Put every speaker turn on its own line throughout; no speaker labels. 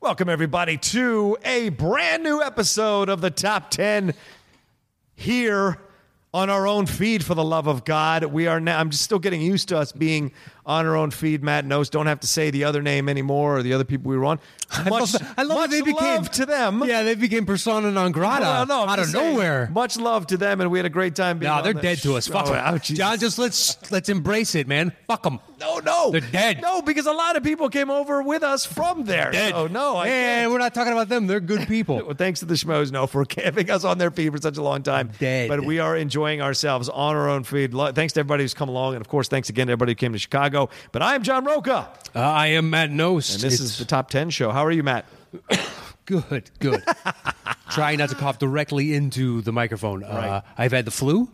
Welcome, everybody, to a brand new episode of the Top 10 here on our own feed, for the love of God. We are now, I'm just still getting used to us being on our own feed. Matt knows, don't have to say the other name anymore or the other people we were on. Much, much love to them.
Yeah, they became persona non grata
I don't know, I'm
out of
just saying,
nowhere.
Much love to them, and we had a great time being
Nah,
on
they're
the-
dead to us. Fuck
Oh,
'em.
oh, Jesus.
John, just let's let's embrace it, man. Fuck them.
No, no.
They're dead.
No, because a lot of people came over with us from there. Oh, no. I can't.
and we're not talking about them. They're good people.
Well, thanks to the schmoes, no, for having us on their feed for such a long time.
Dead.
But we are enjoying ourselves on our own feed. Lo- Thanks to everybody who's come along. And of course, thanks again to everybody who came to Chicago. But I'm John Roca.
Uh, I am Matt Nost.
And this is the top 10 show. How are you, Matt?
good. Good. Trying not to cough directly into the microphone. Uh,
Right.
I've had the flu.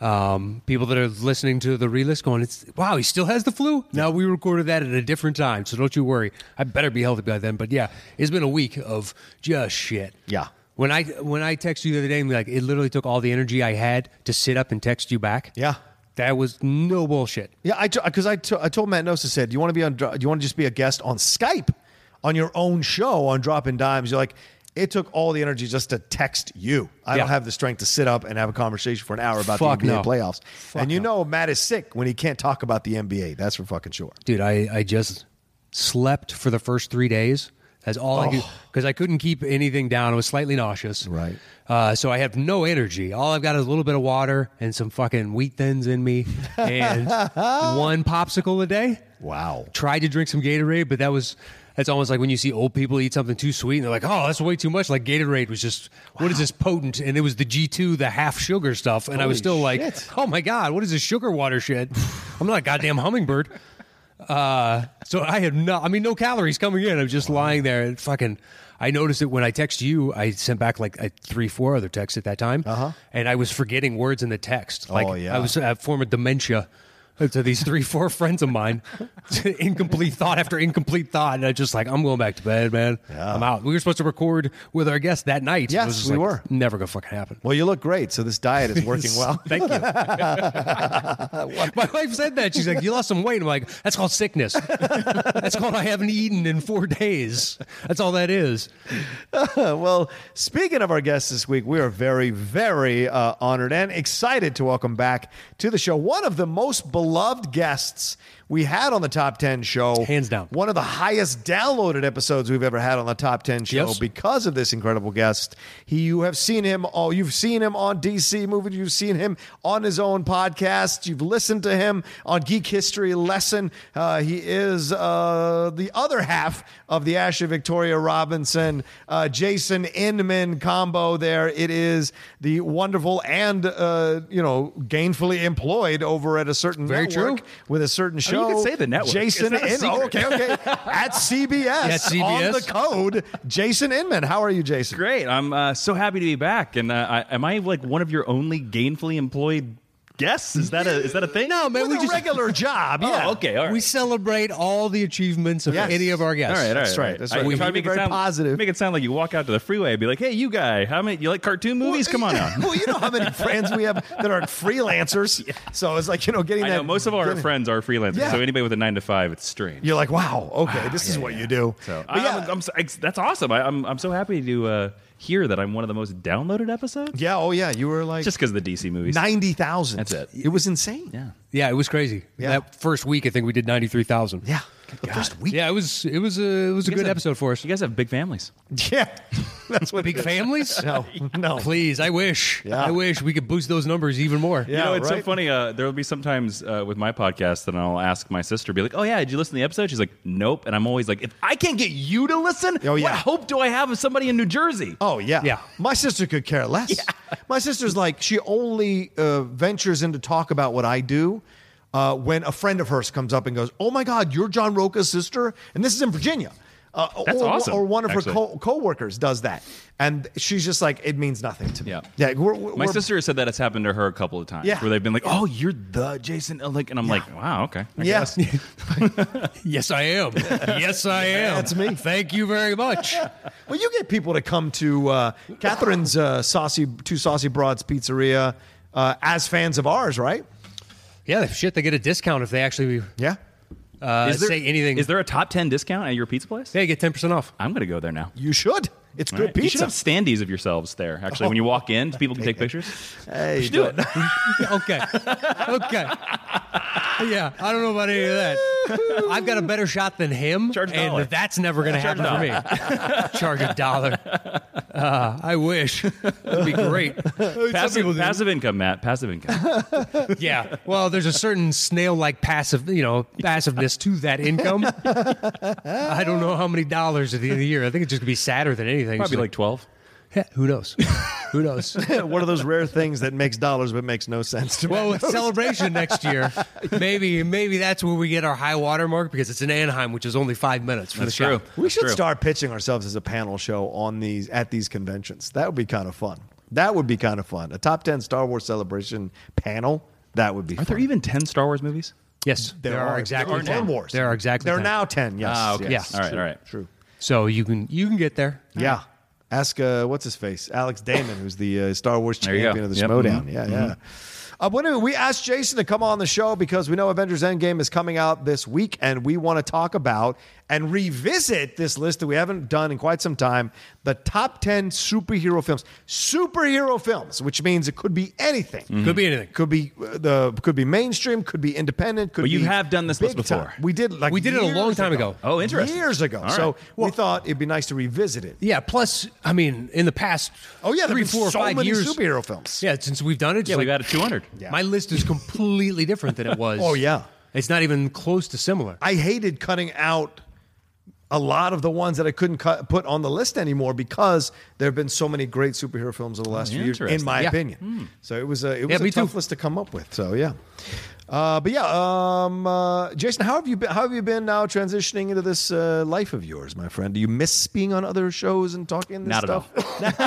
Um, people that are listening to the relist going, it's wow, he still has the flu. Now we recorded that at a different time, so don't you worry. I better be healthy by then. But yeah, it's been a week of just shit.
Yeah.
When I when I texted you the other day, and like it literally took all the energy I had to sit up and text you back.
Yeah.
That was no bullshit.
Yeah, I because I to- I told Matt Nosa said, "Do you want to be on? Dro- Do you want to just be a guest on Skype on your own show on Dropping Dimes?" You're like, it took all the energy just to text you. I don't
Yeah.
have the strength to sit up and have a conversation for an hour about
Fuck
the NBA
no.
playoffs.
Fuck
and you know, Matt is sick when he can't talk about the NBA. That's for fucking sure.
dude i i just slept for the first three days that's all i could because i couldn't keep anything down i was slightly nauseous
Oh. Right.
uh, so i have no energy all i've got is a little bit of water and some fucking wheat thins in me and one popsicle a day
Wow.
tried to drink some gatorade but that was that's almost like when you see old people eat something too sweet and they're like oh that's way too much like gatorade was just what is this potent and it was the g2 the half sugar stuff and i was still
Holy
like
shit.
oh my god what is this sugar water shit i'm not a goddamn hummingbird so I had no, I mean, no calories coming in. I'm just lying there and fucking. I noticed it when I text you. I sent back like uh, three, four other texts at that time, uh-huh. and I was forgetting words in the text. Like
Oh, yeah.
I was I had form of dementia to these three, four friends of mine. incomplete thought after incomplete thought, and I just like I'm going back to bed, man.
Yeah.
I'm out. We were supposed to record with our guest that night.
Yes,
It was just
we
like,
were.
Never gonna fucking happen.
Well, you look great. So this diet is working well.
Thank you. My wife said that. She's like, You lost some weight. I'm like, That's called sickness. That's called I haven't eaten in four days. That's all that is.
well, speaking of our guests this week, we are very, very uh, honored and excited to welcome back to the show one of the most beloved guests we had on the Top 10 show.
Hands down.
One of the highest downloaded episodes we've ever had on the Top 10 show
Yes.
because of this incredible guest. He, you have seen him all. You've seen him on DC Movie. You've seen him on his own podcast. You've listened to him on Geek History Lesson. Uh, he is uh, the other half of the Asha Victoria Robinson, uh, Jason Inman combo. There, it is the wonderful and uh, you know gainfully employed over at a certain
Very
network
true.
with a certain
you
show.
can say the network.
Jason
It's not a
Inman. Oh, okay,
secret.
okay. at CBS, on
CBS.
the code, Jason Inman. How are you, Jason?
Great. I'm uh, so happy to be back. And uh, I, am I like one of your only gainfully employed guests? Is that a is that a thing?
No, man,
With
we
a
just
regular job.
Oh,
Yeah.
okay. All right.
we celebrate all the achievements of
Yes.
any of our
all
guests.
right, all right,
That's
all
right, that's right.
I-
We
if I
keep it
make
very
sound,
positive.
Make it sound like you walk out to the freeway and be like, "Hey, you guy, how many? You like cartoon movies? Come on out."
Well, you know how many friends we have that aren't freelancers. So it's like, you know, getting
I
that.
know most of our
getting-
friends are freelancers,
Yeah.
so anybody with a nine to five, it's strange.
You're like, wow, okay, this is what you do.
Ah, So
But
I,
yeah,
am I'm, so- ex- that's awesome. I, I'm I'm so happy to uh, hear that I'm one of the most downloaded episodes.
yeah, oh yeah, you were like
Just because of the DC movies.
90,000.
That's it.
It was insane.
Yeah.
Yeah, it was crazy.
Yeah.
That first week, I think we did 93,000.
Yeah. The first week.
Yeah, it was it was a it was a
guys
good
have-
episode for us.
You guys have big families.
Yeah. That's what
Big
it is.
families?
No, no.
Please, I wish.
Yeah.
I wish we could boost those numbers even more.
Yeah.
you know, it's so
right?
funny. Uh, there will be sometimes uh, with my podcast that I'll ask my sister, be like, "Oh yeah, did you listen to the episode?" She's like, "Nope." And I'm always like, "If I can't get you to listen,
Oh,
what
yeah.
hope do I have of somebody in New Jersey?"
Oh yeah,
Yeah.
My sister could care less. My sister's like she only uh, ventures into talk about what I do uh, when a friend of hers comes up and goes, "Oh my God, you're John Roca's sister," and this is in Virginia. Uh,
That's
or,
awesome,
Or one of
actually.
her co- coworkers does that, and she's just like, "It means nothing to me."
Yeah.
yeah. We're, we're,
My sister has said that it's happened to her a couple of times,
Yeah.
where they've been like, "Oh, you're the Jason," uh, like, and I'm like, "Wow, okay." I
Yeah.
guess."
Yes, I am. Yes, I am.
That's me.
Thank you very much.
Well, you get people to come to uh, Catherine's uh, saucy two saucy broads pizzeria uh, as fans of ours, right?
Yeah, shit, they get a discount if they actually
Yeah.
uh,
Is there-
say anything.
Is there a top ten discount at your pizza place?
they get ten percent off.
I'm gonna go there now.
You should. It's
All
good
right. You should
pizza. Oh.
have standees of yourselves there. Actually, when you walk in, people can take pictures.
Hey,
should do it.
okay. Okay. Yeah, I don't know about any of that. I've got a better shot than him,
Charge a
and
dollar.
that's never going to
Charge
happen for me. Charge a dollar. Uh, I wish. That'd be great.
passive, passive income, Matt. Passive income.
Yeah. Well, there's a certain snail-like passive, you know, passiveness to that income. I don't know how many dollars at the end of the year. I think it's just going to be sadder than anything.
Probably
It's
like twelve.
yeah, who knows? who knows?
one of those rare things that makes dollars but makes no sense to me.
Well, with celebration next year, maybe maybe that's where we get our high water mark because it's in Anaheim, which is only five minutes from
That's
the shop.
true.
we should
true.
start pitching ourselves as a panel show on these at these conventions. That would be kind of fun. That would be kind of fun. A top ten Star Wars celebration panel. That would be.
Are
fun.
there even ten Star Wars movies?
Yes, there, are, exactly
there are
10.
Clone Wars.
There are exactly
There are
10.
now ten. Yes.
Ah, okay.
yes.
Yeah. All right, all right.
True.
So you can you can get there.
Yeah. Ask uh, what's his face, Alex Damon, who's the uh, Star Wars
There you
champion
go.
of the
Yep.
Schmodown.
Mhm.
Yeah, yeah. Uh, wait a minute. We asked Jason to come on the show because we know Avengers Endgame is coming out this week, and we want to talk about and revisit this list that we haven't done in quite some time: the top ten superhero films. Superhero films, which means it could be anything.
Mm-hmm.
Could be anything.
Could be uh, the could be mainstream, could be independent, could
But you
be
have done this list
big time.
before.
We did like
We did it a long
years
time ago.
Oh, interesting.
Years ago.
All
So
right.
we thought it'd be nice to revisit it.
Yeah. Plus, I mean, in the past
Oh yeah,
three,
there've been
four,
so
five
many
years,
superhero films.
yeah, since we've done it,
Yeah,
just
we've
like,
added two hundred.
Yeah.
My list is completely different than it was.
Oh, yeah.
It's not even close to similar.
I hated cutting out a lot of the ones that I couldn't cut, put on the list anymore because there have been so many great superhero films over the last few years, in
interesting.
my
Yeah.
opinion. So it was a it was
me
a tough
too.
list to come up with. So yeah. Uh, but yeah, um, uh, Jason, how have you been? How have you been now transitioning into this uh, life of yours, my friend? Do you miss being on other shows and talking this
Not at
stuff?
all.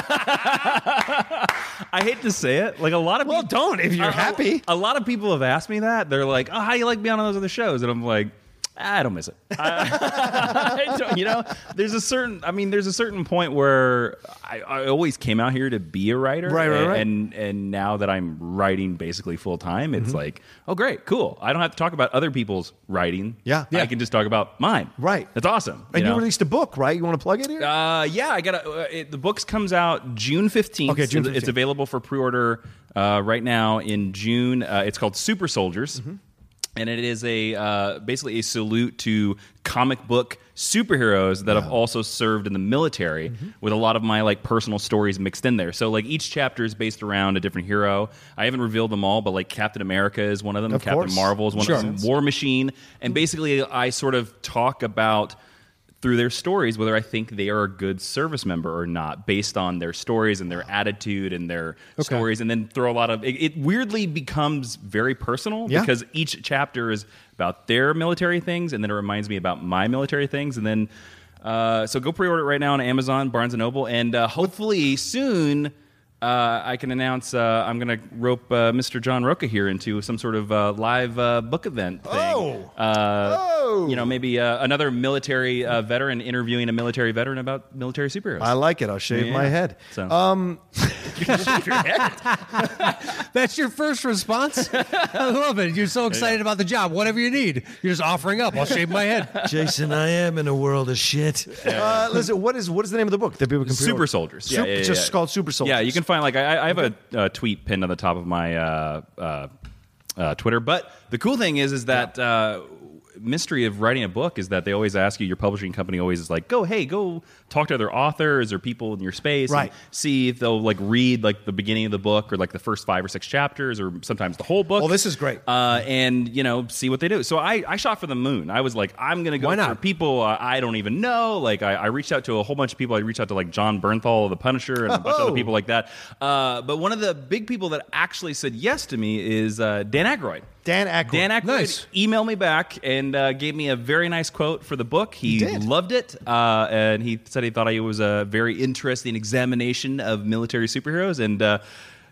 I hate to say it. Like a lot of
Well,
people,
don't if you're
a- a-
happy.
A, lot of people have asked me that. They're like, "Oh, how do you like being on those other shows?" And I'm like, "I don't miss it." I, I don't, you know, there's a certain. I mean, there's a certain point where I, I always came out here to be a writer,
Right, right,
and,
right.
And and now that I'm writing basically full time,
Mm-hmm.
it's like, oh, great, cool. I don't have to talk about other people's writing.
Yeah. Yeah.
I can just talk about mine.
Right.
That's awesome.
And you,
know?
released a book, right? You want to plug it here?
Uh, yeah, I got uh, it, the books comes out June fifteenth.
Okay, June 15th.
It's available for pre order uh, right now in June. Uh, it's called Super Soldiers,
Mm-hmm.
and it is a uh, basically a salute to comic book superheroes that have also served in the military,
Mm-hmm.
with a lot of my like personal stories mixed in there. So like each chapter is based around a different hero. I haven't revealed them all, but like Captain America is one of them.
Of
Captain
course.
Marvel is one
Sure.
of them. War Machine, and basically I sort of talk about through their stories whether I think they are a good service member or not, based on their stories and their attitude and their stories, and then throw a lot of it, it weirdly becomes very personal
Yeah.
because each chapter is about their military things, and then it reminds me about my military things, and then. Uh, so go pre-order it right now on Amazon, Barnes and Noble, and uh, hopefully soon uh, I can announce uh, I'm going to rope uh, Mr. John Roca here into some sort of uh, live uh, book event thing.
Oh.
Uh,
Oh.
You know, maybe uh, another military uh, veteran interviewing a military veteran about military superheroes.
I like it. I'll shave
Yeah.
my head. Uh,
So.
That's your first response. I love it. You're so excited about the job. Whatever you need, you're just offering up. I'll shave my head.
Jason, I am in a world of shit. Uh, listen, what is what is the name of the book that people can
Super
pre-order?
Soldiers.
Sup- it's just called Super Soldiers.
Yeah, you can find like I, I- I have a uh, tweet pinned on the top of my uh, uh, uh, Twitter. But the cool thing is, is that uh, mystery of writing a book is that they always ask you. Your publishing company always is like, "Go, hey, go talk to other authors or people in your space, and
Right.
see if they'll like read like the beginning of the book or like the first five or six chapters or sometimes the whole book."
Well, this is great.
uh, and you know, see what they do. So I, I shot for the moon. I was like, I'm gonna go
Why not?
for people uh, I don't even know. Like I, I reached out to a whole bunch of people. I reached out to like John Bernthal of The Punisher and a bunch of
Oh.
other people like that. Uh, but one of the big people that actually said yes to me is uh, Dan Aykroyd.
Dan Aykroyd.
Dan Aykroyd
Nice.
emailed me back and uh, gave me a very nice quote for the book. He,
did.
loved it, uh, and he said he thought it was a very interesting examination of military superheroes. And uh,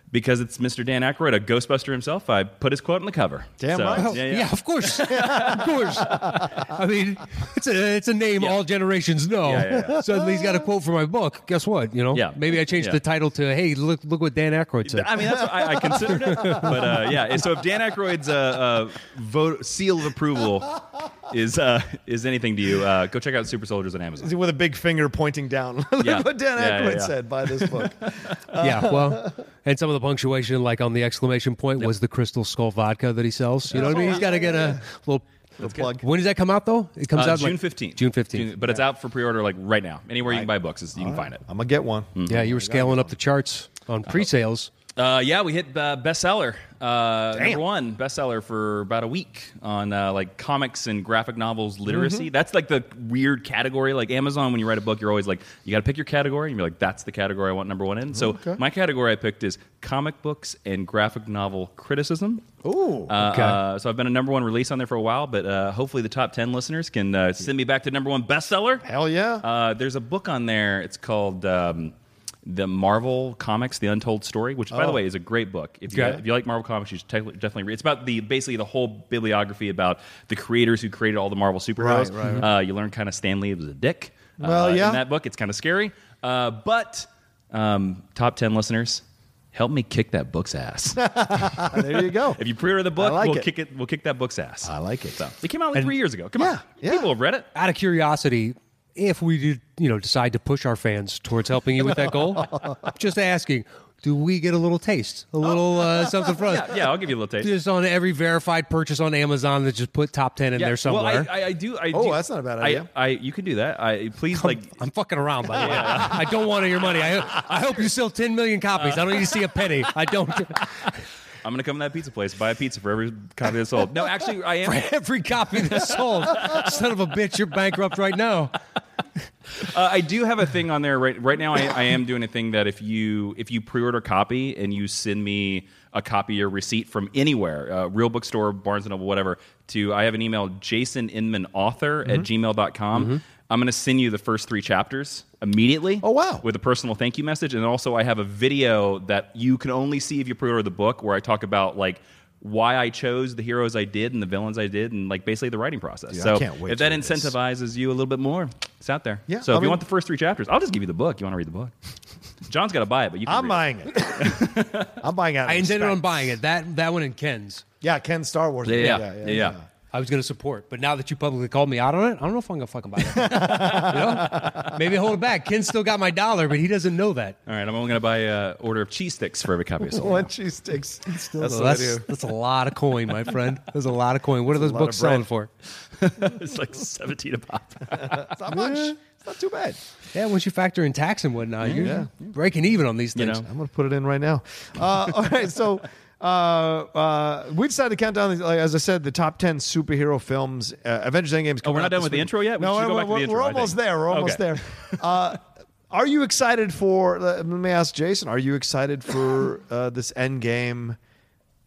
because it's Mr. Dan Aykroyd, a Ghostbuster himself, I put his quote on the cover.
Damn right.
Yeah,
Oh, yeah,
yeah.
of course, of course. I mean, it's a it's a name
Yeah.
all generations know.
Yeah, yeah, yeah.
Suddenly he's got a quote for my book. Guess what? You know,
Yeah.
Maybe I changed
Yeah.
the title to "Hey, look look what Dan Aykroyd said."
I mean, that's what I, I considered it, but uh, yeah. And so, if Dan Aykroyd's uh, uh, vote seal of approval is uh, is anything to you, uh, go check out Super Soldiers on Amazon.
with a big finger pointing down. Look
Yeah.
what Dan
Yeah,
Aykroyd
yeah, yeah.
said by this book.
yeah, well, and some of the punctuation, like on the exclamation point, was the Crystal Skull vodka that he sells. You know what I mean? He's got to get a little.
the plug.
When does that come out though? It comes
Uh,
out like-
June fifteenth.
June fifteenth.
But it's out for pre-order like right now. Anywhere you can buy books, is, you can find it.
I'm gonna get one.
Hmm.
Yeah, you were scaling up the charts on
Uh-huh.
pre-sales.
Uh, yeah, we hit uh, bestseller uh,
Damn.
number one bestseller for about a week on uh, like comics and graphic novels literacy.
Mm-hmm.
That's like the weird category. Like Amazon, when you write a book, you're always like, you got to pick your category, and you're like, that's the category I want number one in. So my category I picked is comic books and graphic novel criticism.
Ooh.
Uh,
Okay.
uh, so I've been a number one release on there for a while, but uh, hopefully the top ten listeners can uh, send me back to number one bestseller.
Hell yeah.
Uh, there's a book on there. It's called um, The Marvel Comics: The Untold Story, which, by
Oh.
the way, is a great book. If you,
Okay.
if you like Marvel comics, you should te- definitely read. It's about the basically the whole bibliography about the creators who created all the Marvel superheroes.
Right, right,
Uh, you learn kind of Stan Lee was a dick.
Well,
uh,
yeah.
In that book, it's kind of scary. Uh, but um, top ten listeners, help me kick that book's ass.
there you go.
uh, if you pre-order the book,
like
we'll
it.
kick it. We'll kick that book's ass.
I like it.
So it came out like three years ago. Come on,
Yeah, yeah.
people have read it.
Out of curiosity, if we did, you know, decide to push our fans towards helping you with that goal, just asking, do we get a little taste, a little uh, something from us?
Oh. Yeah, yeah, I'll give you a little taste.
Just on every verified purchase on Amazon that just put top ten in there somewhere.
Well, I, I, I do. I
Oh,
do-
that's not a bad
I-
idea.
I, you can do that. I please like.
I'm fucking around, by the way. I don't want your money. I, I hope you sell 10 million copies. I don't need to see a penny. I don't.
I'm gonna come to that pizza place, buy a pizza for every copy that's sold. No, actually, I am.
Every copy that's sold, son of a bitch, you're bankrupt right now.
Uh, I do have a thing on there right right now. I, I am doing a thing that if you if you pre-order a copy and you send me a copy or receipt from anywhere, uh, real bookstore, Barnes and Noble, whatever. To I have an email, Jason Inman author at
Mm-hmm.
gmail.com. I'm gonna send you the first three chapters immediately.
Oh, wow.
With a personal thank you message, and also I have a video that you can only see if you pre-order the book, where I talk about like. Why I chose the heroes I did and the villains I did, and like basically the writing process.
Dude, I
so,
can't wait
if that
to read this.
incentivizes you a little bit more, it's out there.
Yeah,
So,
I
if
mean-
you want the first three chapters, I'll just give you the book. You want to read the book? John's got to buy it, but you can.
I'm
read
buying it. I'm buying out. of
I intended on
respect.
buying it. That that one and Ken's.
Yeah, Ken Star Wars.
it. Yeah, yeah, yeah. yeah.
I was going to support, but now that you publicly called me out on it, I don't know if I'm going to fucking buy it. you know? Maybe hold it back. Ken's still got my dollar, but he doesn't know that.
All right, I'm only going to buy an order of cheese sticks for every copy of sold.
One cheese sticks. Still
That's,
no
that's,
idea.
that's a lot of coin, my friend. That's a lot of coin. What are those
lot of
books selling
bread.
for?
it's like 17 a pop.
It's not much. It's not too bad.
Yeah, once you factor in tax and whatnot, you're
Yeah.
breaking even on these
You
things.
know.
I'm gonna put it in right now. Uh, all right, so. Uh, uh, we decided to count down, these, like, as I said, the top ten superhero films. Uh, Avengers: Endgame.
Oh, we're not done with the intro yet? We
no,
should go
we're,
back to the
we're-
intro,
we're
I
almost
think.
there. We're almost
Okay.
there. Uh, are you excited for? uh, Let me ask Jason. Are you excited for uh, this Endgame?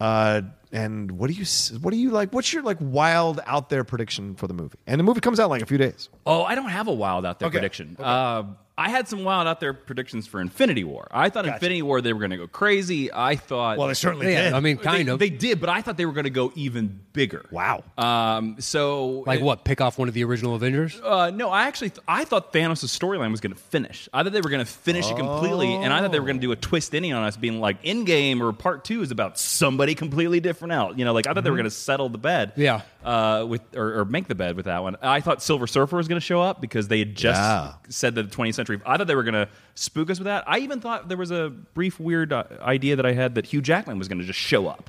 Uh, and what do you s- what do you like? What's your like wild out there prediction for the movie? And the movie comes out in, like a few days.
Oh, I don't have a wild out there
Okay.
prediction. Uh, I had some wild out there predictions for Infinity War. I thought Infinity War they were going to go crazy. I thought
Well, they certainly
Yeah,
did.
I mean, kind
they,
of.
they did, but I thought they were going to go even bigger.
Wow.
Um, so
like what? Pick off one of the original Avengers?
Uh, no, I actually th- I thought Thanos' storyline was going to finish. I thought they were going to finish it completely, and I thought they were going to do a twist ending on us, being like, "Endgame or Part Two is about somebody completely different out." You know, like I thought they were going to settle the bed,
Yeah.
uh, with or, or make the bed with that one. I thought Silver Surfer was going to show up because they had just
Yeah.
said that the 20th Century retrieve. I thought they were going to spook us with that. I even thought there was a brief weird uh, idea that I had that Hugh Jackman was going to just show up.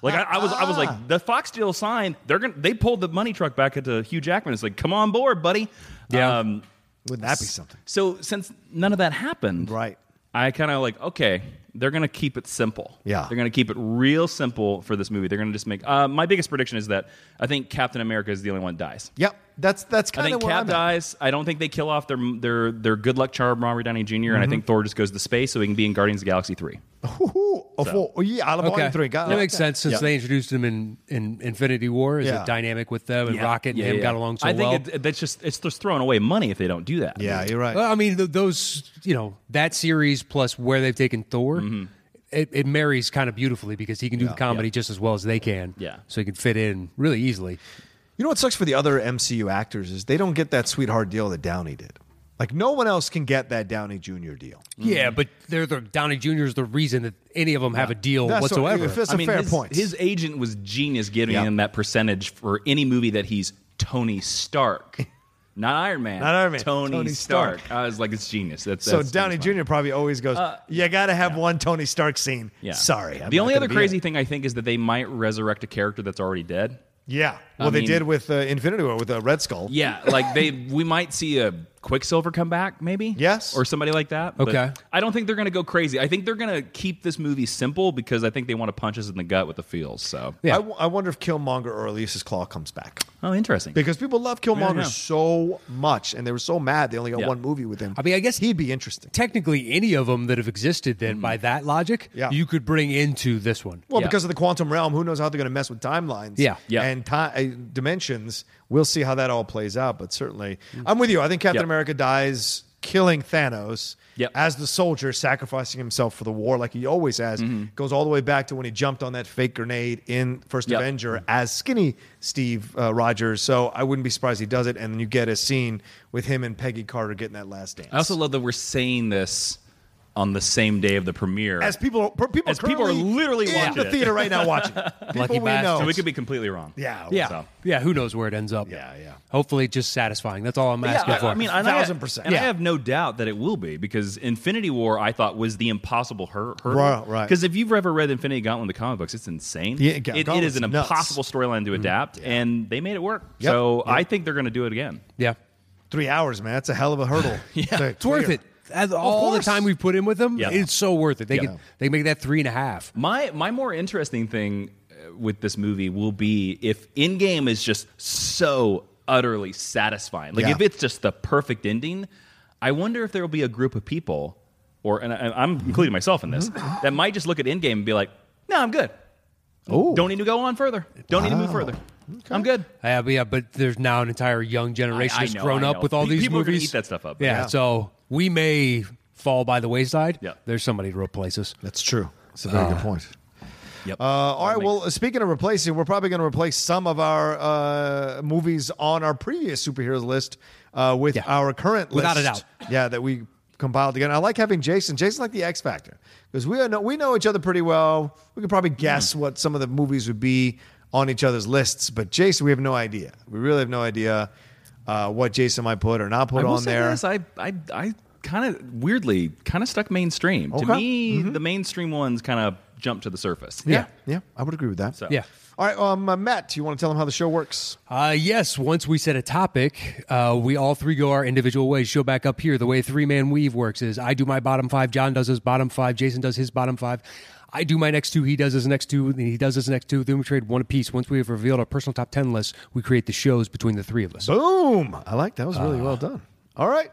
like I, I was, I was like the Fox deal sign. They're going. to They pulled the money truck back into Hugh Jackman. It's like, come on board, buddy.
Yeah.
Um,
Wouldn't that be something?
so since none of that happened,
Right.
I kind of like okay, they're gonna keep it simple.
Yeah.
they're gonna keep it real simple for this movie. They're gonna just make. Uh, my biggest prediction is that I think Captain America is the only one that dies.
Yep. That's that's
I
kind of
think
where
Cap
I'm at.
dies. I don't think they kill off their their their good luck charm Robert Downey junior And I
Mm-hmm.
think Thor just goes to space so he can be in Guardians of the Galaxy three.
Ooh, oh, four. Oh, yeah, out of
Okay,
volume three. Got
that makes sense since
Yeah.
they introduced him in, in Infinity War as
Yeah.
a dynamic with them, and Rocket and
Yeah,
him
yeah.
got along so
I think
well.
it, that's just it's just throwing away money if they don't do that.
Yeah, you're right.
Ah.
Well, I mean, th- those you know that series plus where they've taken Thor, it, it marries kind of beautifully because he can do the comedy just as well as they can.
Yeah.
so he can fit in really easily.
You know what sucks for the other MCU actors is they don't get that sweetheart deal that Downey did. Like no one else can get that Downey Jr. deal.
Yeah, but they're the Downey Jr. is the reason that any of them have a deal
That's what-
whatsoever.
if it's- That's
I
a
mean,
fair
his,
point.
His agent was genius giving
Yeah.
him that percentage for any movie that he's Tony Stark, not Iron Man.
Not Iron Man,
Tony,
Tony
Stark.
Stark.
I was like, it's genius. That's
So
that's-
Downey
that's fine.
Jr. probably always goes, "You got to have one Tony Stark scene."
Uh, Yeah.
Sorry. I'm
the
not
only
gonna
other
be
crazy
in it."
thing I think is that they might resurrect a character that's already dead.
Yeah. Well, they
mean-
did with uh, Infinity War with uh, Red Skull.
Yeah, like they, we might see a Quicksilver come back, maybe.
Yes.
or somebody like that. but
Okay.
I don't think they're gonna go crazy. I think they're gonna keep this movie simple because I think they want to punch us in the gut with the feels. So,
I
Yeah.
w- I wonder if Killmonger or Elisa's Claw comes back
oh, interesting.
because people love
don't
Killmonger
know.
so much, and they were so mad they only got
Yeah.
one movie with him.
I mean, I guess-
he'd be interesting.
Technically, any of them that have existed, then by that logic,
Yeah.
you could bring into this one.
Well,
Yeah.
because of the quantum realm, who knows how they're going to mess with timelines?
Yeah.
Yeah.
and ti- uh, dimensions. We'll see how that all plays out. But certainly,
Mm.
I'm with you. I think Captain
Yep.
America dies killing Thanos
Yep.
as the soldier, sacrificing himself for the war, like he always has.
Mm-hmm.
Goes all the way back to when he jumped on that fake grenade in First
Yep. Mm.
Avenger as skinny Steve uh, Rogers. So I wouldn't be surprised he does it. And then you get a scene with him and Peggy Carter getting that last dance.
I also love that we're saying this on the same day of the premiere.
as people, are- people,
As people are
currently
literally
in
watching
the
it.
theater right now watching. it. People
Lucky
we
bastards.
know.
so we could be completely wrong.
Yeah,
Yeah,
So-
yeah. Who knows where it ends up?
Yeah, yeah.
Hopefully, just satisfying. That's all I'm
Yeah,
asking
I,
for.
I mean, I-
Thousand percent.
and I
Yeah.
have no doubt that it will be because Infinity War, I thought, was the impossible hur- hurdle.
Right, right.
Because if you've ever read Infinity Gauntlet in the comic books, it's insane.
Yeah,
It-
Ga-
it, it
Gauntlet's
is an
nuts. Mm-hmm.
impossible storyline to adapt, and they made it work.
Yep,
So
yep.
I think they're going to do it again.
yeah.
Three hours, man. That's a hell of a hurdle. yeah,
It's worth it. As all the
course.
time we've put in with them,
Yeah.
it's so worth it. They
Yeah.
can they make that three and a half.
My my more interesting thing uh, with this movie will be if Endgame is just so utterly satisfying. Like
Yeah.
if it's just the perfect ending, I wonder if there will be a group of people, or and I, I'm including myself in this,
Mm-hmm.
that might just look at Endgame and be like, "No, I'm good.
Oh,
Don't need to go on further. Don't need to move
Wow.
further. I'm good."
Yeah, but, yeah, but there's now an entire young generation
I- I
that's
know,
grown
I
up
know.
with all
Pe-
these
people are gonna
movies.
eat that stuff up.
Yeah,
Yeah.
so we may fall by the wayside.
Yeah.
There's somebody to replace us.
that's true. It's a very good point.
Yep.
Uh, all right. Well, speaking of replacing, we're probably going to replace some of our uh, movies on our previous superheroes list uh, with
Yeah.
our current
Without a
list. Yeah, that we compiled together. I like having Jason. Jason like the X Factor because we know we know each other pretty well. We could probably guess what some of the movies would be on each other's lists, but Jason, we have no idea. We really have no idea uh, what Jason might put or not put
I will
on
say
there.
this, I I I kind of weirdly kind of stuck mainstream. To
Okay. Mm-hmm.
me, the mainstream ones kind of jump to the surface.
Yeah, yeah, I would agree with that.
So.
Yeah.
All right, um, uh, Matt, do you want to tell them how the show works?
Uh, yes, once we set a topic, uh, we all three go our individual ways. Show back up here. The way three man weave works is I do my bottom five, John does his bottom five, Jason does his bottom five. I do my next two, he does his next two, then he does his next two. Then we trade one apiece. Once we have revealed our personal top 10 list, we create the shows between the three of us. Uh,
Boom! I like that. That was really
Ah.
well done. All right,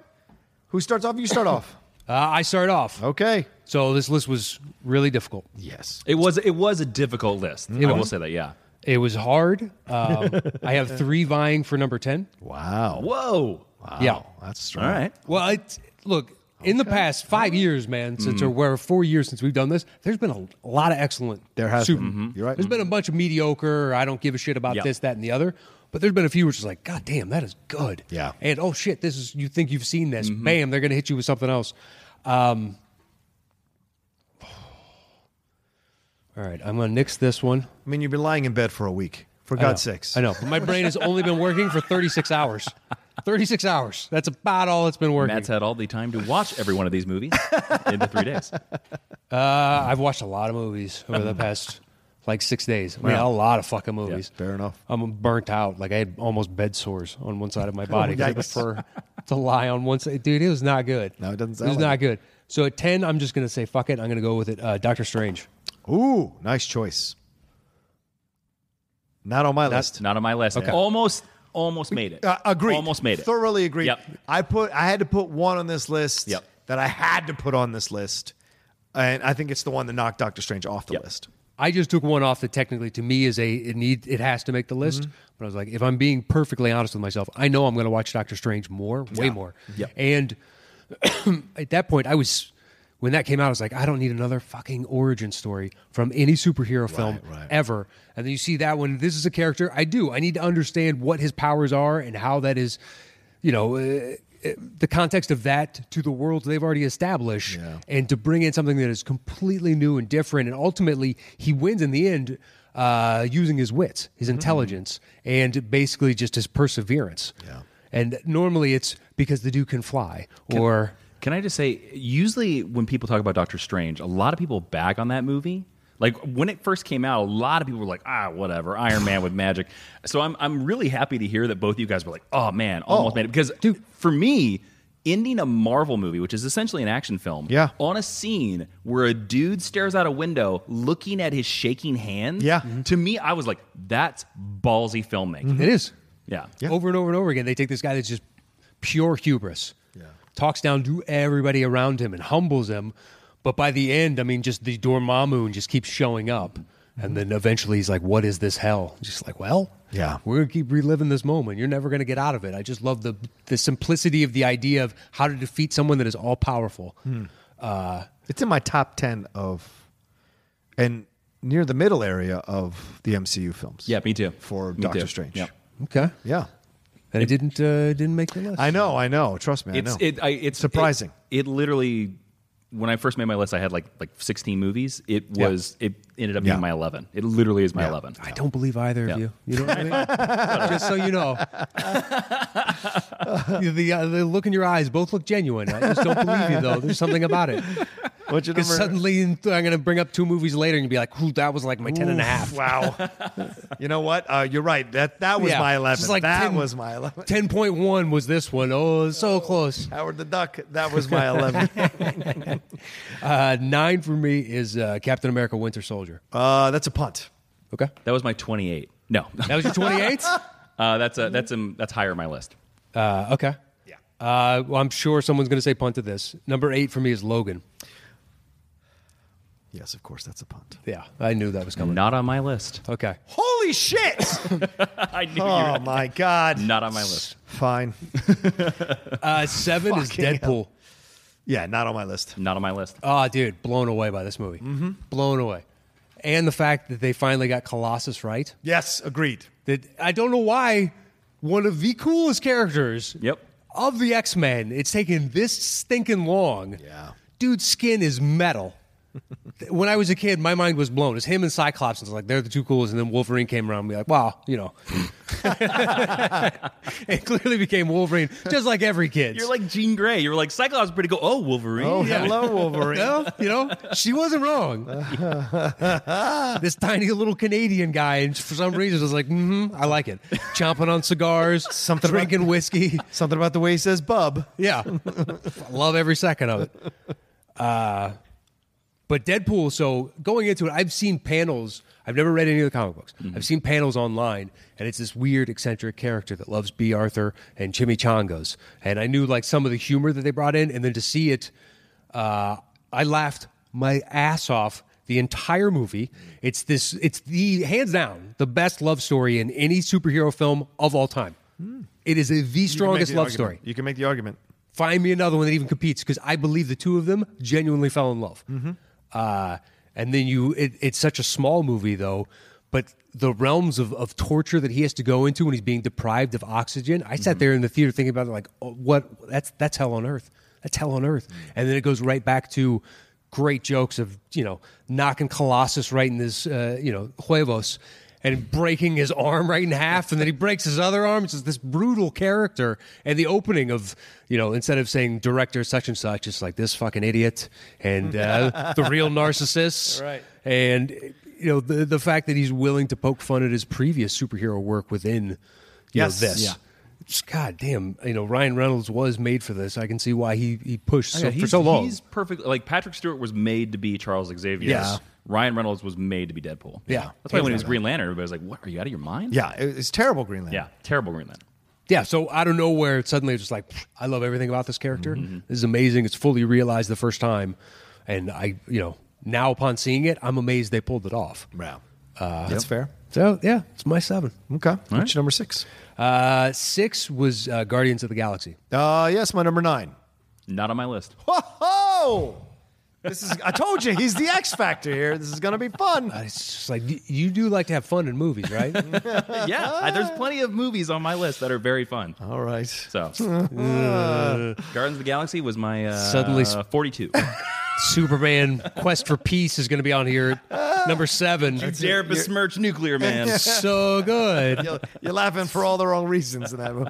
who starts off? You start off.
I start off.
Okay.
So this list was really difficult.
Yes.
It was it was a difficult list. I will
was.
say that. Yeah.
It was hard. Um, I have three vying for number 10.
Wow.
Whoa.
Yeah.
That's
All
strong.
right.
Well, it's, look, in the past five years, man, since or where four years since we've done this, there's been a lot of excellent.
There has
super-
been. Mhm. You're right.
There's been a bunch of mediocre. I don't give a shit about
Yeah.
this, that, and the other. But there's been a few which is like, God damn, that is good.
Yeah. Mm-hmm.
And oh shit, this is you think you've seen this? Bam, they're gonna hit you with something else. Um, all right, I'm gonna nix this one.
I mean, you've been lying in bed for a week. For
I know.
God's sakes.
I know, but my brain has only been working for 36 hours. 36 hours. That's about all it's been working.
Matt's had all the time to watch every one of these movies in the three days.
Uh, I've watched a lot of movies over
Mm.
the past like six days. I mean, a lot of fucking movies.
fair enough.
I'm burnt out. Like I had almost bed sores on one side of my body. 'cause I
Oh, yikes.
prefer to lie on one side. Dude, it was not good.
No, it doesn't
It
sound
was
like
not
it.
good. So at ten, I'm just gonna say fuck it. I'm gonna go with it. Uh, Doctor Strange.
Ooh, nice choice. Not on my list.
Not on my list. Almost, almost made it.
Uh, agreed.
Almost made it.
Thoroughly agreed.
Yep.
I put. I had to put one on this list.
Yep.
That I had to put on this list, and I think it's the one that knocked Doctor Strange off the
Yep.
list.
I just took one off that technically to me is a it need it has to make the list.
Mm-hmm.
But I was like, if I'm being perfectly honest with myself, I know I'm going to watch Doctor Strange more, way more.
Yeah.
And at that point, I was when that came out, I was like, I don't need another fucking origin story from any superhero film
right.
ever. And then you see that one. This is a character I do. I need to understand what his powers are and how that is, you know. Uh, uh, the context of that to the world they've already established
Yeah.
and to bring in something that is completely new and different. And ultimately, he wins in the end uh, using his wits, his
Mm-hmm.
intelligence, and basically just his perseverance.
Yeah.
And normally it's because the dude can fly or.
Can I just say, usually when people talk about Doctor Strange, a lot of people bag on that movie. Like when it first came out, a lot of people were like, ah, whatever, Iron Man with magic. So I'm, I'm really happy to hear that both you guys were like, oh man, almost made it. Because for me, ending a Marvel movie, which is essentially an action film,
Yeah.
on a scene where a dude stares out a window looking at his shaking hand,
Yeah. Mm-hmm. Mhm.
to me, I was like, that's ballsy filmmaking.
It is.
Yeah.
Over and over and over again, they take this guy that's just pure hubris. Yeah. Talks down to everybody around him and humbles him. But by the end, I mean, just the Dormammu just keeps showing up. And then eventually he's like, what is this hell? Just like, well,
Yeah.
we're going to keep reliving this moment. You're never going to get out of it. I just love the, the simplicity of the idea of how to defeat someone that is all powerful.
It's in my top ten of, and near the middle area of the MCU films.
Yeah, me too.
For
Me
Doctor
too.
Strange.
Yeah.
Okay.
Yeah.
And it didn't, uh, didn't make the list.
I know. I know. Trust me.
it's
I know.
it I, it's
Surprising.
It, it literally, when I first made my list, I had like like sixteen movies. It
Yeah.
was it ended up
Yeah.
being my eleven. It literally is my eleven.
I don't believe either
Yeah.
of you. You know what I mean? Just so you know, the, uh, the look in your eyes both look genuine. I just don't believe you though. There's something about it.
What's your
Because
number?
suddenly I'm going to bring up two movies later and you'll be like, "Ooh, that was like my ten and a
Oof,
half."
Wow. you know what? Uh, you're right. That that was
Yeah.
my eleven.
Just like
that
10
was my eleven.
Ten point one was this one. Oh, it was so close.
Howard the Duck. That was my eleven.
Uh, nine for me is uh, Captain America: Winter Soldier.
uh, that's a punt.
Okay,
That was my twenty-eight. No,
that was your twenty eight.
uh, that's a that's a, that's higher on my list.
Uh, okay.
Yeah.
Uh, well, I'm sure someone's going to say punt to this. Number eight for me is Logan.
Yes, of course, that's a punt.
Yeah, I knew that was coming.
Not on my list.
Okay.
Holy shit!
I knew you
oh
were
my god.
not on my list.
Fine.
Uh, seven is
Fucking
Deadpool.
Yeah, not on my list.
Not on my list.
Oh, dude, blown away by this movie. Mm-hmm. Blown away. And the fact that they finally got Colossus right.
Yes, agreed.
That I don't know why one of the coolest characters
Yep.
of the X Men, it's taken this stinking long.
Yeah.
Dude's skin is metal. when I was a kid, my mind was blown. It's him and Cyclops. And it's like, they're the two coolest. And then Wolverine came around and be like, wow, you know. it clearly became Wolverine, just like every kid.
You're like Jean Grey. You're like Cyclops. Pretty cool. Oh, Wolverine.
Oh, hello, Wolverine.
Well, you know, she wasn't wrong. this tiny little Canadian guy, and for some reason, was like, mm-hmm, I like it. Chomping on cigars,
Something about-
drinking whiskey.
Something about the way he says "bub."
Yeah, love every second of it. Uh, but Deadpool. So going into it, I've seen panels. I've never read any of the comic books.
Mm-hmm.
I've seen panels online, and it's this weird, eccentric character that loves B. Arthur and chimichangas. And I knew like some of the humor that they brought in, and then to see it, uh, I laughed my ass off the entire movie. It's this. It's the hands down the best love story in any superhero film of all time. It is a, the
Hmm. You can make
strongest
the
love
argument.
story
You can make the argument.
find me another one that even competes because I believe the two of them genuinely fell in love. Uh, and then you, it, it's such a small movie though, but the realms of, of torture that he has to go into when he's being deprived of oxygen. I sat there in the theater thinking about it, like, oh, what? That's that's hell on earth. That's hell on earth. And then it goes right back to great jokes of you know knocking Colossus right in this uh, you know huevos. and breaking his arm right in half, and then he breaks his other arm. It's just this brutal character. And the opening of, you know, instead of saying director such and such, it's like this fucking idiot and uh, the real narcissist.
Right.
And, you know, the, the fact that he's willing to poke fun at his previous superhero work within you
Yes.
know, this.
Yeah.
It's- God damn, you know Ryan Reynolds was made for this. I can see why he, he pushed so,
Oh, Yeah,
for
he's-
so long.
He's perfect. Like Patrick Stewart was made to be Charles Xavier.
Yeah.
Ryan Reynolds was made to be Deadpool.
Yeah.
That's why when he was
Yeah.
Green Lantern, everybody was like, "What? Are you out of your mind?"
Yeah, it- it's terrible, Green Lantern.
Yeah. Terrible Green Lantern.
Yeah, so out of nowhere, it's suddenly just like I love everything about this character. This is amazing. It's fully realized the first time, and I, you know, now upon seeing it, I'm amazed they pulled it off.
Yeah. That's fair.
So yeah, it's my seven.
Uh, Okay. What's your number six?
Uh, six was uh, Guardians of the Galaxy.
Uh, yes, my number nine.
Not on my list.
Whoa! This is. I told you, he's the X factor here. This is going to be fun.
Uh, It's just like y- you do like to have fun in movies, right?
yeah. I- there's plenty of movies on my list that are very fun.
All right.
So, Guardians of the Galaxy was my uh,
Suddenly s-
42.
Superman Quest for Peace is going to be on here, at number seven.
Dare besmirch Nuclear Man.
So good.
You're, you're laughing for all the wrong reasons in that movie.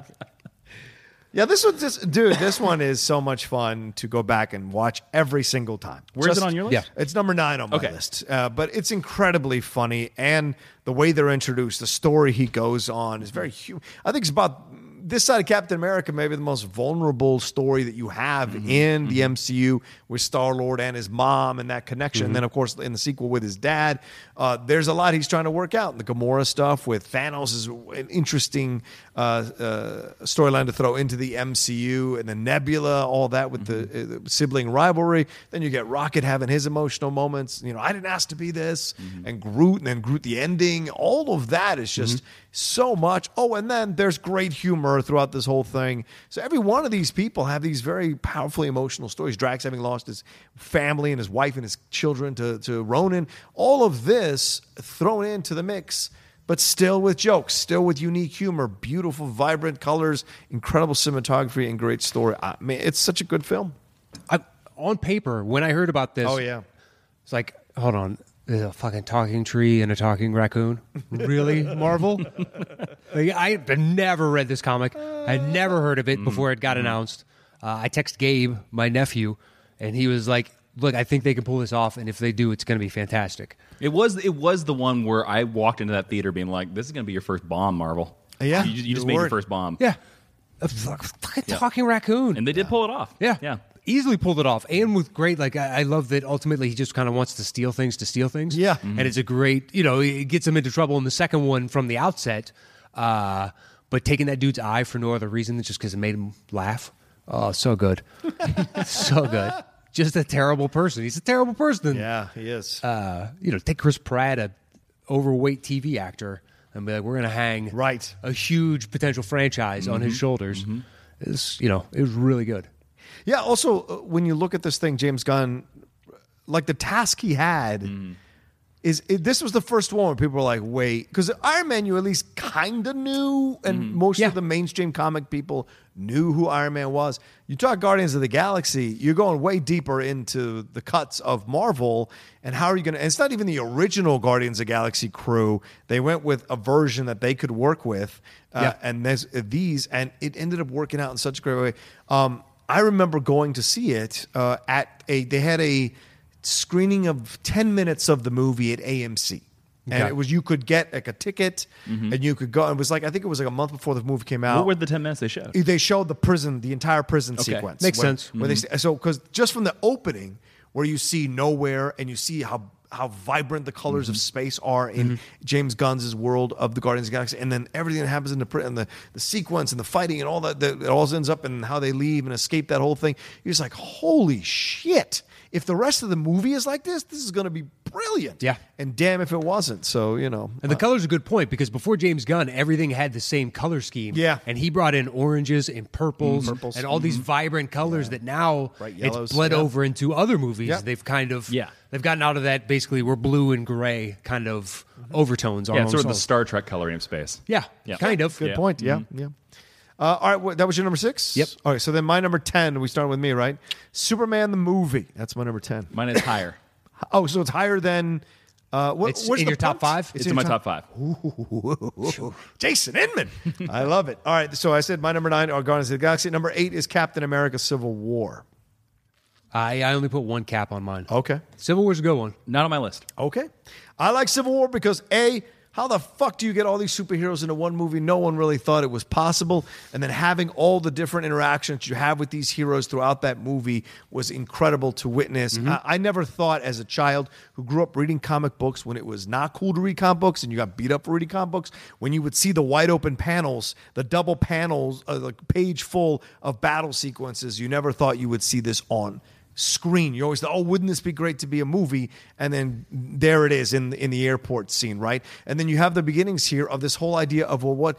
Yeah, this one, this dude, this one is so much fun to go back and watch every single time.
Where's it on your list?
yeah.
It's number nine on my
Okay.
list, uh, but it's incredibly funny, and the way they're introduced, the story he goes on is very. Hu- I think it's about this side of Captain America, maybe the most vulnerable story that you have in the MCU with Star Lord and his mom and that connection. And then, of course, in the sequel with his dad, uh, there's a lot he's trying to work out. And the Gamora stuff with Thanos is an interesting uh, uh, storyline to throw into the MCU and the Nebula, all that with the, uh, the sibling rivalry. Then you get Rocket having his emotional moments. You know, I didn't ask to be this, and Groot, and then Groot the ending. All of that is just so much. Oh, and then there's great humor throughout this whole thing. So every one of these people have these very powerfully emotional stories. Drax having lost his family and his wife and his children to to Ronan. All of this thrown into the mix but still with jokes, still with unique humor, beautiful, vibrant colors, incredible cinematography, and great story. I mean, it's such a good film.
I, on paper, when I heard about this,
Oh,
It's like, hold on, there's a fucking talking tree and a talking raccoon. Really, Marvel? like, I had never read this comic. I had never heard of it before it got announced. Uh, I text Gabe, my nephew, and he was like, "Look, I think they can pull this off, and if they do, it's going to be fantastic."
It was it was the one where I walked into that theater being like, "This is going to be your first bomb, Marvel."
Yeah,
you, you
you
just
were
made your
worried.
first bomb.
Yeah, a fuck- fucking talking raccoon.
and they did pull it off.
Yeah.
yeah.
Easily pulled it off. And with great, like, I, I love that ultimately he just kind of wants to steal things to steal things.
Yeah.
And it's a great, you know, it gets him into trouble in the second one from the outset. Uh, but taking that dude's eye for no other reason than just because it made him laugh. Oh, so good. so good. Just a terrible person. He's a terrible person.
Yeah, he is.
Uh, you know, take Chris Pratt, a overweight TV actor, and be like, we're going to hang
Right.
a huge potential franchise on his shoulders. It's, you know, it was really good.
yeah, also, uh, when you look at this thing, James Gunn, like the task he had. Is it, this was the first one where people were like, "Wait," because Iron Man you at least kind of knew, and most
Yeah.
of the mainstream comic people knew who Iron Man was. You talk Guardians of the Galaxy, you're going way deeper into the cuts of Marvel, and how are you going to? It's not even the original Guardians of the Galaxy crew. They went with a version that they could work with, uh,
Yeah.
and there's uh, these, and it ended up working out in such a great way. Um, I remember going to see it uh, at a. They had a screening of 10 minutes of the movie at AMC. And
Okay.
it was you could get like a ticket and you could go. It was like I think it was like a month before the movie came out.
What were the ten minutes they showed?
They showed the prison, the entire prison sequence.
Makes
where-
sense. Mm-hmm.
Where they so because just from the opening where you see nowhere and you see how how vibrant the colors of
Mm-hmm.
space are in James Gunn's world of the Guardians of the Galaxy, and then everything that happens in the pri- and the, the sequence and the fighting and all that, that it all ends up and how they leave and escape that whole thing. You're just like, holy shit! If the rest of the movie is like this, this is going to be brilliant.
Yeah.
and damn if it wasn't. So you know,
And the color's a good point because before James Gunn, everything had the same color scheme.
Yeah. Mm,
And he brought in oranges and purples,
Purples. Mm-hmm.
and all these vibrant colors that now
Bright yellows,
it's bled
yeah.
over into other movies.
Yeah.
They've kind of
Yeah.
they've gotten out of that basically we're blue and gray kind of
Mm-hmm.
overtones on
yeah, it's sort of
them.
the Star Trek coloring of space.
yeah,
Yeah.
Kind of.
Good
Yeah.
point. Yeah, yeah. Uh, all right, wha- that was your number six.
Yep.
All right, so then my number ten. We start with me, right? Superman the movie. That's my number ten.
Mine is higher.
Oh, so it's higher than Uh, what,
It's
where's
in
the
your
punt?
top five?
It's, in my top five.
Jason Inman. I love it. All right, so I said my number nine are Guardians of the Galaxy. Number eight is Captain America: Civil War.
I, I only put one cap on mine.
Okay,
Civil War's a good one.
Not on my list.
okay. I like Civil War because a how the fuck do you get all these superheroes into one movie? No one really thought it was possible. And then having all the different interactions you have with these heroes throughout that movie was incredible to witness. I, I never thought, as a child who grew up reading comic books when it was not cool to read comic books and you got beat up for reading comic books, when you would see the wide open panels, the double panels, uh, the page full of battle sequences, you never thought you would see this on screen. You always thought, oh, wouldn't this be great to be a movie? And then there it is in in the airport scene, right? And then you have the beginnings here of this whole idea of well, what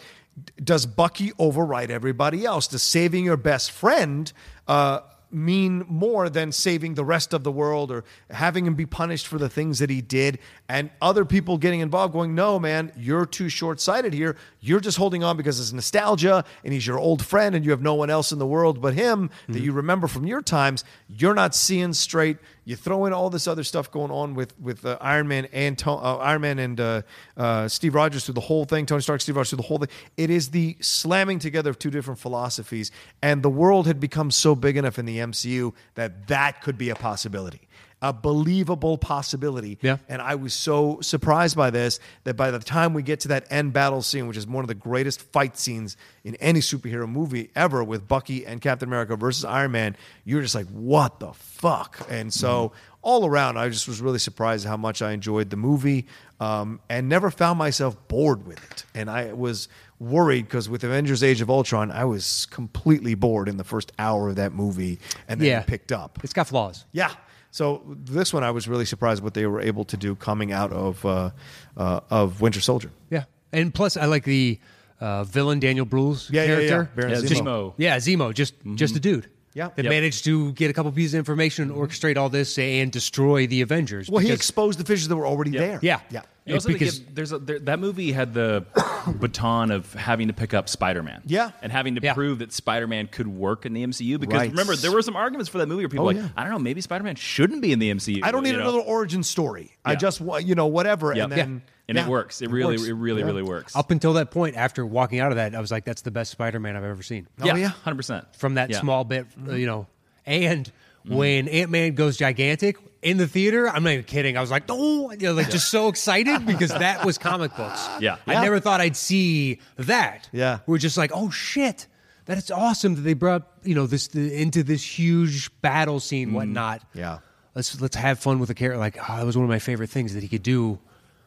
does Bucky override everybody else? Does saving your best friend? Uh, mean more than saving the rest of the world or having him be punished for the things that he did and other people getting involved going no man you're too short-sighted here you're just holding on because it's nostalgia and he's your old friend and you have no one else in the world but him that you remember from your times you're not seeing straight you throw in all this other stuff going on with with uh, Iron Man and To- uh, Iron Man and uh, uh, Steve Rogers through the whole thing Tony Stark Steve Rogers through the whole thing it is the slamming together of two different philosophies and the world had become so big enough in the MCU that that could be a possibility a believable possibility
Yeah.
and I was so surprised by this that by the time we get to that end battle scene, which is one of the greatest fight scenes in any superhero movie ever with Bucky and Captain America versus Iron Man, you're just like, what the fuck? And so all around, I just was really surprised how much I enjoyed the movie um, and never found myself bored with it. And I was worried because with Avengers Age of Ultron, I was completely bored in the first hour of that movie and then it
Yeah.
picked up.
It's got flaws.
Yeah. So this one, I was really surprised what they were able to do coming out of uh, uh, of Winter Soldier.
Yeah, and plus I like the uh, villain Daniel Bruhl's
Yeah, yeah, yeah.
character.
Baron Mm-hmm.
Yeah,
Just-
Zemo.
yeah, Zemo, just just a dude.
Yeah.
that
Yep.
managed to get a couple pieces of information, orchestrate all this, and destroy the Avengers.
Well, he
because-
exposed the fissures that were already there.
yeah,
yeah.
You also think
because
it- there's a, there, that movie had the baton of having to pick up Spider-Man,
Yeah.
and having to
Yeah.
prove that Spider-Man could work in the MCU. Because
Right. Oh,
remember, there were some arguments for that movie where people were like,
yeah.
I don't know, maybe Spider-Man shouldn't be in the MCU.
I don't need
you know?
another origin story. I
Yeah.
just wa- you know whatever,
Yep.
and then
and
yeah,
it works. It, really,
works.
it really,
Yeah.
really works.
up until that point, after walking out of that, I was like, "That's the best Spider-Man I've ever seen."
Oh, yeah.
hundred percent
From that small bit,
Mm-hmm.
uh, you know, and when Ant Man goes gigantic in the theater, I'm not even kidding. I was like, "Oh," you know, like just so excited because that was comic books.
Yeah.
I
Yeah.
never thought I'd see that.
Yeah.
we're just like, "Oh shit." That it's awesome that they brought you know this the, into this huge battle scene, whatnot.
Mm-hmm. Yeah.
let's let's have fun with the character. Like oh, that was one of my favorite things that he could do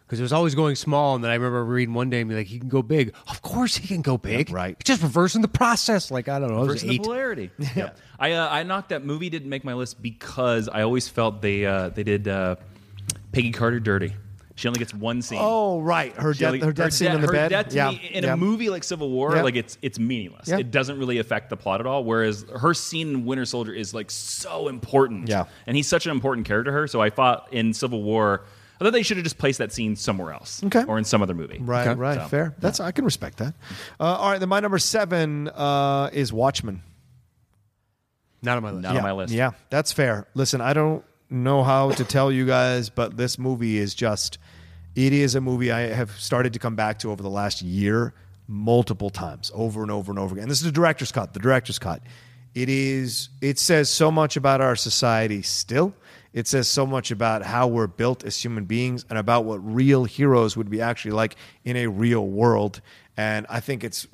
because it was always going small. And then I remember reading one day and be like, he can go big. Of course he can go big,
right.
It's just reversing the process. Like I don't know, I was
Versus the
eight.
polarity. yeah. I uh, I knocked that movie didn't make my list because I always felt they uh, they did uh, Peggy Carter dirty. She only gets one scene.
Oh right, her
She
death,
only-
her death scene
de-
in the
her
bed.
death to
yeah,
me in
yeah.
a movie like Civil War,
Yeah.
like it's it's meaningless.
Yeah.
It doesn't really affect the plot at all. Whereas her scene in Winter Soldier is like so important.
Yeah.
and he's such an important character to her. So I thought in Civil War. I thought they should have just placed that scene somewhere else,
Okay.
or in some other movie.
Right,
Okay.
right,
So,
fair. That's I can respect that. Uh, all right, then my number seven uh, is Watchmen.
Not on my list.
Not
yeah.
on my list.
Yeah, that's fair. Listen, I don't know how to tell you guys, but this movie is just it is a movie I have started to come back to over the last year multiple times, over and over and over again. This is the director's cut, the director's cut. It is it says so much about our society still. It says so much about how we're built as human beings and about what real heroes would be actually like in a real world. And I think it's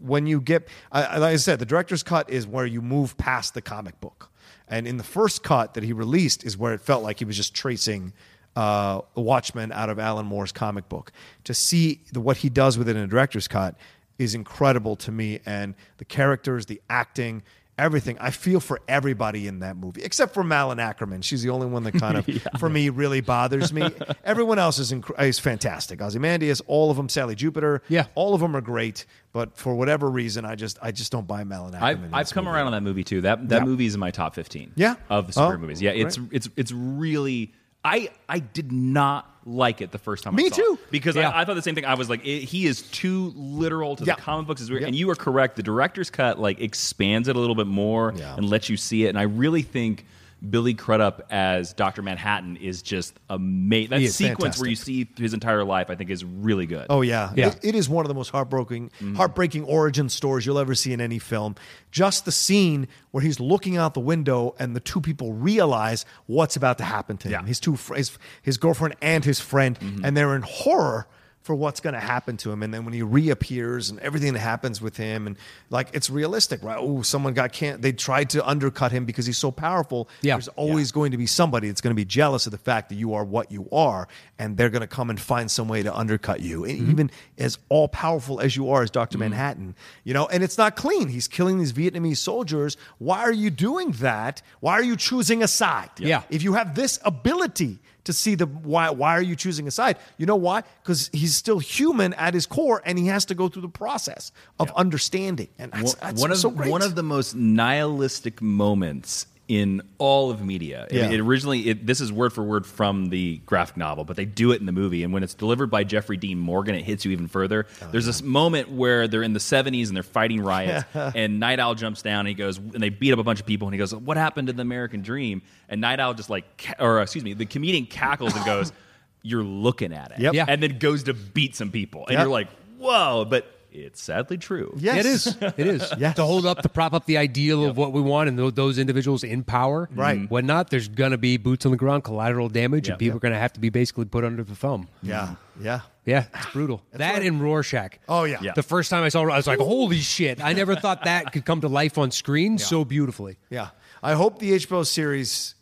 when you get, I, I- like I said, the director's cut is where you move past the comic book. And in the first cut that he released is where it felt like he was just tracing uh, Watchmen out of Alan Moore's comic book. To see the, what he does with it in a director's cut is incredible to me. And the characters, the acting, everything. I feel for everybody in that movie, except for Malin Ackerman. She's the only one that kind of, for me, really bothers me. Everyone else is, inc- is fantastic. Ozymandias, all of them, Sally Jupiter.
Yeah.
All of them are great. But for whatever reason, I just I just don't buy Malin Ackerman.
I've,
in
I've
this
come
movie.
around on that movie too. That that
Yeah.
movie is in my top fifteen.
Yeah.
of the
Oh,
superhero movies. Yeah, it's it's it's really. I I did not like it the first time.
Me
I saw
too.
It because
Yeah.
I, I thought the same thing. I was like, it, he is too literal to
Yeah.
the comic books. It's weird.
Yeah.
And you are correct. The director's cut like expands it a little bit more
Yeah.
and lets you see it. And I really think Billy Crudup as Doctor Manhattan is just amazing. That
He is
sequence where you see his entire life, I think, is really good.
Oh yeah,
Yeah.
It, it is one of the most heartbreaking, heartbreaking origin stories you'll ever see in any film. Just the scene where he's looking out the window and the two people realize what's about to happen to him.
Yeah.
His two, fr- his, his girlfriend and his friend, and they're in horror for what's going to happen to him. And then when he reappears and everything that happens with him, and like it's realistic, right? Oh, someone got can't. They tried to undercut him because he's so powerful.
Yeah.
There's always going to be somebody that's going to be jealous of the fact that you are what you are, and they're going to come and find some way to undercut you.
Mm-hmm.
And even as all powerful as you are, as Doctor Manhattan, you know, and it's not clean. He's killing these Vietnamese soldiers. Why are you doing that? Why are you choosing a side?
Yeah.
If you have this ability to see the why, why are you choosing a side? You know why? Because he's still human at his core, and he has to go through the process of understanding. And that's,
one,
that's
one of
so great.
one of the most nihilistic moments in all of media. I mean,
Yeah.
it originally, it, this is word for word from the graphic novel, but they do it in the movie. And when it's delivered by Jeffrey Dean Morgan, it hits you even further.
Oh,
There's this moment where they're in the 70s and they're fighting riots, and Night Owl jumps down and he goes, and they beat up a bunch of people, and he goes, "What happened to the American Dream?" And Night Owl just like, ca- or excuse me, the comedian cackles and goes, "You're looking at it,"
Yep.
Yeah.
and then goes to beat some people, and
Yep.
you're like, "Whoa!" But it's sadly true.
Yes.
It is. It is.
Yes.
To hold up, to prop up the ideal of what we want and tho- those individuals in power.
Right.
and Whatnot. There's going to be boots on the ground, collateral damage,
Yeah.
and people are going to have to be basically put under the thumb.
yeah, yeah.
Yeah, it's brutal. that and Rorschach.
Oh, yeah. Yeah.
The first time I saw, it, I was like, "Holy shit!" I never thought that could come to life on screen so beautifully.
Yeah. I hope the HBO series,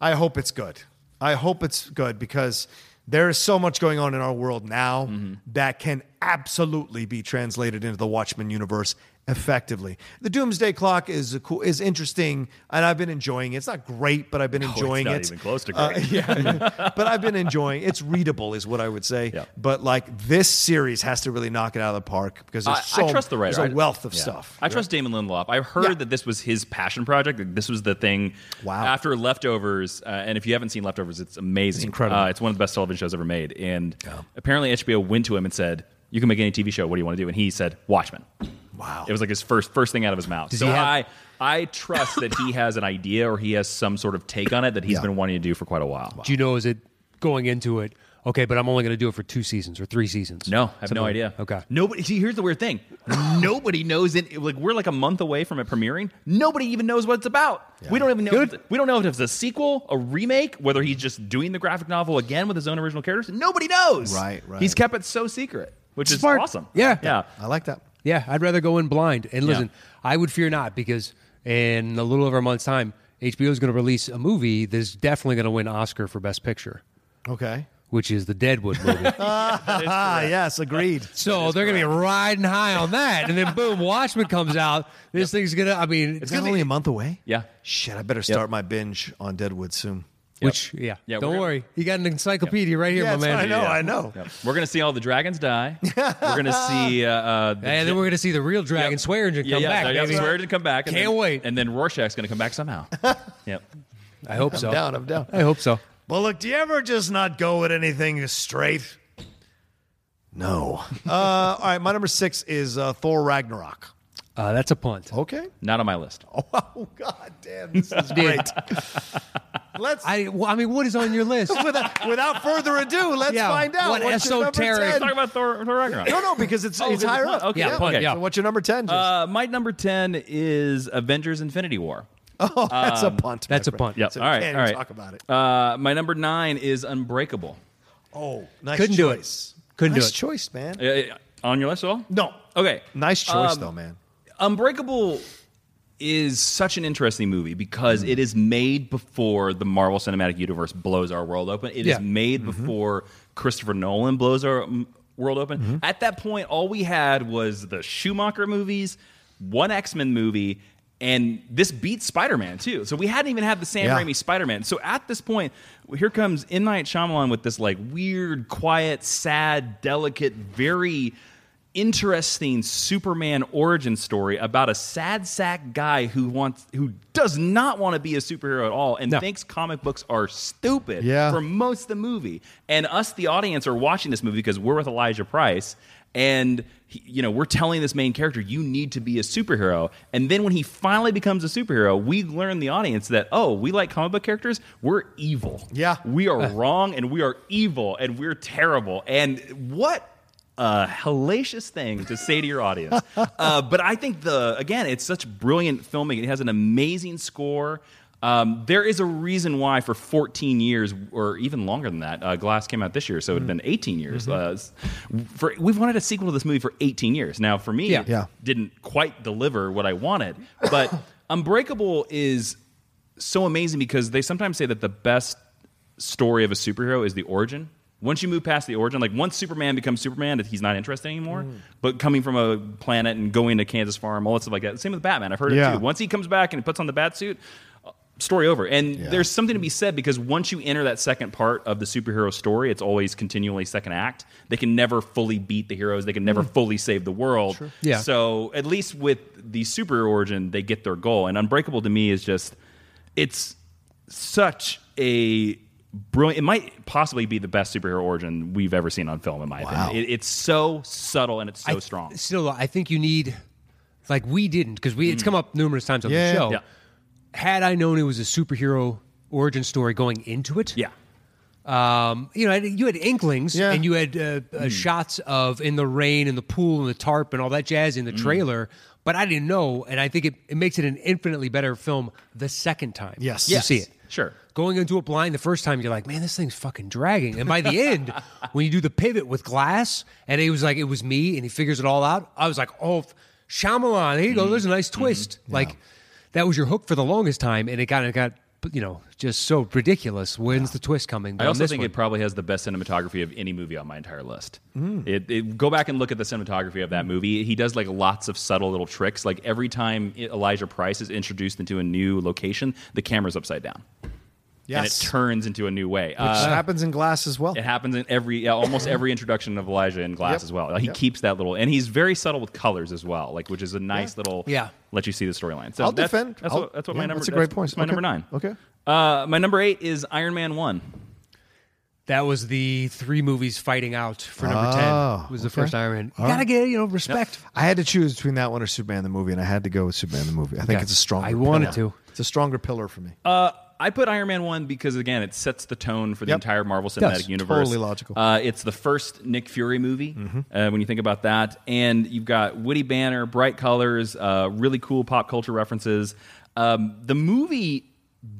I hope it's good. I hope it's good because there is so much going on in our world now
Mm-hmm.
that can absolutely be translated into the Watchmen universe effectively. The Doomsday Clock is a cool, is interesting, and I've been enjoying it. It's not great, but I've been enjoying
Oh, not
it.
even close to
Uh,
great.
yeah, but I've been enjoying. It's readable, is what I would say.
Yeah.
But like this series has to really knock it out of the park because there's
I,
so
I trust the writer.
There's a
I-
wealth of
yeah.
stuff.
I trust Damon Lindelof. I heard
Yeah.
that this was his passion project. That this was the thing.
Wow.
After Leftovers, uh, and if you haven't seen Leftovers, it's amazing. It's
incredible.
Uh, it's one of the best television shows ever made. And apparently HBO went to him and said, "You can make any TV show. What do you want to do?" And he said, "Watchmen."
Wow.
It was like his first first thing out of his mouth. so
he have-
I I trust that he has an idea or he has some sort of take on it that he's
Yeah.
been wanting to do for quite a while.
Do you know? Is it going into it? Okay, but I'm only going to do it for two seasons or three seasons.
No, I have
Something
no
like-
idea.
Okay.
Nobody. See, here's the weird thing. Nobody knows it. Like we're like a month away from it premiering. Nobody even knows what it's about. We don't even know.
Good.
If, we don't know if it's a sequel, a remake, whether he's just doing the graphic novel again with his own original characters. Nobody knows.
Right, right.
He's kept it so secret, which is
Smart.
awesome.
Yeah.
Yeah.
I like that.
Yeah, I'd rather go in blind. And listen, I would fear not because in a little over a month's time, HBO is going to release a movie that's definitely going to win Oscar for Best Picture,
Okay.
which is the Deadwood movie.
Ah, yes, agreed.
so they're going to be riding high on that, and then boom, Watchmen comes out. This thing's going to. I mean,
It's only a month away.
Yeah.
Shit, I better start my binge on Deadwood soon.
which yeah,
Yeah,
don't
we're-
worry, you got an encyclopedia right here, my man.
I know.
Yeah.
I know.
Yep. We're gonna see all the dragons die. we're gonna see. Uh, uh, the
And then we're going to see the real Dragon Swear Engine
yeah,
come
yeah,
back.
yeah,
baby.
Swear to come back. and
Can't
then-
wait.
And then Rorschach's gonna come back somehow. yep.
I hope so.
Down. I'm down.
I hope so.
Well, look. Do you ever just not go at anything just straight? No. uh, all right. My number six is uh, Thor Ragnarok.
Uh, that's a punt.
Okay.
Not on my list.
Oh God damn, this is great. Let's.
I, well, I mean, what is on your list?
without, without further ado, let's
Yeah,
find out.
what
what's your number
esoteric-
10?
Talk about Thor, Thor Ragnarok.
No, no, because it's, it's
because
higher
it's-
up.
okay,
Yeah, fun, yeah.
So what's your number ten? Jason?
Uh, my number 10 is Avengers Infinity War.
oh, that's a punt. my
that's a
friend.
punt.
Yep.
So
all
we
right.
can't
all
even
right.
talk about it.
Uh, my number nine is Unbreakable.
Oh, nice
Couldn't do it.
choice.
Couldn't do
Nice
it.
choice, man.
Uh, on your list at all?
No.
Okay.
Nice choice,
Um,
though, man.
Unbreakable is such an interesting movie
Mm-hmm.
because it is made before the Marvel Cinematic Universe blows our world open. It is
Yeah.
made
Mm-hmm.
before Christopher Nolan blows our mm, world open.
Mm-hmm.
At that point, all we had was the Schumacher movies, one X Men movie, and this beat Spider Man too. So we hadn't even had the Sam
Yeah.
Raimi Spider Man. So at this point, here comes M Night Shyamalan with this like weird, quiet, sad, delicate, very interesting Superman origin story about a sad sack guy who wants who does not want to be a superhero at all and
No.
thinks comic books are stupid
Yeah.
for most of the movie. And us the audience are watching this movie because we're with Elijah Price and he, you know we're telling this main character you need to be a superhero and then when he finally becomes a superhero we learn the audience that oh we like comic book characters we're evil
Yeah.
we are
Uh.
wrong and we are evil and we're terrible and what a hellacious thing to say to your audience uh, but i think the again it's such brilliant filming it has an amazing score um, there is a reason why for 14 years or even longer than that uh, glass came out this year
Mm-hmm.
so it had been 18 years Uh, s- for, we've wanted a sequel to this movie for 18 years now for me
Yeah.
Yeah.
didn't quite deliver what i wanted but unbreakable is so amazing because they sometimes say that the best story of a superhero is the origin. Once you move past the origin, like once Superman becomes Superman, that he's not interesting anymore. But coming from a planet and going to Kansas farm, all that stuff like that. Same with Batman. I've heard
Yeah.
it too. Once he comes back and he puts on the bat suit, uh, story over. And there's something to be said because once you enter that second part of the superhero story, it's always continually second act. They can never fully beat the heroes. They can never fully save the world.
Yeah.
So so at least with the super origin, they get their goal. And Unbreakable to me is just it's such a brilliant. It might possibly be the best superhero origin we've ever seen on film, in my opinion. It, it's so subtle and it's so
I-
strong.
Still, I think you need, like we didn't, because we it's come up numerous times on
Yeah.
the show.
Mm. Yeah.
Had I known it was a superhero origin story going into it,
Yeah,
um, you know, you had inklings
Yeah. Hmm.
and you had uh, uh, shots of in the rain and the pool and the tarp and all that jazz
Hmm.
in the trailer, but I didn't know, and I think it, it makes it an infinitely better film the second time.
Yes.
you
Yes.
see it.
sure.
Going into it blind the first time, you're like, man, this thing's fucking dragging. And by the end, when you do the pivot with glass, and he was like, it was me, and he figures it all out, I was like, oh, f- Shyamalan, there you
Hmm.
go, there's a nice twist. Like, that was your hook for the longest time, and it kind of got, you know, just so ridiculous. When's the twist coming? But
I
on
also
this
think
one-
it probably has the best cinematography of any movie on my entire list. It, it- go back and look at the cinematography of that movie. He does like lots of subtle little tricks. Like every time E, Elijah Price is introduced into a new location, the camera's upside down and it
Yes.
turns into a new way. Uh,
Which happens in glass as well.
It happens in every yeah, almost every introduction of Elijah in Glass
Yep.
as well. He
Yep.
keeps that little, and he's very subtle with colors as well, like which is a nice little
Yeah.
Let you see the storyline. So
I'll
that's,
defend.
That's
I'll-
what, that's what
yeah,
my number.
that's a great point.
that's My
Okay.
number nine.
Okay.
Uh, my number eight is Iron Man one.
that was the three movies fighting out for number
Oh,
10 was the
okay.
first Iron Man. You gotta get, you know, respect.
I had to choose between that one or Superman the movie, and I had to go with Superman the movie. I think
Okay.
it's a stronger.
I wanted
pillar.
to.
It's a stronger pillar for me.
Uh, I put Iron Man one because again, it sets the tone for the
Yep.
entire Marvel Cinematic
Does.
Universe.
Totally logical. Mm-hmm.
Uh, it's the first Nick Fury movie. Uh, when you think about that, and you've got witty banner, bright colors, uh, really cool pop culture references. Um, the movie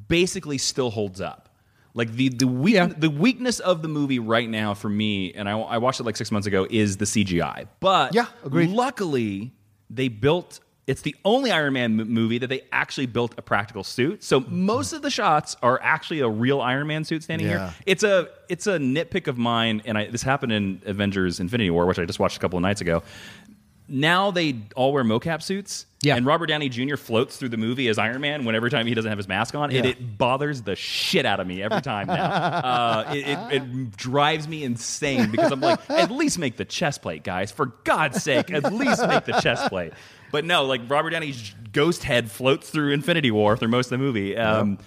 basically still holds up. Like the the weak,
Yeah.
the weakness of the movie right now for me, and I, I watched it like six months ago, is the CGI. But
Yeah, agreed.
luckily they built it's the only iron man m- movie that they actually built a practical suit so most of the shots are actually a real iron man suit standing
Yeah.
here it's a it's a nitpick of mine and I, this happened in avengers infinity war which i just watched a couple of nights ago now they all wear mocap suits
Yeah.
and robert downey jr floats through the movie as iron man whenever time he doesn't have his mask on and
Yeah.
it bothers the shit out of me every time now uh, it, it, it drives me insane because i'm like at least make the chest plate guys for god's sake at least make the chest plate but no like robert downey's ghost head floats through infinity war through most of the movie um,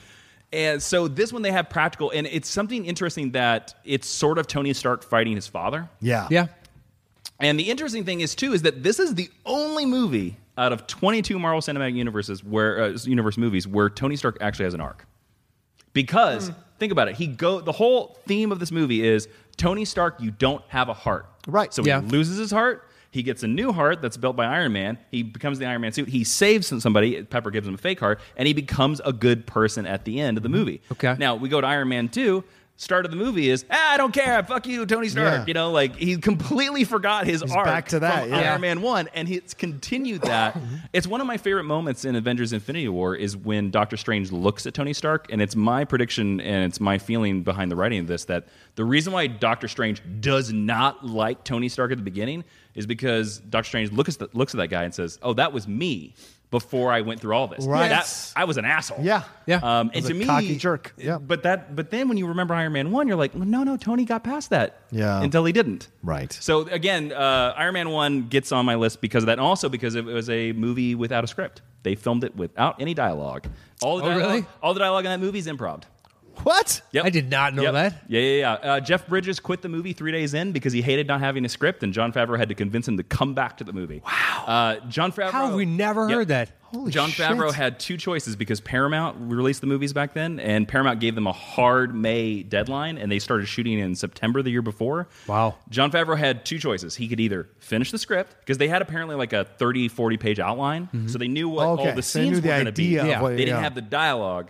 and so this one they have practical and it's something interesting that it's sort of tony stark fighting his father
yeah.
Yeah.
and the interesting thing is too is that this is the only movie out of 22 Marvel Cinematic Universes where uh, universe movies where Tony Stark actually has an arc. Because think about it, he go the whole theme of this movie is Tony Stark you don't have a heart.
Right.
So
Yeah.
he loses his heart, he gets a new heart that's built by Iron Man, he becomes the Iron Man suit, he saves somebody, Pepper gives him a fake heart and he becomes a good person at the end of the movie.
Mm-hmm. Okay.
Now, we go to Iron Man 2 Start of the movie is ah, I don't care, fuck you, Tony Stark.
Yeah.
You know, like he completely forgot his arc
back to that,
from
yeah.
Iron Man one, and he's continued that. it's one of my favorite moments in Avengers: Infinity War is when Doctor Strange looks at Tony Stark, and it's my prediction and it's my feeling behind the writing of this that the reason why Doctor Strange does not like Tony Stark at the beginning is because Doctor Strange looks at the, looks at that guy and says, "Oh, that was me." Before I went through all this,
Right.
That- I was an asshole.
Yeah.
Yeah.
Um,
was
and
a
to me,
cocky jerk. Yeah.
But that, but then when you remember Iron Man one, you're like, no, no, Tony got past that.
Yeah.
Until he didn't.
Right.
So again, uh, Iron Man One gets on my list because of that, and also because it was a movie without a script. They filmed it without any dialogue. All the
Oh,
dialogue,
really?
all the dialogue in that movie is improv.
What?
Yep.
I did not know
Yep.
that.
Yeah, yeah, yeah. Uh, Jeff Bridges quit the movie three days in because he hated not having a script, and John Favreau had to convince him to come back to the movie. Wow. Uh, John Favreau.
How have we never
Yep.
heard that?
Holy
John
shit.
Favreau had two choices because Paramount released the movies back then, and Paramount gave them a hard May deadline, and they started shooting in September the year before.
Wow.
John Favreau had two choices. He could either finish the script, because they had apparently like a 30, 40 page outline, so they knew what
Mm-hmm. Oh, Okay,
all the
so they
scenes
knew the
were going to be.
idea of
Yeah.
what-
They didn't
yeah.
have the dialogue.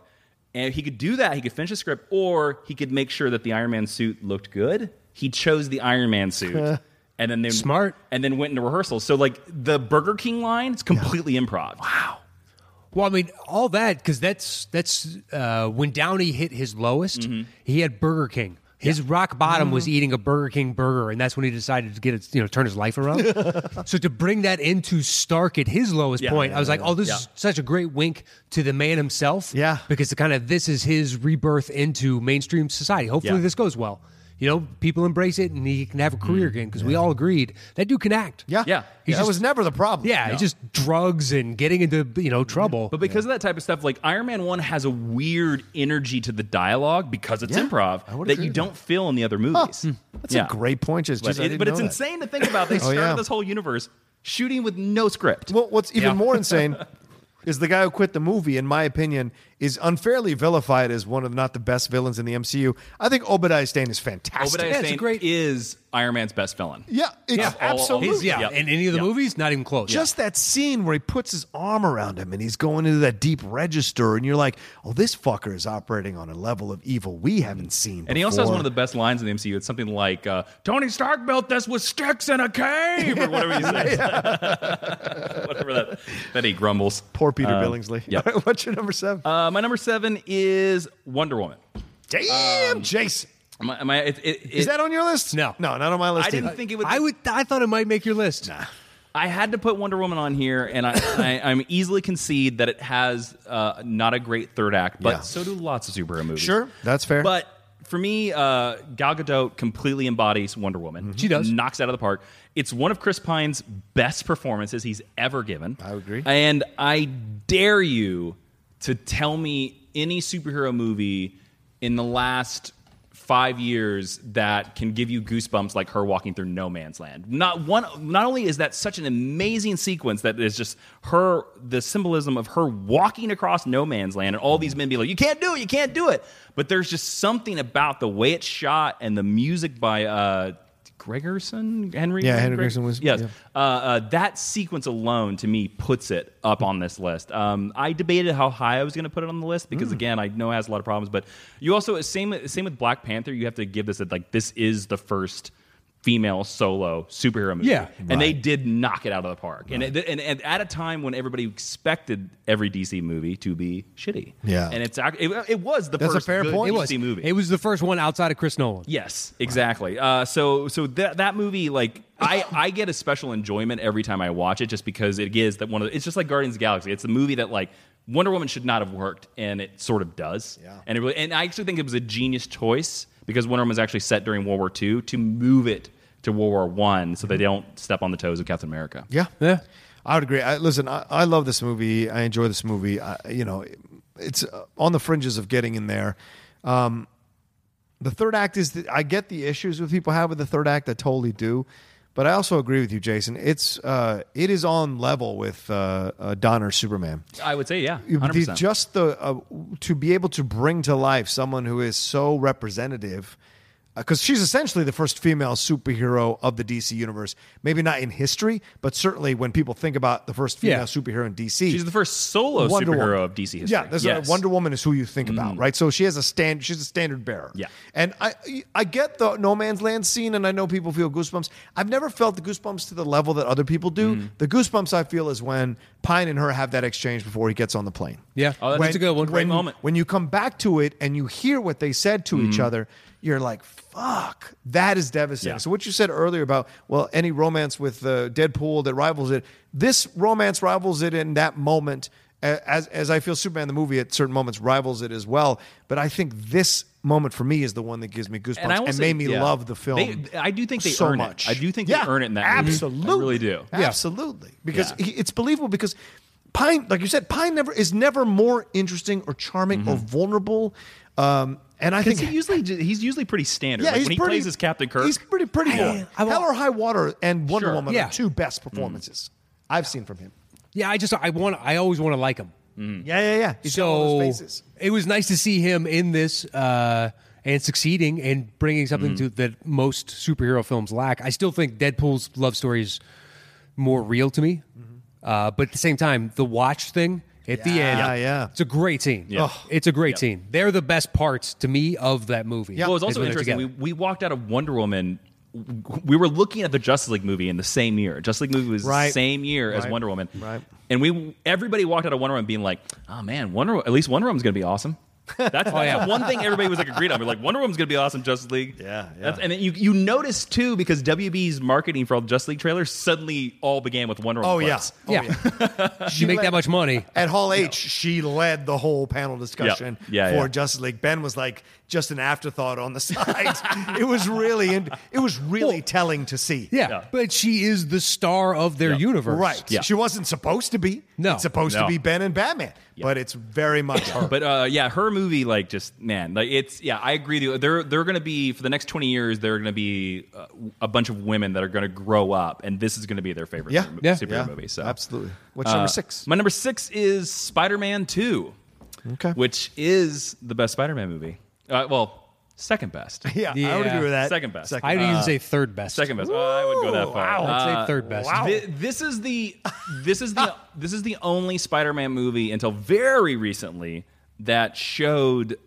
And he could do that. He could finish the script, or he could make sure that the Iron Man suit looked good. He chose the Iron Man suit. And then they
Smart.
and then went into rehearsal. So like the Burger King line, it's completely improv. Wow.
Well, I mean, all that because that's that's uh, when Downey hit his lowest. He had Burger King. His rock bottom was eating a Burger King burger, and that's when he decided to get it, you know, turn his life around. so to bring that into Stark at his lowest
Yeah.
point, I was like, oh, this is
Yeah.
such a great wink to the man himself.
Yeah.
because the kind of this is his rebirth into mainstream society. Hopefully,
Yeah.
this goes well. You know, people embrace it, and he can have a career again because we all agreed that dude can act.
Yeah.
Yeah.
That
He
just-
was never the problem.
yeah, it's just drugs and getting into you know trouble.
But because of that type of stuff, like Iron Man One has a weird energy to the dialogue because it's
Yeah, I
improv
would
that
agree
you
with
don't feel in the other movies.
That's
Yeah.
a great point. Just,
But,
just I
it-
didn't
but it's
know that. Oh,
insane to think about. They started
yeah.
this whole universe shooting with no script.
Well, what's even
Yeah.
more insane is the guy who quit the movie, in my opinion, is unfairly vilified as one of not the best villains in the MCU. I think Obadiah Stane is fantastic.
Obadiah
Yeah, it's a
Stane
great-
is Iron Man's best villain.
Yeah, it's
Yeah.
All- all-
absolutely.
He's, yeah,
Yep.
in any of the
Yep.
movies, not even close.
Just that scene where he puts his arm around him and he's going into that deep register, and you're like, "Oh, this fucker is operating on a level of evil we haven't seen."
Mm. And he also has
before.
one of the best lines in the MCU. It's something like, uh, Tony Stark built this with sticks in a cave, or whatever he says. whatever that, that he grumbles.
poor Peter Billingsley.
Uh, yeah.
All right, what's your number seven?
Uh, my number seven is Wonder Woman.
Damn, Jason,
My, my, it, it,
is
um, it-
that on your list?
No.
no, not on my list.
I didn't
either.
think it would.
I would. I thought it might make your list.
I had to put Wonder Woman on here, and I, I, I'm easily concede that it has uh, not a great third act, but
Yeah.
so do lots of superhero movies.
Sure, that's fair.
But for me, uh, Gal Gadot completely embodies Wonder Woman.
She does.
Knocks it out of the park. It's one of Chris Pine's best performances he's ever given.
I would agree.
And I dare you to tell me any superhero movie in the last five years that can give you goosebumps like her walking through no man's land. Not one. Not only is that such an amazing sequence that is just her, the symbolism of her walking across no man's land, and all these men be like, "You can't do it, you can't do it." But there's just something about the way it's shot and the music by. Uh, Gregerson, Henry.
Yeah, Henry
Greg-
Gregerson was-
Yes,
yeah.
uh, uh, that sequence alone to me puts it up on this list. Um, I debated how high I was going to put it on the list
Hmm.
because again, I know it has a lot of problems. But you also same same with Black Panther. You have to give this that like this is the first female solo superhero movie.
Yeah.
and they did knock it out of the park. And, it, and and at a time when everybody expected every DC movie to be shitty.
Yeah.
and it's ac- it, it was the
That's a
first
fair
good
point. It
it
DC
was.
movie.
It was the first one outside of Chris Nolan.
Yes, exactly. Uh, so so that that movie, like I I get a special enjoyment every time I watch it, just because it is that one of the, it's just like Guardians of the Galaxy. It's a movie that like Wonder Woman should not have worked, and it sort of does.
Yeah.
And it really, and I actually think it was a genius choice because Wonder Woman was actually set during World War II to move it to World War One, so they don't step on the toes of Captain America.
Mm-hmm. Yeah,
Yeah.
I would agree. I, listen, I, I love this movie. I enjoy this movie. I, you know, it's uh, on the fringes of getting in there. Um, the third act is. The, I get the issues with people have with the third act. I totally do, but I also agree with you, Jason. It's uh, it is on level with uh, uh, Donner Superman.
I would say yeah,
You-
hundred
the-
percent.
just the uh, to be able to bring to life someone who is so representative because she's essentially the first female superhero of the DC universe. Maybe not in history, but certainly when people think about the first female
Yeah.
superhero in DC,
She's the first solo
Wonder
superhero
Woman.
of DC history.
Yeah, that's
Yes.
Wonder Woman is who you think about, right? So she has a stand. She's a standard bearer.
Yeah.
and I I get the No Man's Land scene, and I know people feel goosebumps. I've never felt the goosebumps to the level that other people do. The goosebumps I feel is when Pine and her have that exchange before he gets on the plane.
Yeah. Oh, that's a good one.
When,
Great moment.
When you come back to it and you hear what they said to each other, you're like, fuck, that is devastating.
Mm-hmm. Yeah.
So, what you said earlier about, well, any romance with uh, Deadpool that rivals it, this romance rivals it in that moment. A- As, as I feel Superman, the movie at certain moments rivals it as well. But I think this moment for me is the one that gives me goosebumps and,
will say-
made me
yeah.
love the film.
They- I do think they
so
earn it.
much.
I do think
Yeah,
they earn it in that movie. I
absolutely.
really do.
Absolutely. Because
Yeah.
he- it's believable because Pine, like you said, Pine never is never more interesting or charming or vulnerable. Um, and I think
Mm-hmm. Because he usually he's usually pretty standard.
yeah,
Like,
he's
when he
pretty,
plays as Captain Kirk,
He's pretty pretty
I-
good.
I will-
Hell or High Water and Wonder
Sure, Mm.
Woman
yeah.
are two best performances I've seen from him.
Yeah, I just I want I always want to like him.
Mm.
Yeah, yeah, yeah. He's got all
so
those faces.
it was nice to see him in this uh, and succeeding and bringing something
Mm-hmm.
to that most superhero films lack. I still think Deadpool's love story is more real to me,
Mm-hmm.
uh, but at the same time, the watch thing at the end,
Yeah, yeah.
it's a great scene.
Yeah. Ugh.
It's a great
Yep.
scene. They're the best parts to me of that movie.
Yeah.
Well, it was
is
also
when they're
interesting. We,
together.
we walked out of Wonder Woman. w- We were looking at the Justice League movie in the same year. Justice League movie was
Right.
the same year as
Right.
Wonder Woman.
Right.
And we everybody walked out of Wonder Woman being like, "Oh man, Wonder Wo- at least Wonder Woman's going to be awesome." That's,
Oh,
that's
yeah.
the one thing everybody was like agreed on. We're like, Wonder Woman's going to be awesome. Justice League.
Yeah, yeah.
That's- and then you you notice too because WB's marketing for all the Justice League trailers suddenly all began with Wonder Woman.
Oh yeah.
clips.
Oh,
yeah. you make
let-
that much money.
At Hall H, she led the whole panel discussion
Yeah,
for
yeah.
Justice League. Ben was like just an afterthought on the side. it was really, and it was really telling to see.
Yeah.
Yeah.
but she is the star of their
Yeah.
universe,
right.
Yeah.
She wasn't supposed to be.
No.
it's supposed to
No.
be Ben and Batman, but it's very much her.
But uh, yeah, her movie, like, just man, like it's yeah, I agree. With you. They're they're going to be for the next twenty years. They're going to be uh, a bunch of women that are going to grow up, and this is going to be their favorite
Yeah.
superhero
Yeah.
superhero movie. So
absolutely. What's
Uh,
number six?
My number six is Spider Man Two,
Okay.
which is the best Spider Man movie. Uh, well, second best.
yeah, I would
Yeah.
agree with that.
Second best.
I'd even say third Uh, best.
Second best. Well, I would go that far.
I'd
Uh,
say third best.
wow.
Thi- this is the this is the this is the only Spider-Man movie until very recently that showed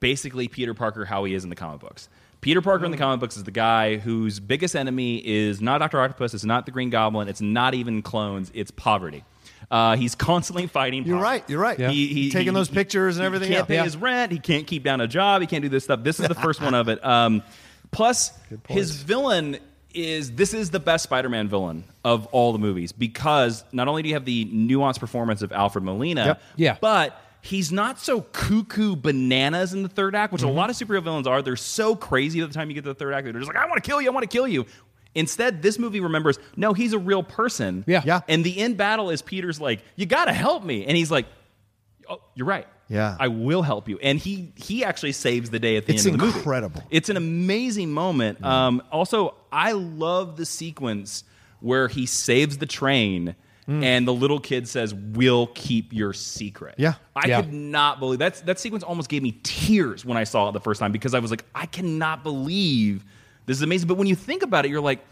basically Peter Parker how he is in the comic books. Peter Parker
Hmm.
in the comic books is the guy whose biggest enemy is not Doctor Octopus, it's not the Green Goblin, it's not even clones, it's poverty. Uh, he's constantly fighting.
You're
poverty.
right. You're right.
Yeah.
He, he-
Taking
he-
those pictures and
he
everything
Can't
else.
pay
Yeah.
his rent. He can't keep down a job. He can't do this stuff. This is the first one of it. Um, plus, his villain is this is the best Spider-Man villain of all the movies because not only do you have the nuanced performance of Alfred Molina,
Yep.
Yeah.
but he's not so cuckoo bananas in the third act, which
Mm-hmm.
a lot of superhero villains are. They're so crazy by the time you get to the third act, they're just like, "I want to kill you. I want to kill you." Instead, this movie remembers, no, he's a real person.
Yeah.
Yeah.
And the end battle is Peter's like, you gotta help me. And he's like, oh, you're right.
Yeah.
I will help you. And he he actually saves the day at the
It's
end of the movie.
incredible.
It's an amazing moment. Um, also, I love the sequence where he saves the train
Hmm.
and the little kid says, We'll keep your secret.
Yeah.
I
Yeah.
could not believe that's that sequence almost gave me tears when I saw it the first time because I was like, I cannot believe this is amazing. But when you think about it, you're like,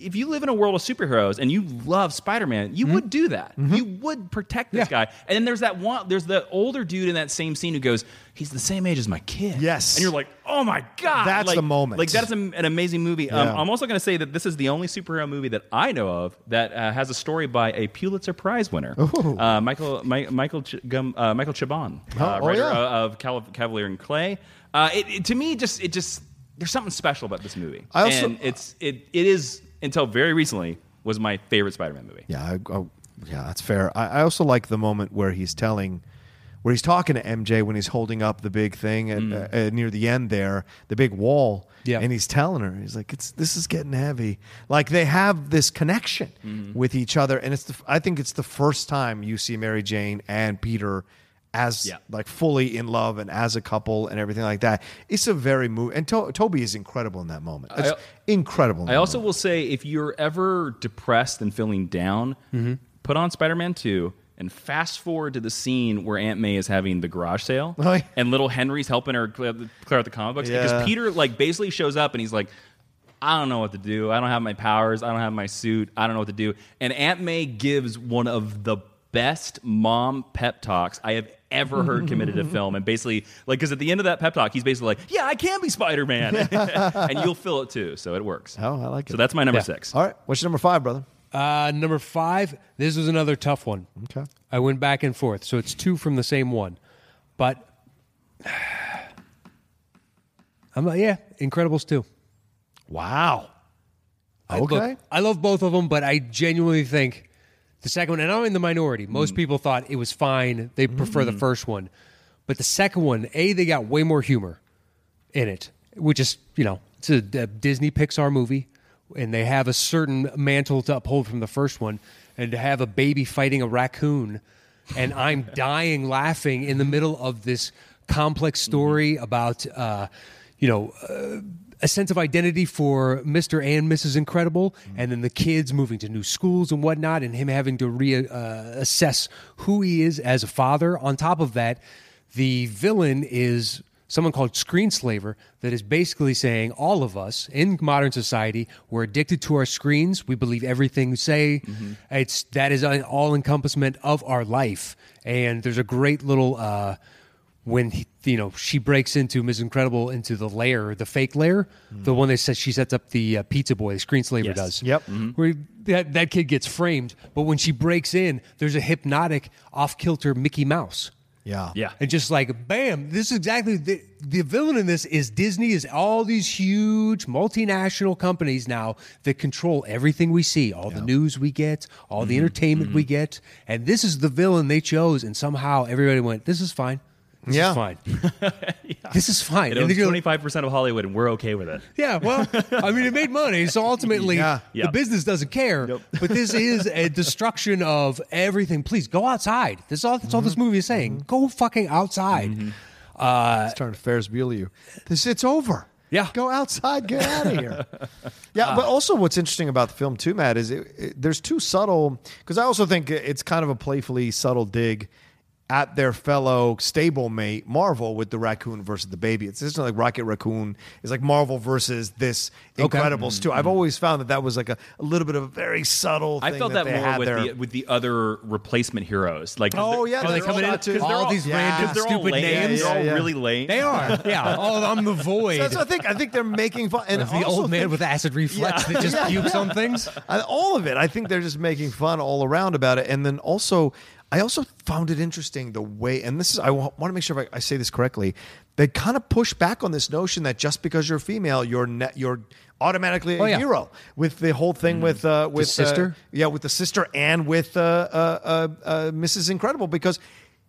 if you live in a world of superheroes and you love Spider-Man,
Mm-hmm.
you would do that. You would protect this
Yeah.
guy. And then there's that one there's the older dude in that same scene who goes, "He's the same age as my kid."
Yes.
And you're like, "Oh my god."
That's
Like-
the moment.
Like that's am- an amazing movie.
Yeah.
Um, I'm also going to say that this is the only superhero movie that I know of that uh, has a story by a Pulitzer Prize winner.
Ooh.
Uh, Michael Mi- Michael Ch- Gum, uh, Michael Chabon, uh,
oh,
writer
yeah.
uh, of Cal- Cavalier and Clay. Uh, it, it- to me just it just there's something special about this movie.
I also-
And it's it it is until very recently was my favorite Spider-Man movie.
Yeah, I, I, yeah, that's fair. I, I also like the moment where he's telling, where he's talking to MJ when he's holding up the big thing
Mm.
at, uh, uh, near the end there, the big wall.
Yeah.
and he's telling her, he's like, "It's this is getting heavy." Like they have this connection
Mm.
with each other, and it's the, I think it's the first time you see Mary Jane and Peter as
Yeah.
like fully in love and as a couple and everything like that. It's a very move, and to- Toby is incredible in that moment. It's incredible. in
I
that
also will say if you're ever depressed and feeling down,
Mm-hmm.
put on Spider-Man 2 and fast forward to the scene where Aunt May is having the garage sale
Oh, yeah.
and little Henry's helping her clear, the- clear out the comic books
Yeah.
because Peter like basically shows up and he's like I don't know what to do. I don't have my powers. I don't have my suit. I don't know what to do. And Aunt May gives one of the best mom pep talks I have ever heard committed to film. And basically, like, because at the end of that pep talk, he's basically like, "Yeah, I can be Spider Man," and you'll feel it too. So it works.
Oh, I like it.
So that's my number
Yeah.
six.
All right, what's your number five, brother?
Uh, number five. This was another tough one.
Okay.
I went back and forth, so it's two from the same one. But I'm like, yeah, Incredibles two.
Wow.
I look-
Okay.
I love both of them, but I genuinely think the second one, and I'm in the minority. Most people thought it was fine. They prefer the first one. But the second one, A, they got way more humor in it, which is, you know, it's a, a Disney Pixar movie and they have a certain mantle to uphold from the first one, and to have a baby fighting a raccoon, and I'm dying laughing in the middle of this complex story about, uh, you know, uh, a sense of identity for Mr. and Mrs. Incredible, and then the kids moving to new schools and whatnot, and him having to reassess uh, assess who he is as a father. On top of that, the villain is someone called Screenslaver that is basically saying all of us in modern society we're addicted to our screens. We believe everything we say. It's that is an all encompassment of our life. And there's a great little. Uh, when he, you know she breaks into Ms. Incredible into the lair, the fake lair, the one that says she sets up the uh, pizza boy, the screenslaver
Yes.
does.
Yep.
Where that, that kid gets framed, but when she breaks in, there's a hypnotic off kilter Mickey Mouse.
Yeah.
Yeah.
And just like bam, this is exactly the, the villain in this is Disney is all these huge multinational companies now that control everything we see, all the news we get, all
Mm-hmm.
the entertainment we get, and this is the villain they chose, and somehow everybody went, "This is fine, this
Yeah.
is fine, this is fine."
It
And
owns
they go,
twenty five percent of Hollywood, and we're okay with it.
yeah, well, I mean, it made money, so ultimately
Yeah.
Yeah.
the business doesn't care. But this is a destruction of everything. Please go outside. That's all. That's all
Mm-hmm.
this movie is saying. Go fucking outside.
It's trying to Ferris Bueller you. This it's over.
Yeah.
Go outside, get out of here. yeah, but also what's interesting about the film too, Matt, is it, it, there's two subtle because I also think it's kind of a playfully subtle dig at their fellow stablemate Marvel with the raccoon versus the baby. It's just like Rocket Raccoon. It's like Marvel versus this Incredibles too. I've always found that that was like a, a little bit of a very subtle.
I
thing
felt
that,
that,
they had
more with
there.
the with the other replacement heroes. Like 'cause
Oh,
they're-
yeah,
Are they
they're
coming
all
in?
out to-
All
Yeah.
these random
'cause they're all
stupid
lame.
names.
They're all
Yeah, yeah.
really lame.
They are. Yeah. Oh, I'm the void.
That's what I think. I think they're making fun. And
the old man with acid reflux that just pukes on things.
I, all of it. I think they're just making fun all around about it. And then also, I also found it interesting the way, and this is, I want to make sure if I, I say this correctly, they kind of push back on this notion that just because you're female, you're ne- you're automatically a
Oh, yeah. Mm.
hero with the whole thing with uh, with
sister?
uh, yeah, with the sister and with uh, uh, uh, uh, Mrs. Incredible because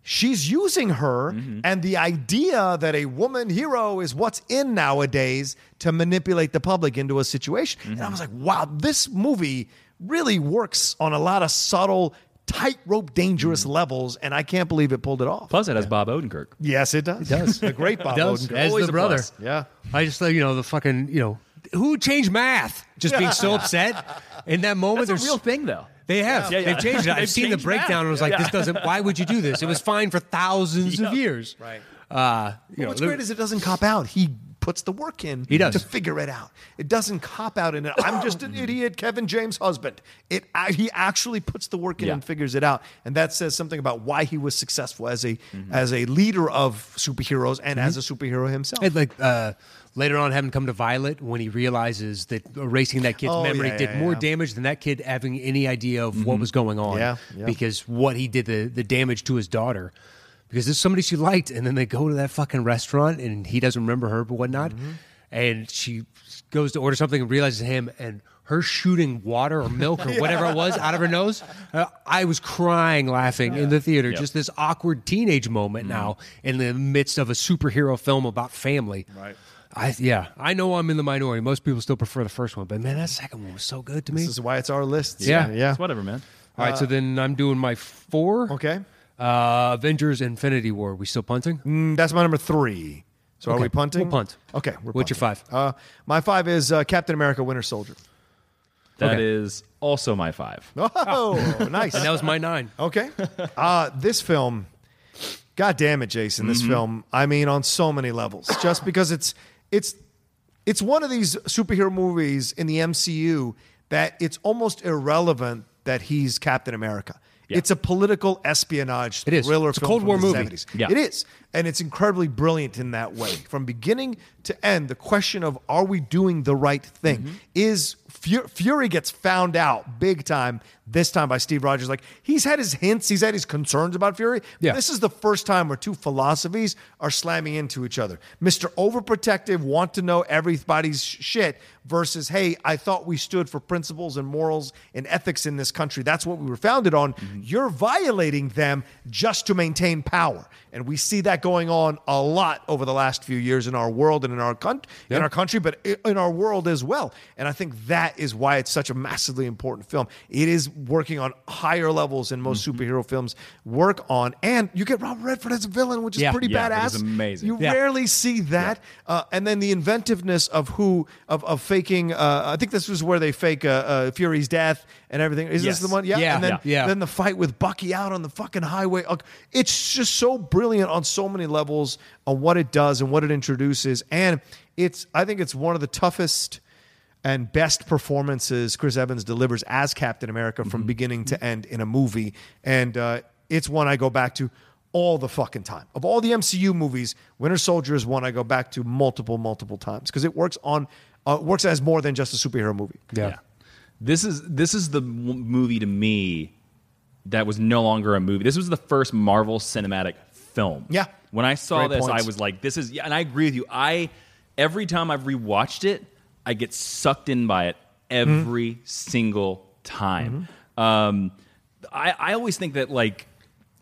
she's using her
Mm-hmm.
and the idea that a woman hero is what's in nowadays to manipulate the public into a situation. And
Mm-hmm.
I was like, wow, this movie really works on a lot of subtle, tightrope, dangerous
Mm-hmm.
levels, and I can't believe it pulled it off.
Plus, it has Bob Odenkirk.
Yes, it does. It
does.
The great Bob
Does,
Odenkirk.
as
Always
the
a
brother.
plus.
Yeah.
I just thought, you know, the fucking, you know, who changed math? Just being so upset in that moment.
That's a
There's
real thing, though.
They have.
Yeah, yeah.
They've changed it. I've
They've
seen the
changed
breakdown
math.
and I was like, this doesn't, why would you do this? It was fine for thousands of
Yep.
years.
Right.
Uh, you know,
What's
there-
great is it doesn't cop out. He puts the work in he
does.
to figure it out. It doesn't cop out in it. I'm just an idiot, Kevin James' husband. It I- he actually puts the work in
Yeah.
and figures it out, and that says something about why he was successful as a
Mm-hmm.
as a leader of superheroes and as a superhero himself.
And like uh, later on, having come to Violet when he realizes that erasing that kid's
Oh,
memory
yeah,
did
yeah,
more
yeah.
damage than that kid having any idea of what was going on.
Yeah, yeah.
Because what he did, the, the damage to his daughter, because there's somebody she liked, and then they go to that fucking restaurant and he doesn't remember her, but whatnot.
Mm-hmm.
And she goes to order something and realizes him and her shooting water or milk or whatever it was out of her nose. Uh, I was crying laughing in the theater.
Yep.
Just this awkward teenage moment
Mm-hmm.
now in the midst of a superhero film about family.
Right.
I yeah, I know I'm in the minority. Most people still prefer the first one, but man, that second one was so good to me.
this is why it's our list.
Yeah.
yeah.
It's whatever, man.
All right, so then I'm doing my four.
Okay.
Uh, Avengers: Infinity War. We still punting?
Mm, that's my number three. So are
Okay.
we punting?
We'll punt.
Okay. We're
What's your
punting.
five?
Uh, my five is uh, Captain America: Winter Soldier.
That
Okay.
is also my five.
Oh, nice.
And that was my nine.
Okay. Uh, this film, God damn it, Jason.
Mm-hmm.
This film, I mean, on so many levels. Just because it's it's it's one of these superhero movies in the MCU that it's almost irrelevant that he's Captain America.
Yeah.
It's a political espionage
It is.
thriller
It's a
film
Cold
from
War
the
movie.
70s.
Yeah.
It is. And it's incredibly brilliant in that way. From beginning to end, the question of are we doing the right thing is Fu- Fury gets found out big time this time by Steve Rogers. Like he's had his hints, he's had his concerns about Fury.
Yeah.
This is the first time where two philosophies are slamming into each other. Mr. Overprotective, want to know everybody's sh- shit versus, hey, I thought we stood for principles and morals and ethics in this country. That's what we were founded on. You're violating them just to maintain power. And we see that going on a lot over the last few years in our world and in our country, in our country, but i- in our world as well. And I think that is why it's such a massively important film. It is working on higher levels than most
Mm-hmm.
superhero films work on, and you get Robert Redford as a villain, which is
Yeah.
pretty
Yeah, that
badass.
was amazing.
You
Yeah.
rarely see that, uh, and then the inventiveness of who of, of faking. Uh, I think this was where they fake uh, uh, Fury's death and everything. Is
Yes.
this the one? Yeah,
Yeah.
and then
Yeah. Yeah.
then the fight with Bucky out on the fucking highway. Like, It's just so brilliant on so many levels on what it does and what it introduces. And it's I think it's one of the toughest and best performances Chris Evans delivers as Captain America from beginning to end in a movie. And uh, it's one I go back to all the fucking time. Of all the MCU movies, Winter Soldier is one I go back to multiple, multiple times because it works on uh, works as more than just a superhero movie.
Yeah.
This is this is the w- movie to me that was no longer a movie. This was the first Marvel cinematic film.
Yeah.
When I saw
Great
this,
points.
I was like, this is yeah, and I agree with you. I every time I've rewatched it, I get sucked in by it every single time. Um I, I always think that like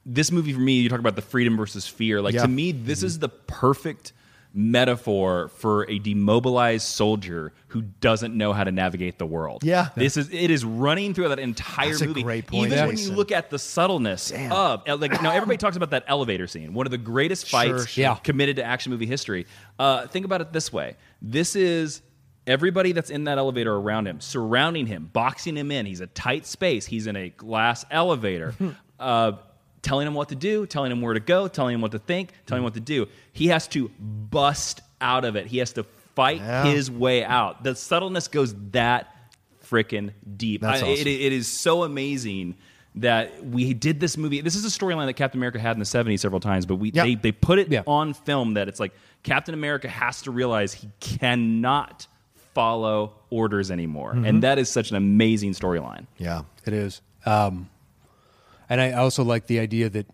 this movie for me, you talk about the freedom versus fear. Like
Yeah. Mm-hmm.
to me, this is the perfect metaphor for a demobilized soldier who doesn't know how to navigate the world.
Yeah.
This is it is running through that entire
That's a
movie.
great point,
Even when you
Jason.
look at the subtleness of like now everybody talks about that elevator scene, one of the greatest fights
sure.
Yeah.
committed to action movie history. Uh, think about it this way: this is everybody that's in that elevator around him, surrounding him, boxing him in. He's a tight space. He's in a glass elevator. uh, Telling him what to do, telling him where to go, telling him what to think, telling him what to do. He has to bust out of it. He has to fight
Yeah.
his way out. The subtleness goes that freaking deep.
That's
I- it-
awesome.
it is so amazing that we did this movie. This is a storyline that Captain America had in the 70s several times, but we
Yeah.
they, they put it
Yeah.
on film that it's like Captain America has to realize he cannot follow orders anymore.
Mm-hmm.
And that is such an amazing storyline.
Yeah.
It is. Um, and I also like the idea that.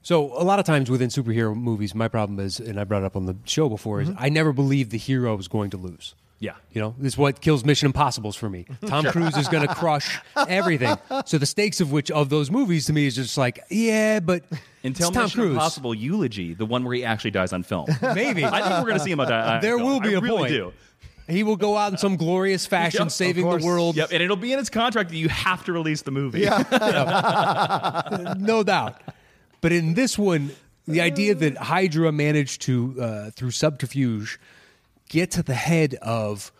So a lot of times within superhero movies, my problem is, and I brought it up on the show before, is I never believe the hero is going to lose.
Mm-hmm. Yeah.
You know, this is what kills Mission Impossibles for me. Tom Cruise is going to crush everything. So the stakes of which of those movies to me is just like, yeah, but
And
it's
tell
Tom
me Mission
Cruise.
Impossible Eulogy, the one where he actually dies on film.
Maybe.
I think we're going to see him die. on uh,
There
film.
will be
I
a
really
point.
do.
He will go out in some glorious fashion,
Yep, of
saving
course.
the world.
Yep, and it'll be in his contract that you have to release the movie. Yeah.
no doubt. But in this one, the idea that Hydra managed to, uh, through subterfuge, get to the head of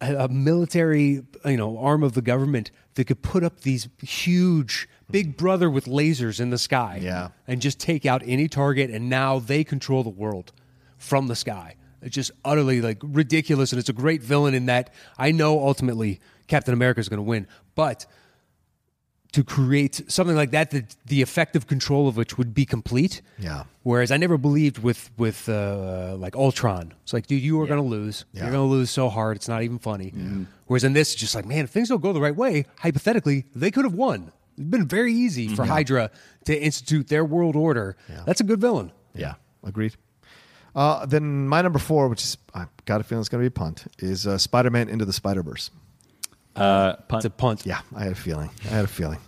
a, a military, you know, arm of the government that could put up these huge Big Brother with lasers in the sky,
Yeah.
and just take out any target, and now they control the world from the sky. It's just utterly like ridiculous, and it's a great villain in that I know ultimately Captain America is going to win, but to create something like that, that the effective control of which would be complete.
Yeah.
Whereas I never believed with with uh, like Ultron. It's like, dude, you are gonna lose.
Yeah.
You're gonna lose so hard. It's not even funny. Whereas in this, it's just like, man, if things don't go the right way, hypothetically, they could have won. It'd been very easy
Mm-hmm.
for Hydra to institute their world order. That's a good villain.
Yeah, agreed. Uh, then my number four, which is I got a feeling it's going to be a punt, is uh, Spider-Man into the Spider-Verse.
Uh,
It's a punt.
Yeah, I had a feeling. I had a feeling.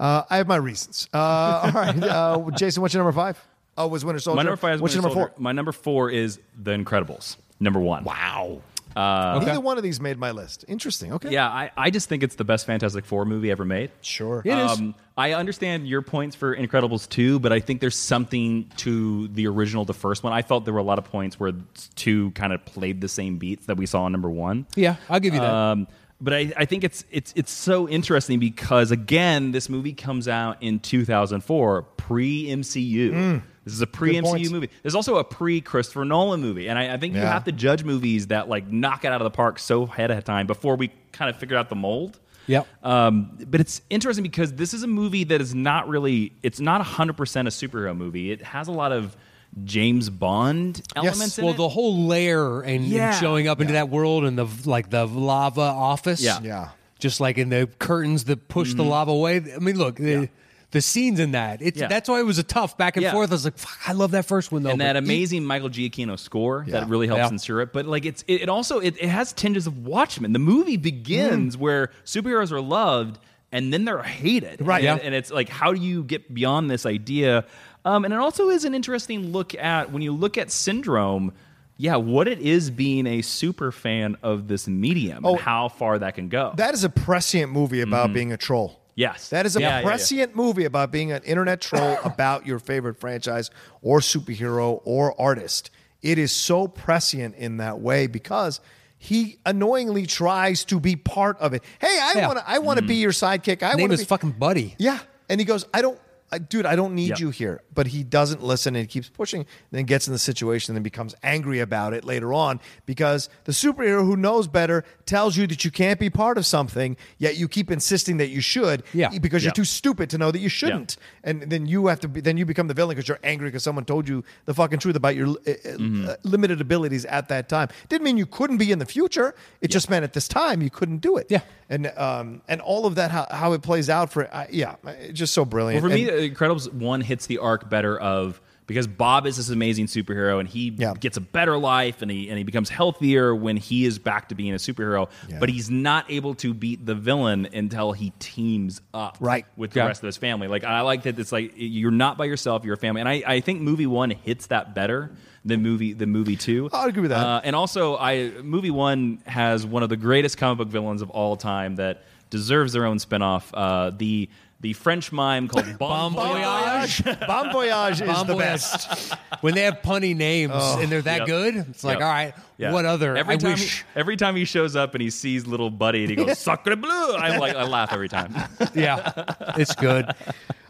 Uh, I have my reasons. Uh, all right, uh, Jason, what's your number five? Oh, was Winter Soldier.
My number five is
what's your
Winter
number
Soldier. My number four is The Incredibles. Number one.
four? Wow.
Okay.
Neither one of these made my list. Interesting. Okay.
Yeah, I, I just think it's the best Fantastic Four movie ever made.
Sure.
It is.
Um, I understand your points for Incredibles 2, but I think there's something to the original, the first one. I felt there were a lot of points where 2 kind of played the same beats that we saw in number 1.
yeah, I'll give you that.
Um, but I, I think it's it's it's so interesting because again, this movie comes out in 2004, pre MCU. This is a pre
point.
MCU movie. There's also a pre Christopher Nolan movie, and I, I think you
Yeah.
have to judge movies that like knock it out of the park so ahead of time before we kind of figured out the mold.
Yep.
Um, but it's interesting because this is a movie that is not really it's not 100% a superhero movie. It has a lot of James Bond elements in
well,
it.
the whole lair and, and
Yeah.
showing up into that world and the like the lava office.
Yeah. Mm-hmm.
Yeah.
Just like in the curtains that push the lava away. I mean, look, the, the scenes in that. It's
Yeah.
that's why it was a tough back and
Yeah.
forth. I was like, Fuck, I love that first one though.
and
but
that amazing Michael Giacchino score
Yeah.
that really helps
Yeah.
ensure it. But like it's it, it also it, it has tinges of Watchmen. The movie
Mm.
begins where superheroes are loved and then they're hated.
Right.
And,
Yeah.
and it's like how do you get beyond this idea? Um, and it also is an interesting look at when you look at Syndrome. yeah, what it is being a super fan of this medium
Oh.
and how far that can go.
That is a prescient movie about being a troll.
Mm-hmm. Yes.
That is a
Yeah, yeah, yeah.
prescient movie about being an internet troll about your favorite franchise or superhero or artist. It is so prescient in that way because he annoyingly tries to be part of it. Hey, I
Yeah.
want to I want
Mm.
to be your sidekick. I
Name
want to
is
be
fucking Buddy.
Yeah. And he goes, I don't, I, dude, I don't need
Yep.
you here. But he doesn't listen and he keeps pushing, and then gets in the situation and then becomes angry about it later on because the superhero who knows better tells you that you can't be part of something, yet you keep insisting that you should
Yeah.
because
Yeah.
you're too stupid to know that you shouldn't. And then you have to be, then you become the villain because you're angry because someone told you the fucking truth about your uh, uh, uh, limited abilities at that time. Didn't mean you couldn't be in the future. It just meant at this time you couldn't do it
Yeah.
and um and all of that how, how it plays out for I, yeah it's just so brilliant
Well, for
And-
me, Incredibles one hits the arc better of because Bob is this amazing superhero and he
Yeah.
gets a better life and he and he becomes healthier when he is back to being a superhero.
Yeah.
But he's not able to beat the villain until he teams up
Right.
with the
Yeah.
rest of his family. Like I like that it's like you're not by yourself, you're a family. And I, I think movie one hits that better than movie the movie two.
I'd agree with that.
Uh, and also, I movie one has one of the greatest comic book villains of all time that deserves their own spinoff. Uh, the the French mime called
Bon
Bon
Voyage.
bon voyage is
Bon
the
Voyage.
best
when they have punny names and they're that
Yep.
good, it's like,
Yep.
all right,
Yeah.
what other?
Every
I
time
wish.
He, every time he shows up and he sees little Buddy and he goes "Sacre bleu," I'm like I laugh every time.
yeah, it's good.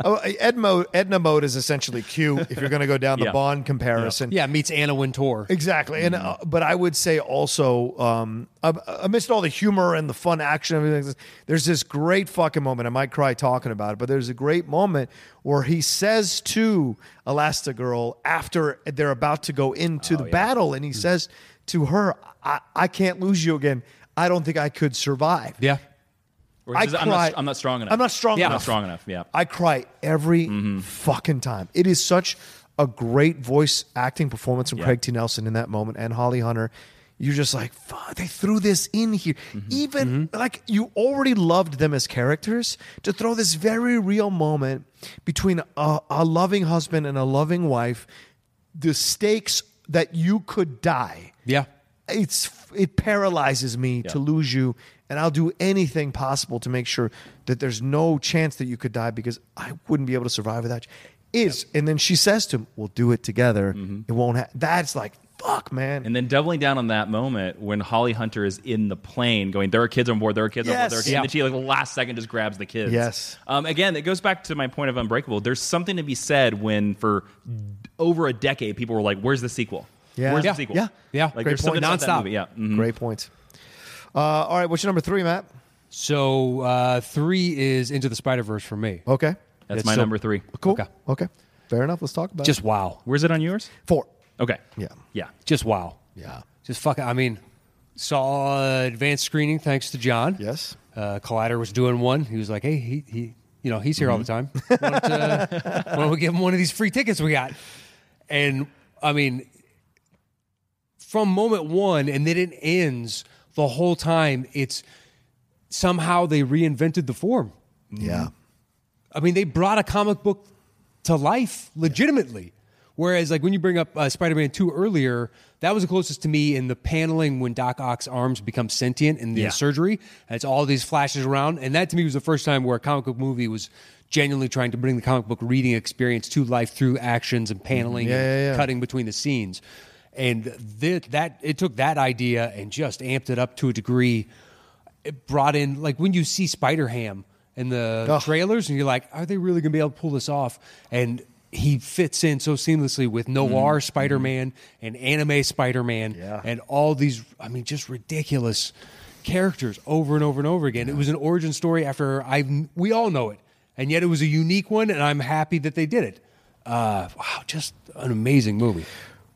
oh, Edmo, Edna mode is essentially Q if you're going to go down the
Yeah.
Bond comparison
Yeah, meets Anna Wintour.
Exactly, and uh, but I would say also um, am- amidst all the humor and the fun action, and everything, there's this great fucking moment. I might cry talking about it, but there's a great moment where he says to Elastigirl after they're about to go into the battle, and he says to her, I-, "I can't lose you again. I don't think I could survive."
Yeah,
Or he
I
says, I'm, not,
cried.
I'm not strong enough.
I'm not strong
Yeah.
enough.
I'm not strong enough. Yeah.
I cry every fucking time. It is such a great voice acting performance from
Yeah.
Craig T. Nelson in that moment and Holly Hunter. You're just like, fuck, they threw this in here. Even like you already loved them as characters to throw this very real moment between a, a loving husband and a loving wife, the stakes that you could die
yeah.
it's it paralyzes me to lose you and I'll do anything possible to make sure that there's no chance that you could die because I wouldn't be able to survive without you. Is and then she says to him, "We'll do it together. It won't ha-. That's like fuck, man.
And then doubling down on that moment when Holly Hunter is in the plane going, there are kids on board, there are kids on
Yes.
board, there are kids.
Yeah.
And she, like, the last second just grabs the kids.
Yes.
Um, again, it goes back to my point of Unbreakable. There's something to be said when, for over a decade, people were like, where's the sequel?
Yeah.
Where's
Yeah.
the sequel?
Yeah.
Yeah.
Like,
Great
there's
point.
something about that
Nonstop.
movie. Yeah. Mhm.
Great points. Uh, all right, what's your number three, Matt?
So uh, three is Into the Spider Verse for me.
Okay,
That's
It's
my
so-
number three.
cool. Okay.
Okay.
fair enough. Let's talk about
Just
it.
wow.
Where's it on yours?
four.
Okay.
Yeah.
Yeah.
Just wow.
Yeah.
Just fucking. I mean, saw uh, advanced screening thanks to John.
Yes.
Uh, Collider was doing one. He was like, "Hey, he, he you know, he's here all the time. Why don't, uh, why don't we give him one of these free tickets we got?" And I mean, from moment one, and then it ends the whole time. It's somehow they reinvented the form.
Yeah.
I mean, they brought a comic book to life legitimately. Whereas, like when you bring up uh, Spider-Man Two earlier, that was the closest to me in the paneling when Doc Ock's arms become sentient in the
Yeah.
surgery. And it's all these flashes around, and that to me was the first time where a comic book movie was genuinely trying to bring the comic book reading experience to life through actions and paneling and
Mm-hmm. yeah, yeah.
cutting between the scenes. And th- that it took that idea and just amped it up to a degree it brought in like when you see Spider Ham in the
Ugh.
trailers, and you're like, are they really gonna be able to pull this off? And he fits in so seamlessly with noir Spider Man and anime Spider Man,
Mm-hmm. Yeah.
and all these, I mean, just ridiculous characters over and over and over again. It was an origin story after I've we all know it, and yet it was a unique one, and I'm happy that they did it. Uh, wow, just an amazing movie.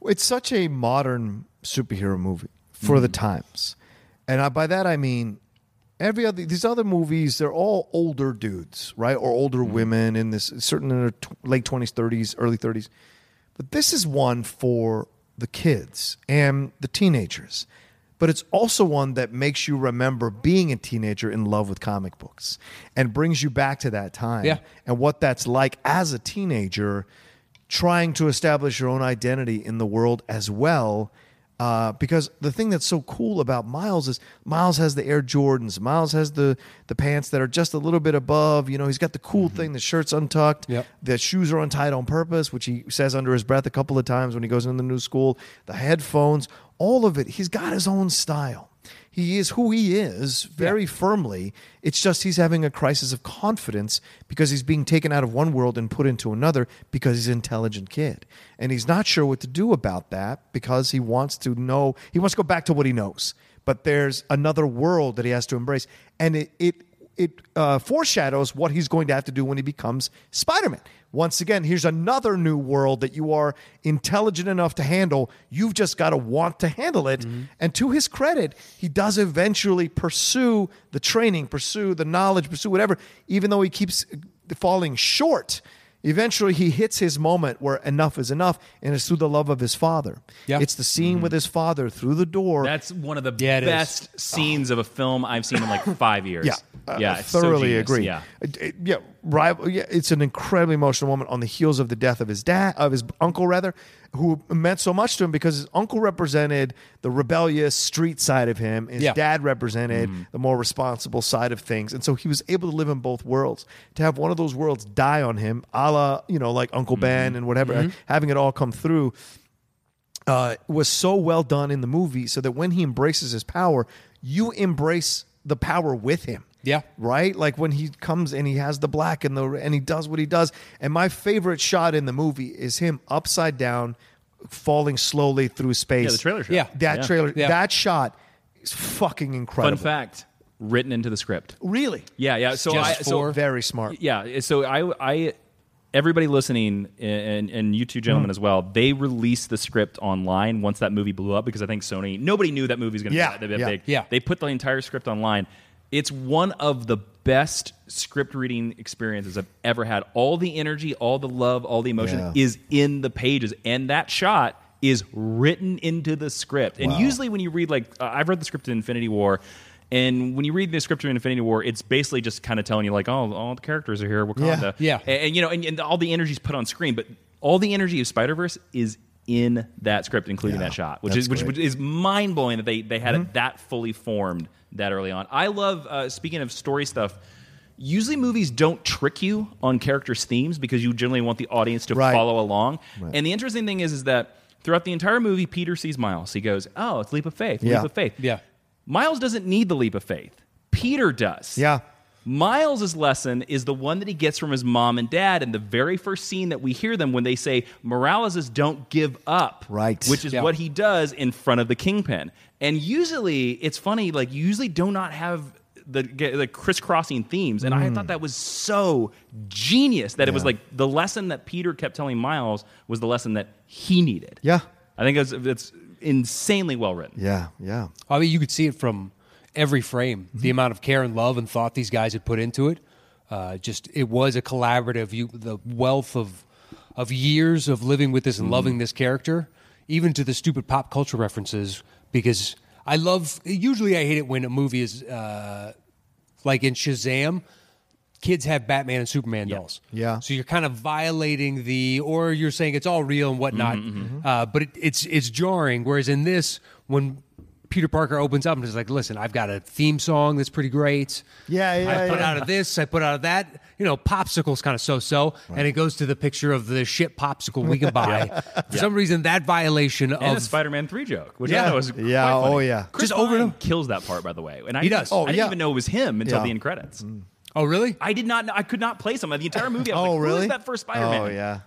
It's such a modern superhero movie for the times, and I, by that I mean every other these other movies. They're all older dudes, right, or older women in this certain in their tw- late twenties, thirties, early thirties. But this is one for the kids and the teenagers. But it's also one that makes you remember being a teenager in love with comic books and brings you back to that time
Yeah.
and what that's like as a teenager trying to establish your own identity in the world as well Uh, because the thing that's so cool about Miles is Miles has the Air Jordans. Miles has the the pants that are just a little bit above. You know, he's got the cool thing. The shirt's untucked.
Yep.
The shoes are untied on purpose, which he says under his breath a couple of times when he goes into the new school. The headphones, all of it. He's got his own style. He is who he is very firmly. It's just he's having a crisis of confidence because he's being taken out of one world and put into another because he's an intelligent kid. And he's not sure what to do about that because he wants to know, he wants to go back to what he knows. But there's another world that he has to embrace. And it, it it uh, foreshadows what he's going to have to do when he becomes Spider-Man. Once again, here's another new world that you are intelligent enough to handle. You've just got to want to handle it. And to his credit, he does eventually pursue the training, pursue the knowledge, pursue whatever, even though he keeps uh, falling short. Eventually, he hits his moment where enough is enough, and it's through the love of his father.
Yeah.
It's the scene with his father through the door.
That's one of the
Yeah, it is.
best scenes of a film I've seen in like five years.
Yeah, I-
yeah,
I
it's so
thoroughly
genius.
agree.
Yeah,
It- it- yeah, rival. Yeah, it's an incredibly emotional moment on the heels of the death of his dad, of his uncle rather, who meant so much to him because his uncle represented the rebellious street side of him. His
Yeah.
dad represented
Mm-hmm.
the more responsible side of things, and so he was able to live in both worlds. To have one of those worlds die on him, a la you know, like Uncle
Mm-hmm.
Ben and whatever, having it all come through uh, was so well done in the movie so that when he embraces his power, you embrace the power with him.
Yeah.
Right? Like when he comes and he has the black and the and he does what he does. And my favorite shot in the movie is him upside down falling slowly through space.
yeah, the trailer shot.
Yeah.
That trailer
Yeah.
that shot is fucking
Fun
incredible.
fact, written into the script.
Really?
Yeah, yeah. So
Just
I,
for-
so
Very smart.
yeah. So I, I, everybody listening, and and you two
Hmm.
gentlemen as well, they released the script online once that movie blew up because I think Sony nobody knew that movie was going to
Yeah,
be that
yeah,
big.
yeah.
they put the entire script online. It's one of the best script reading experiences I've ever had. All the energy, all the love, all the emotion
Yeah.
is in the pages, and that shot is written into the script. And usually, when you read like uh, I've read the script to Infinity War. And when you read the script to Infinity War, it's basically just kind of telling you, like, oh, all the characters are here, Wakanda.
Yeah.
And, and, you know, and, and all the energy's put on screen, but all the energy of Spider Verse is in that script, including
Yeah,
that shot, which
that's
is which,
great. Mm-hmm.
which is mind blowing that they they had it that fully formed that early on. I love uh, speaking of story stuff. Usually, movies don't trick you on characters' themes because you generally want the audience to
Right.
follow along.
Right.
And the interesting thing is, is that throughout the entire movie, Peter sees Miles. He goes, "Oh, it's leap of faith,
Yeah.
leap of faith."
Yeah.
Miles doesn't need the leap of faith. Peter does.
Yeah.
Miles's lesson is the one that he gets from his mom and dad in the very first scene that we hear them when they say Morales is don't give up.
Right.
Which is
Yeah.
what he does in front of the kingpin. And usually it's funny, like you usually do not have the, the crisscrossing themes. And I thought that was so genius that it was
Yeah.
like the lesson that Peter kept telling Miles was the lesson that he needed.
Yeah.
I think it's, it's insanely well written.
Yeah. Yeah.
I mean, you could see it from every frame.
Mm-hmm.
The amount of care and love and thought these guys had put into it. Uh, just it was a collaborative. You the wealth of of years of living with this and
Mm-hmm.
loving this character, even to the stupid pop culture references. Because I love. Usually, I hate it when a movie is uh, like in Shazam. Kids have Batman and Superman dolls.
Yeah.
So you're kind of violating the, or you're saying it's all real and whatnot. Uh, but it, it's it's jarring. Whereas in this, when Peter Parker opens up and is like, "Listen, I've got a theme song that's pretty great.
Yeah, yeah,
I put
yeah.
out of this, I put out of that. You know, popsicles kind of so-so, and it goes to the picture of the shit popsicle we can buy. For some reason, that violation
And a
of
Spider-Man three joke, which
Yeah.
I thought was quite
Yeah,
funny.
oh, yeah.
Chris
Just over
Pine
him.
kills that part by the way, and I
He
didn't-
does.
I
Oh,
didn't
yeah.
even know it was him until
Yeah. Mm.
the end credits.
oh really?
I did not. know I could not place him the entire movie. I was
Oh,
like, Who
really?
is that first Spider-Man?
Oh, yeah.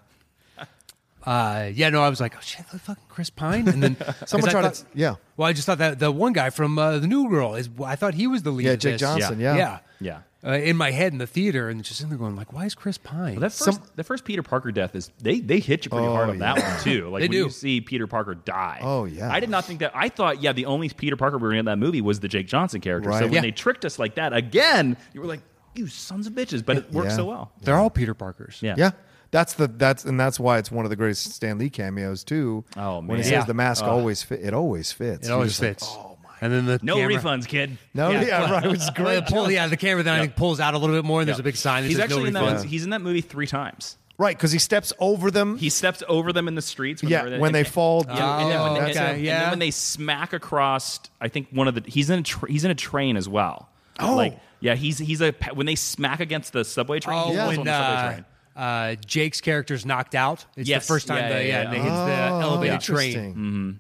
Uh, yeah, no, I was like, oh shit, look, fucking Chris Pine, and then 'cause
Someone
I
tried to-
thought-
yeah.
Well, I just thought that the one guy from uh, the New Girl is. I thought he was the lead.
Yeah,
of
Jake
this.
Johnson,
Yeah,
yeah.
Yeah.
Uh, in my head in the theater, and just in there going like, why is Chris Pine?
That first, the first Peter Parker death is they they hit you pretty
Oh,
hard on that
yeah.
one too. Like
They
when
do.
you see Peter Parker die.
Oh, yeah.
I did not think that. I thought yeah, the only Peter Parker we were in that movie was the Jake Johnson character.
Right.
So when
Yeah.
they tricked us like that again, you were like, you sons of bitches. But it worked
Yeah.
so well.
They're all Peter Parkers.
Yeah.
Yeah. That's the that's and that's why it's one of the greatest Stan Lee cameos too.
Oh,
When he
man.
says
Yeah.
the mask always fit, it always fits.
It
You're
always
just like, "Oh."
fits. And then the
No
camera-
refunds, kid.
no, yeah, right. Which is
Well,
great.
the pull- yeah, the camera then I think pulls out a little bit more, and there's a big sign that
He's
says no
actually in that.
refunds.
He's in that movie three times.
Right, because he steps over them.
He steps over them in the streets.
yeah,
they're-
when
and-
they fall.
Yeah, and then when
down.
they,
okay,
and- and
yeah.
then when they smack across, I think one of the he's in a tra- he's in a train as well.
Oh.
like yeah, he's he's a when they smack against the subway train.
Oh,
he's
yeah.
also
when
on the subway
uh,
train.
uh, Jake's character's knocked out. It's
Yes.
the first time
Yeah,
they, yeah,
yeah, yeah.
they hits the
Oh,
elevated
interesting.
train.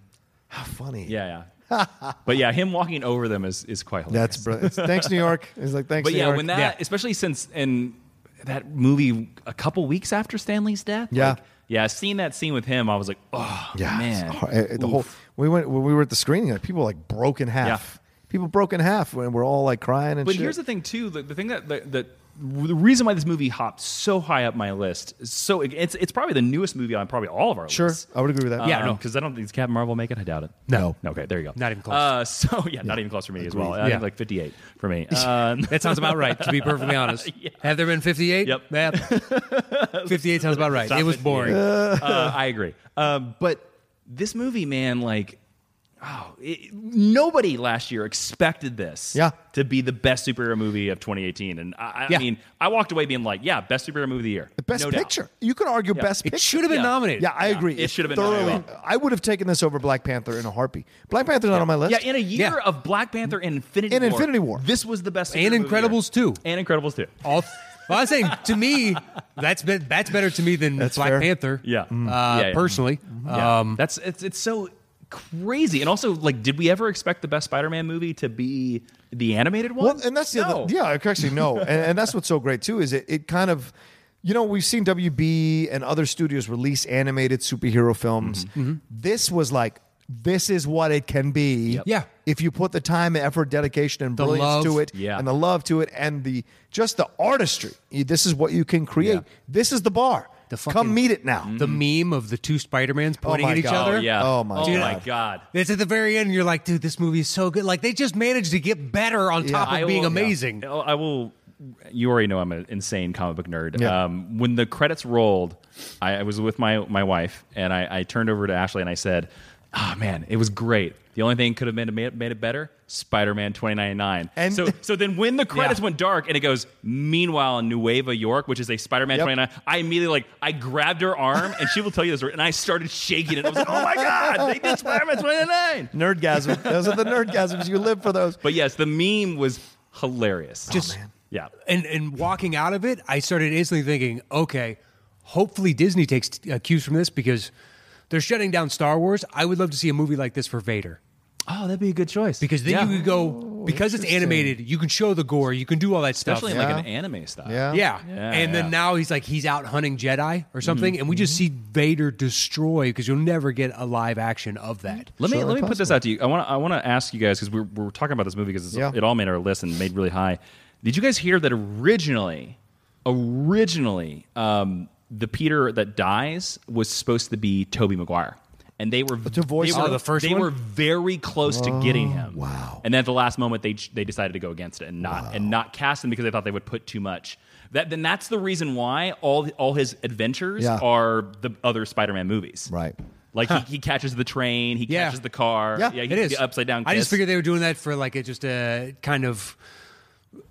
How funny.
Mm-hmm. Yeah, yeah. but yeah, him walking over them is is quite
That's
hilarious.
br- it's, thanks, New York. It's like thanks,
but
New
yeah,
York.
when that
Yeah.
especially since and that movie a couple weeks after Stanley's death.
Yeah.
like, yeah. Seeing that scene with him, I was like, oh
yeah, it's
man,
hard. Uh, the whole
Oof.
we went when we were at the screening. Like, people like broke in half. People broke in half when we're all like crying and
But
shit.
here's the thing too. The, the thing that that. that the reason why this movie hopped so high up my list, is so it's it's probably the newest movie on probably all of our
sure,
lists.
I would agree with that.
Yeah, no.
because I don't think does Captain Marvel make it. I doubt it.
No.
no okay, there you go.
Not even close.
Uh, so yeah, not even close for me as well. I
Yeah.
think like 58 for me. Uh,
That sounds about right, to be perfectly honest. Have there been 58?
Yep.
Yeah. 58 sounds about right. it was boring.
uh, I agree. Um, but this movie, man, like, oh, it, nobody last year expected this.
Yeah.
to be the best superhero movie of 2018, and I, I
Yeah.
mean, I walked away being like, yeah, best superhero movie of the year,
best
No doubt.
picture. You could argue best
It
picture.
should have been
Yeah.
nominated.
Yeah, I agree.
it should have been
thoroughly.
nominated.
I would have taken this over Black Panther in a heartbeat. Black Panther's not on my list.
Yeah, in a year
Yeah.
of Black Panther and Infinity
And
War,
Infinity War.
this was the best.
And
superhero movie of the year.
Incredibles too.
and Incredibles too.
All th- well, I'm saying to me, that's be- that's better to me than Black
fair. Mm-hmm.
Panther.
Yeah. Mm.
Uh,
Yeah, yeah.
personally.
Yeah.
Um,
that's it's it's so crazy. And also, like, did we ever expect the best Spider-Man movie to be the animated one?
Well, and that's the
No.
other, yeah, actually no, and, and that's what's so great too is it, it kind of, you know, we've seen WB and other studios release animated superhero films.
Mm-hmm.
This was like. This is what it can be.
Yeah.
If you put the time, effort, dedication, and brilliance
love.
to it,
Yeah.
and the love to it, and the just the artistry. You- This is what you can create.
Yeah.
This is the bar.
The
Come
fucking-
meet it now.
the meme of the two Spider-Mans pointing
my
at each
God.
other.
Mm-hmm. Oh yeah.
Oh, my
Oh
God.
my god.
It's at the very end, and you're like, dude, this movie is so good. Like, they just managed to get better on top of
I
being
will-
amazing.
yeah. Oh, I will. You already know I'm an insane comic book nerd.
Yeah.
Um, when the credits rolled, I, I was with my my wife, and I, I turned over to Ashley and I said, "Ah, man, it was great. The only thing could have made it, made it- made it better." Spider-Man 2099.
And-
so so then when the credits
Yeah.
went dark and it goes meanwhile in Nueva York, which is a Spider-Man
Yep.
29, I immediately like I grabbed her arm and she will tell you this and I started shaking it. I was like, "Oh my god, they did Spider-Man 29."
Nerdgasm. Those are the nerdgasms. You live for those.
But yes, the meme was hilarious.
Just
yeah.
and and walking out of it, I started instantly thinking, okay, hopefully Disney takes uh, cues from this because they're shutting down Star Wars. I would love to see a movie like this for Vader
Oh, that'd be a good choice
because then
Yeah.
you could go because it's animated, you can show the gore, you can do all that stuff.
especially in like an anime style.
Yeah.
yeah.
Yeah,
and then
yeah. Mm-hmm.
now he's like he's out hunting Jedi or something, and we just see Vader destroy because you'll never get a live action of that.
Let me
Surely
let me put this
possible.
out to you. I want to I want to ask you guys because we're we're talking about this movie because
Yeah.
it all made our list and made really high. Did you guys hear that originally? Originally, um, the Peter that dies was supposed to be Toby Maguire. And they were to
voice
they were,
Oh, the first
they
one?
were very close to getting him.
Oh, wow.
And then at the last moment, they they decided to go against it and not and not cast him because they thought they would put too much. That then that's the reason why all all his adventures
Yeah.
are the other Spider-Man movies.
Right.
Like he, he catches the train, he
Yeah.
catches the car.
Yeah,
he,
it is
the upside down.
I just
kiss.
figured they were doing that for like it just a kind of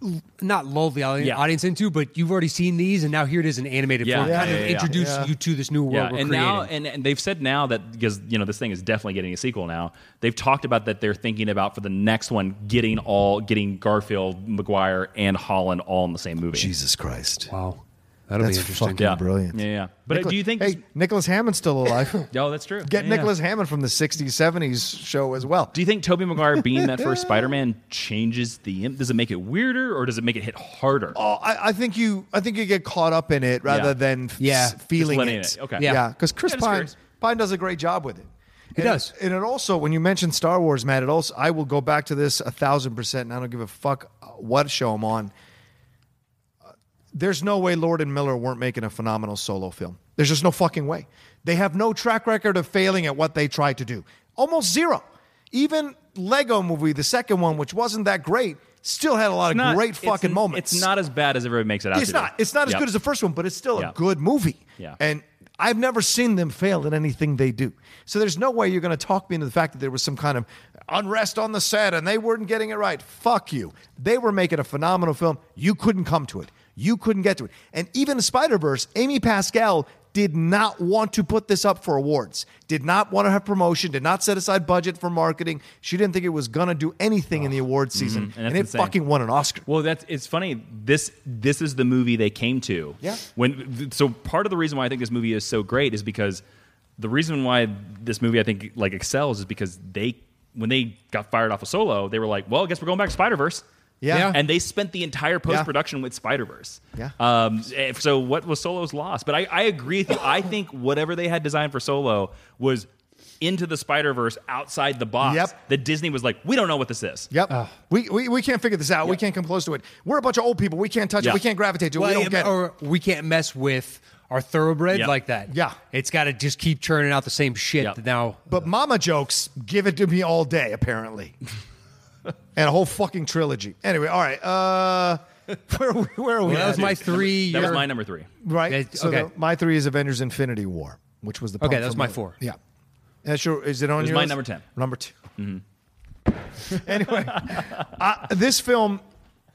l- not lull the audi-
Yeah.
audience into, but you've already seen these, and now here it is in animated
Yeah.
form,
Yeah,
kind
yeah,
of
yeah.
introduce
Yeah.
you to this new world
Yeah,
we're
and
creating.
now and, and they've said now that because you know this thing is definitely getting a sequel now. They've talked about that they're thinking about for the next one getting all getting Garfield, McGuire, and Holland all in the same movie.
Jesus Christ.
wow, that'll
That's
be interesting.
fucking-
Yeah,
Brilliant.
Yeah, yeah. But
Nicholas-
do you think?
Hey,
this-
Nicholas Hammond's still alive.
oh, that's true.
Get
Yeah, yeah.
Nicholas Hammond from the '60s, '70s show as well.
Do you think Toby Maguire being that first Spider-Man changes the? im- Does it make it weirder or does it make it hit harder?
Oh, I, I think you, I think you get caught up in it rather
Yeah.
than f-
Yeah.
s- feeling
Just letting
it.
it- okay.
yeah,
Yeah.
because Chris
Yeah, just
Pine
curious.
Pine does a great job with it. He
does.
and it also when you mentioned Star Wars, Matt. It also I will go back to this a thousand percent, and I don't give a fuck uh, what show I'm on. Uh, There's no way Lord and Miller weren't making a phenomenal solo film. There's just no fucking way. They have no track record of failing at what they tried to do. Almost zero. Even Lego Movie, the second one, which wasn't that great, still had a lot of
Not-
great
it's-
fucking moments.
It's not as bad as everybody makes it out.
It's
to be.
not. It's not as
Yeah.
good as the first one, but it's still
Yeah.
a good movie.
Yeah.
And I've never seen them fail at anything they do. So there's no way you're going to talk me into the fact that there was some kind of unrest on the set and they weren't getting it right. Fuck you. They were making a phenomenal film. You couldn't come to it. You couldn't get to it. And even the Spider Verse, Amy Pascal did not want to put this up for awards, did not want to have promotion, did not set aside budget for marketing. She didn't think it was going to do anything in the awards season.
Mm-hmm. And
And,
that's
it
insane.
fucking won an Oscar.
Well, that's it's funny. This this is the movie they came to.
Yeah.
When th- so part of the reason why I think this movie is so great is because the reason why this movie I think like excels is because they when they got fired off of Solo, they were like, well, I guess we're going back to Spider Verse.
Yeah.
Yeah.
And they spent the entire post production with Spider Verse.
Yeah.
Um, eh, so what was Solo's loss? But I, I agree with you. I think whatever they had designed for Solo was into the Spider Verse outside the box.
Yep.
That Disney was like, we don't know what this is.
Yep. we, we, we can't figure this out. We
Yep.
can't come close to it. We're a bunch of old people. We can't touch
Yeah.
it. We can't gravitate to it.
Well,
we don't
yeah,
get it.
or we can't mess with our thoroughbred
Yeah.
like that.
Yeah.
It's got to just keep churning out the same shit
Yeah.
that now.
But mama jokes give it to me all day, apparently. and a whole fucking trilogy. Anyway, all right. Uh where, where are we?
Well, that was
at?
my three.
That was
year-
my number three.
right.
That-
so
okay.
the- my three is Avengers Infinity War, which was the
Okay,
pump
that was
for
my four.
Yeah. That's your, is it on
was
your
my
list?
number 10.
Number 2
Mm-hmm.
anyway, uh, this film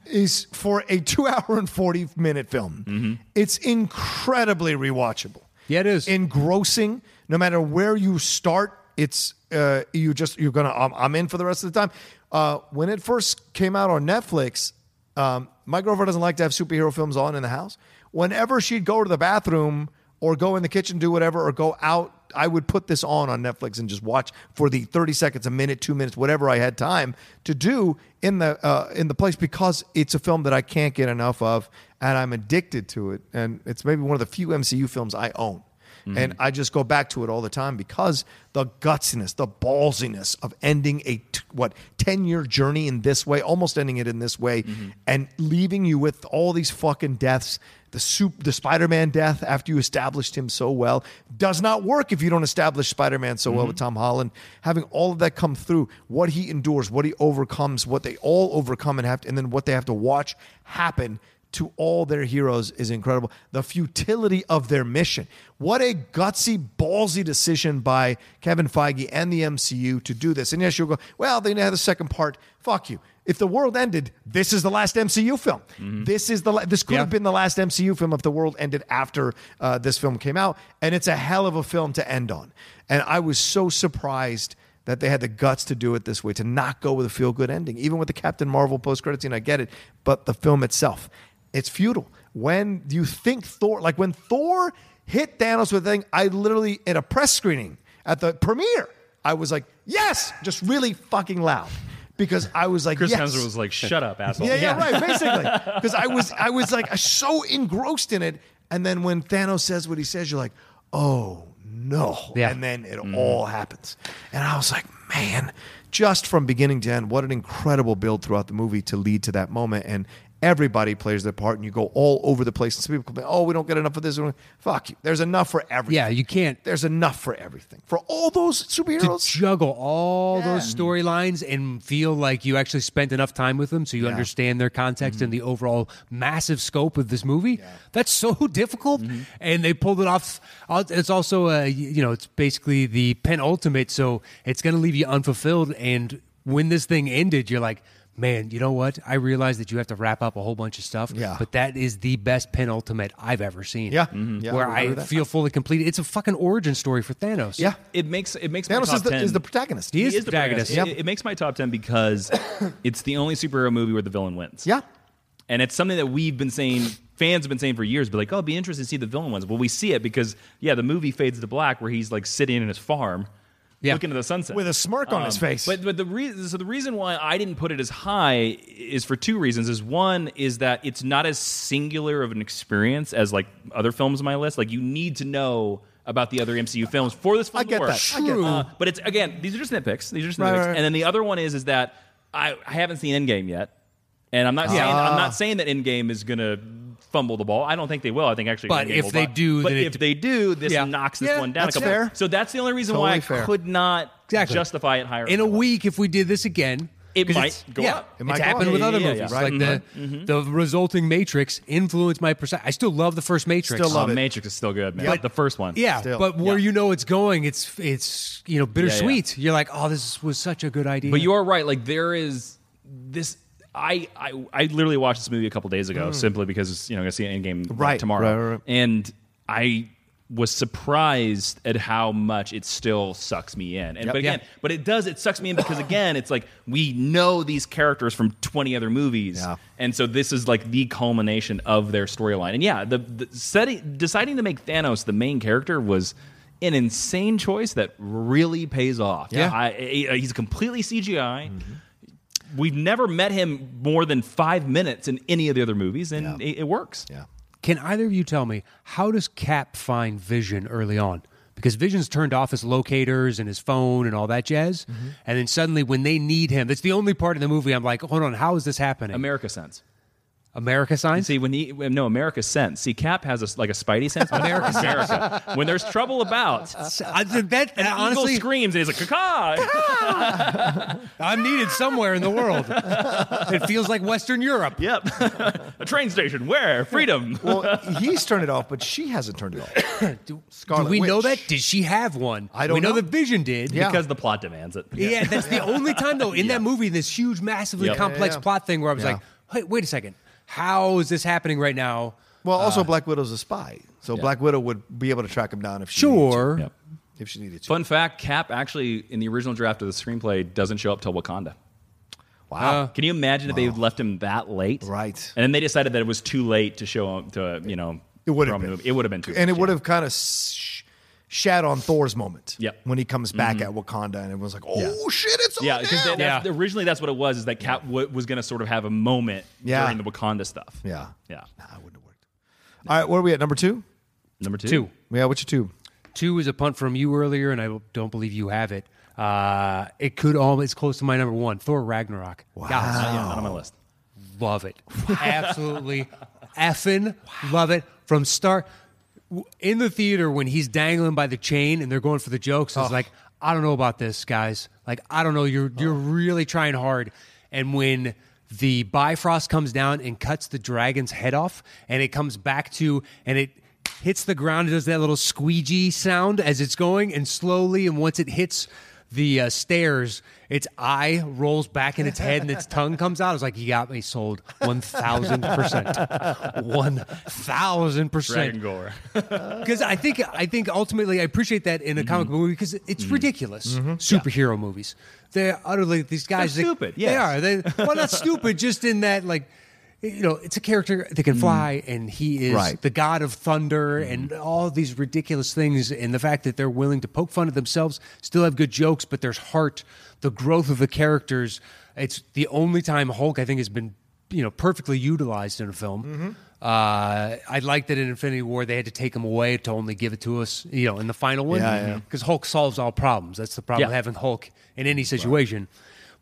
is for a two hour and 40 minute film. It's incredibly rewatchable.
Mm-hmm. Yeah, it is.
Engrossing. No matter where you start, it's uh, you just you're gonna I'm, I'm in for the rest of the time. Uh, when it first came out on Netflix, um, my girlfriend doesn't like to have superhero films on in the house. Whenever she'd go to the bathroom or go in the kitchen, do whatever, or go out, I would put this on on Netflix and just watch for the 30 seconds, a minute, two minutes, whatever I had time to do in the uh, in the place because it's a film that I can't get enough of, and I'm addicted to it, and it's maybe one of the few MCU films I own. Mm-hmm. And I just go back to it all the time because the gutsiness, the ballsiness of ending a t- what ten year journey in this way, almost ending it in this way, and leaving you with all these fucking deaths. The soup, the Spider Man death after you established him so well does not work if you don't establish Spider Man so well with Tom Holland. Having all of that come through, what he endures, what he overcomes, what they all overcome and have, to, and then what they have to watch happen to all their heroes is incredible. The futility of their mission. What a gutsy, ballsy decision by Kevin Feige and the MCU to do this. And yes, you'll go, well, they didn't have the second part. Fuck you. If the world ended, this is the last MCU film. This is the la- this could
Yeah.
have been the last MCU film if the world ended after uh, this film came out, and it's a hell of a film to end on. And I was so surprised that they had the guts to do it this way, to not go with a feel good ending, even with the Captain Marvel post credit scene. I get it, but the film itself, it's futile. When you think Thor, like when Thor hit Thanos with a thing, I literally at a press screening at the premiere, I was like, yes, just really fucking loud. Because I was like,
Chris
yes.
Hemsworth was like, "Shut up, asshole."
Yeah, yeah, right. Basically, because I was I was like so engrossed in it, and then when Thanos says what he says, you're like, oh no,
Yeah.
and then it all happens, and I was like, man, just from beginning to end, what an incredible build throughout the movie to lead to that moment, and everybody plays their part, and you go all over the place, and some people complain, oh, we don't get enough of this, fuck you, there's enough for everything.
Yeah, you can't
There's enough for everything for all those
to
superheroes.
juggle all
Yeah.
those storylines and feel like you actually spent enough time with them so you understand their context
Mm-hmm.
and the overall massive scope of this movie. That's so difficult,
Mm-hmm.
and they pulled it off. Uh, It's also a you know it's basically the penultimate, so it's going to leave you unfulfilled. And when this thing ended, you're like. Man, you know what? I realize that you have to wrap up a whole bunch of stuff,
Yeah.
but that is the best penultimate I've ever seen.
Yeah. Mhm. Yeah, I
where
would agree
I
with that.
feel fully complete. It's a fucking origin story for Thanos.
Yeah,
It makes it makes my
Thanos
top
is the,
10.
is the protagonist.
He
He
is the protagonist.
Yep.
It, it makes my top ten because it's the only superhero movie where the villain wins.
yeah.
and it's something that we've been saying. Fans have been saying for years, but like, oh, it'd be interesting to see the villain ones. Well, we see it because yeah, the movie fades to black where he's like sitting in his farm,
Yeah.
looking at the sunset
With a smirk on
Um,
his face.
Um, But but the reason so the reason why I didn't put it as high is for two reasons. Is one is that it's not as singular of an experience as like other films on my list. Like you need to know about the other MCU films for this film
I
to
get
work.
that. I get
True.
Uh, but it's again, these are just nitpicks. These are just
Right,
nitpicks.
right, right.
And then the other one is is that I, I haven't seen Endgame yet, and I'm
Ah.
not saying I'm not saying that Endgame is gonna fumble the ball. I don't think they will. I think actually,
But
Endgame
if
will
they
bu-
do,
but
then it
if
d-
they do, this
Yeah.
knocks this
Yeah,
one down.
that's
a couple.
fair.
So that's the only reason why I
Totally fair.
could not
Exactly.
justify it higher.
in
on
a
my list.
week if we did this again
It
'cause
might
it's-
go
yeah,
up. It
It's
might go
happened
up.
with
Yeah,
other
yeah,
movies,
yeah. mm-hmm.
like the the resulting Matrix influenced my perception. I still love the first Matrix.
Still love
Oh,
it.
Matrix is still good, man.
But-
the first one.
yeah,
Still.
but where
Yeah.
you know it's going, it's it's you know bittersweet. You're like, oh, this was such a good idea.
But you are right. Like there is this. I, I I literally watched this movie a couple days ago simply because you know I'm gonna see an Endgame like,
Right,
tomorrow,
right, right.
and I was surprised at how much it still sucks me in. And but again,
Yeah.
but it does it sucks me in because again, it's like we know these characters from 20 other movies.
Yeah.
And so this is like the culmination of their storyline. And yeah, the, the setting, deciding to make Thanos the main character was an insane choice that really pays off.
Yeah.
I, I- he's completely CGI. We've never met him more than five minutes in any of the other movies, and
Yeah.
it, it works.
Yeah.
Can either of you tell me how does Cap find Vision early on? Because Vision's turned off his locators and his phone and all that jazz,
Mm-hmm.
and then suddenly when they need him, that's the only part in the movie I'm like, hold on, how is this happening?
America sense.
America signs.
See when he no America sense. See Cap has a, like a Spidey sense. but America, America. When there's trouble about,
I, that,
an
honestly,
eagle screams and he's like caca.
I'm needed somewhere in the world. it feels like Western Europe.
yep. a train station. Where freedom.
Well, he's turned it off, but she hasn't turned it off. Scarlet
Do we know
Witch.
that? Did she have one?
I don't
We know,
know.
that Vision did.
Yeah.
Because the plot demands it.
Yeah, that's the only time though in that movie, this huge, massively
Yeah. Yeah,
complex
yeah, yeah.
plot thing where I was
Yeah.
like, "Hey, wait a second, how is this happening right now?"
Well, also Black Widow's a spy, so Black Widow would be able to track him down if she needed
Sure,
Yep.
to, if she needed to.
Fun fact: Cap actually in the original draft of the screenplay doesn't show up till Wakanda. Uh,
Wow.
Can you imagine if they left him that late?
Ah. Right.
And then they decided that it was too late to show him to you know.
It would have
promote
been.
the movie. It would have been too.
and it
late,
would
yeah.
have kind of sh- shat on Thor's moment.
Yep.
When he comes back at Wakanda, and everyone's like, "Oh shit, it's
Yeah,
on
because
now."
that, that's-
Yeah.
originally that's what it was. Is that Cap w- was going to sort of have a moment
Yeah.
during the Wakanda stuff.
yeah,
Yeah.
Nah, it wouldn't have worked. All right, what are we at? Number two.
Number two.
two,
Yeah, what's your two?
two is a punt from you earlier, and I don't believe you have it. Uh, it could almost it's close to my number one, Thor Ragnarok. Wow,
Ah, Yeah, not on my list.
love it, absolutely effing love it from start w- in the theater when he's dangling by the chain and they're going for the jokes. It's like I don't know about this, guys. Like I don't know. You're you're really trying hard, and when the Bifrost comes down and cuts the dragon's head off, and it comes back to and it hits the ground, it does that little squeegee sound as it's going, and slowly, and once it hits the uh, stairs, its eye rolls back in its head and its tongue comes out. I was like, you got me sold 1,000%. 1,000%.
Dragon Gore.
Because I think I think ultimately I appreciate that in a
Mm-hmm.
comic book movie because it's ridiculous. Superhero movies, they're utterly these guys.
They're
they-
stupid,
They,
yes.
are. They, well, not stupid, just in that like. You know, it's a character that can fly, and he is
Mm. Right. Mm.
the god of thunder, and all these ridiculous things. And the fact that they're willing to poke fun at themselves, still have good jokes, but there's heart, the growth of the characters. It's the only time Hulk, I think, has been you know perfectly utilized in a film.
Mm-hmm.
Uh, I like that in Infinity War they had to take him away to only give it to us, you know, in the final one.
Yeah, yeah.
Because Hulk solves all problems. That's the problem
Yeah.
having Hulk in any situation.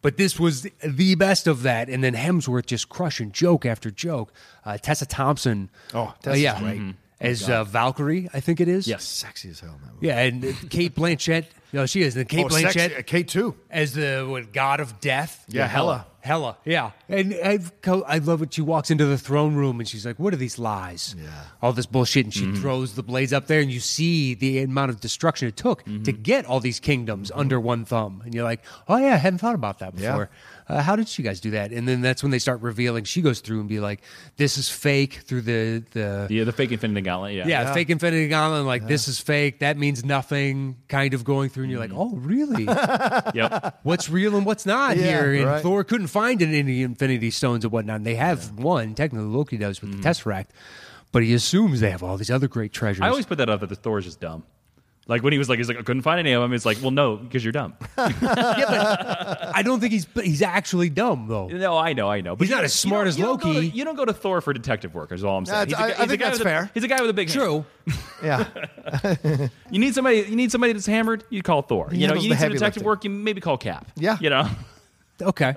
But this was the best of that, and then Hemsworth just crushing joke after joke. Uh, Tessa Thompson, Uh,
Oh, Tessa's
yeah,
great. Oh,
as uh, Valkyrie, I think it is.
Yes.
Sexy as hell, man.
yeah, and uh, Kate Blanchett. No, she is. And Kate
Oh,
Blanchett
sexy. K two.
as the what, god of death.
Yeah, Hela.
Hella, yeah. And I've co- I love when she walks into the throne room and she's like, "What are these lies?
Yeah.
all this bullshit." And she throws the blades up there, and you see the amount of destruction it took to get all these kingdoms under one thumb. And you're like, "Oh yeah, I hadn't thought about that
Yeah.
before. Uh, how did you guys do that?" And then that's when they start revealing. She goes through and be like, "This is fake." Through the the
Yeah, the fake Infinity Gauntlet. Yeah.
yeah, fake Infinity Gauntlet, like this is fake. That means nothing. Kind of going through, and you're like, "Oh really?"
Yep.
what's real and what's not
Yeah,
here. And
right.
Thor couldn't find it in any Infinity Stones and whatnot. And they have one, technically Loki does
Mm.
with the Tesseract, but he assumes they have all these other great treasures.
I always put that up that the Thor's just dumb. Like when he was like, he's like, I couldn't find any of them. It's like, well, no, because you're dumb.
I don't think he's but he's actually dumb though.
no, I know, I know. But
He's
you
not
don't-
as
you
smart
don't-
as
you don't go to-
Loki.
you don't go to Thor for detective work. Is all I'm saying.
That's- I- I think
guy
that's
with a-
fair.
he's a guy with a big. hand.
True.
Yeah.
You need somebody. You need somebody that's hammered. You call Thor. you know,
handles
you
the
need some
heavy
detective
lifting.
work. You maybe call Cap.
Yeah.
You know.
Okay.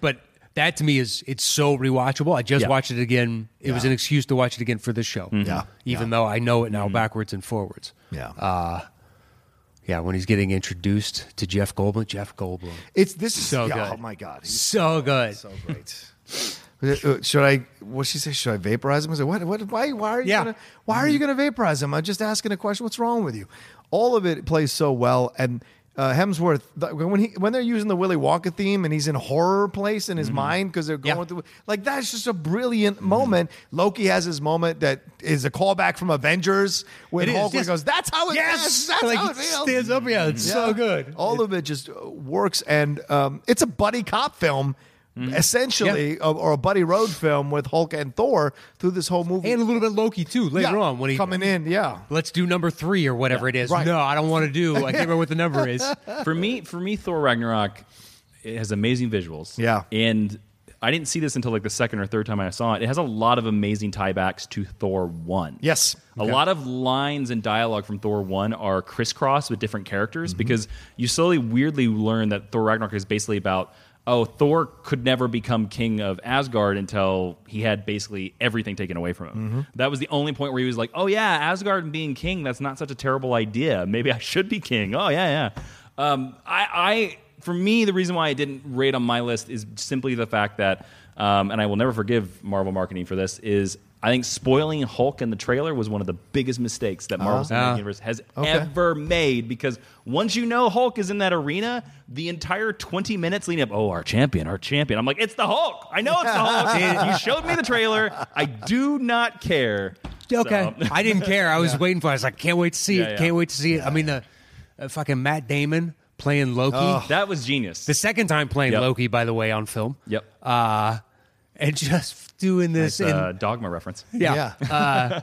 but that to me is it's so rewatchable. I just
Yeah.
watched it again. It was
Yeah. Mm-hmm.
an excuse to watch it again for this show.
Yeah. Mm-hmm.
Even though I know it now backwards and forwards.
Yeah. Uh,
Yeah, when he's getting introduced to Jeff Goldblum, Jeff Goldblum.
it's this is
So
yeah,
good.
Oh my god, he's
So good.
so great. Uh, Should I? What she say? Should I vaporize him? I said, what? What? Why? Why are you?
Yeah.
Gonna, why are you going to vaporize him? I'm just asking a question. What's wrong with you? All of it plays so well, and uh, Hemsworth th- when he when they're using the Willy Wonka theme and he's in horror place in his mind because they're going
Mm-hmm. Yeah. Mm-hmm.
through like that's just a brilliant moment. Loki has his moment that is a callback from Avengers when
It is,
Hulk
yes.
goes, "That's how it
yes,
is. Oh, That's
like
how it
it
feels."
stands up. Yeah, it's so
Yeah.
good.
All of it just uh, works, and um, it's a buddy cop film,
Mm-hmm.
essentially, uh, or a buddy road film with Hulk and Thor through this whole movie.
and a little bit Loki too later
Yeah,
on when he
coming in, yeah.
Let's do number three or whatever it is.
right.
No, I don't want to do. I can't remember what the number is.
for me, for me, Thor Ragnarok it has amazing visuals.
Yeah.
and I didn't see this until like the second or third time I saw it. It has a lot of amazing tiebacks to Thor one.
Yes.
a lot of lines and dialogue from Thor one are crisscrossed with different characters because you slowly, weirdly learn that Thor Ragnarok is basically about. Oh, Thor could never become king of Asgard until he had basically everything taken away from him. That was the only point where he was like, "Oh yeah, Asgard and being king—that's not such a terrible idea. Maybe I should be king." Oh yeah, yeah. Um, I, I, for me, the reason why I didn't rate on my list is simply the fact that, um, and I will never forgive Marvel marketing for this. Is I think spoiling Hulk in the trailer was one of the biggest mistakes that Marvel Cinematic
Ah.
Universe has
Okay.
ever made because once you know Hulk is in that arena, the entire twenty minutes leading up, oh, our champion, our champion. I'm like, it's the Hulk. I know it's the Hulk. you showed me the trailer. I do not care.
Okay,
So-
I didn't care. I was waiting for. it. I was like, can't wait to see
Yeah,
it.
yeah.
Can't wait to see it. I mean, the uh, fucking Matt Damon playing Loki.
that was genius.
The second time playing
Yep.
Loki, by the way, on film.
Yep. uh,
Uh, and just doing this
It's a
in
dogma reference.
yeah, uh,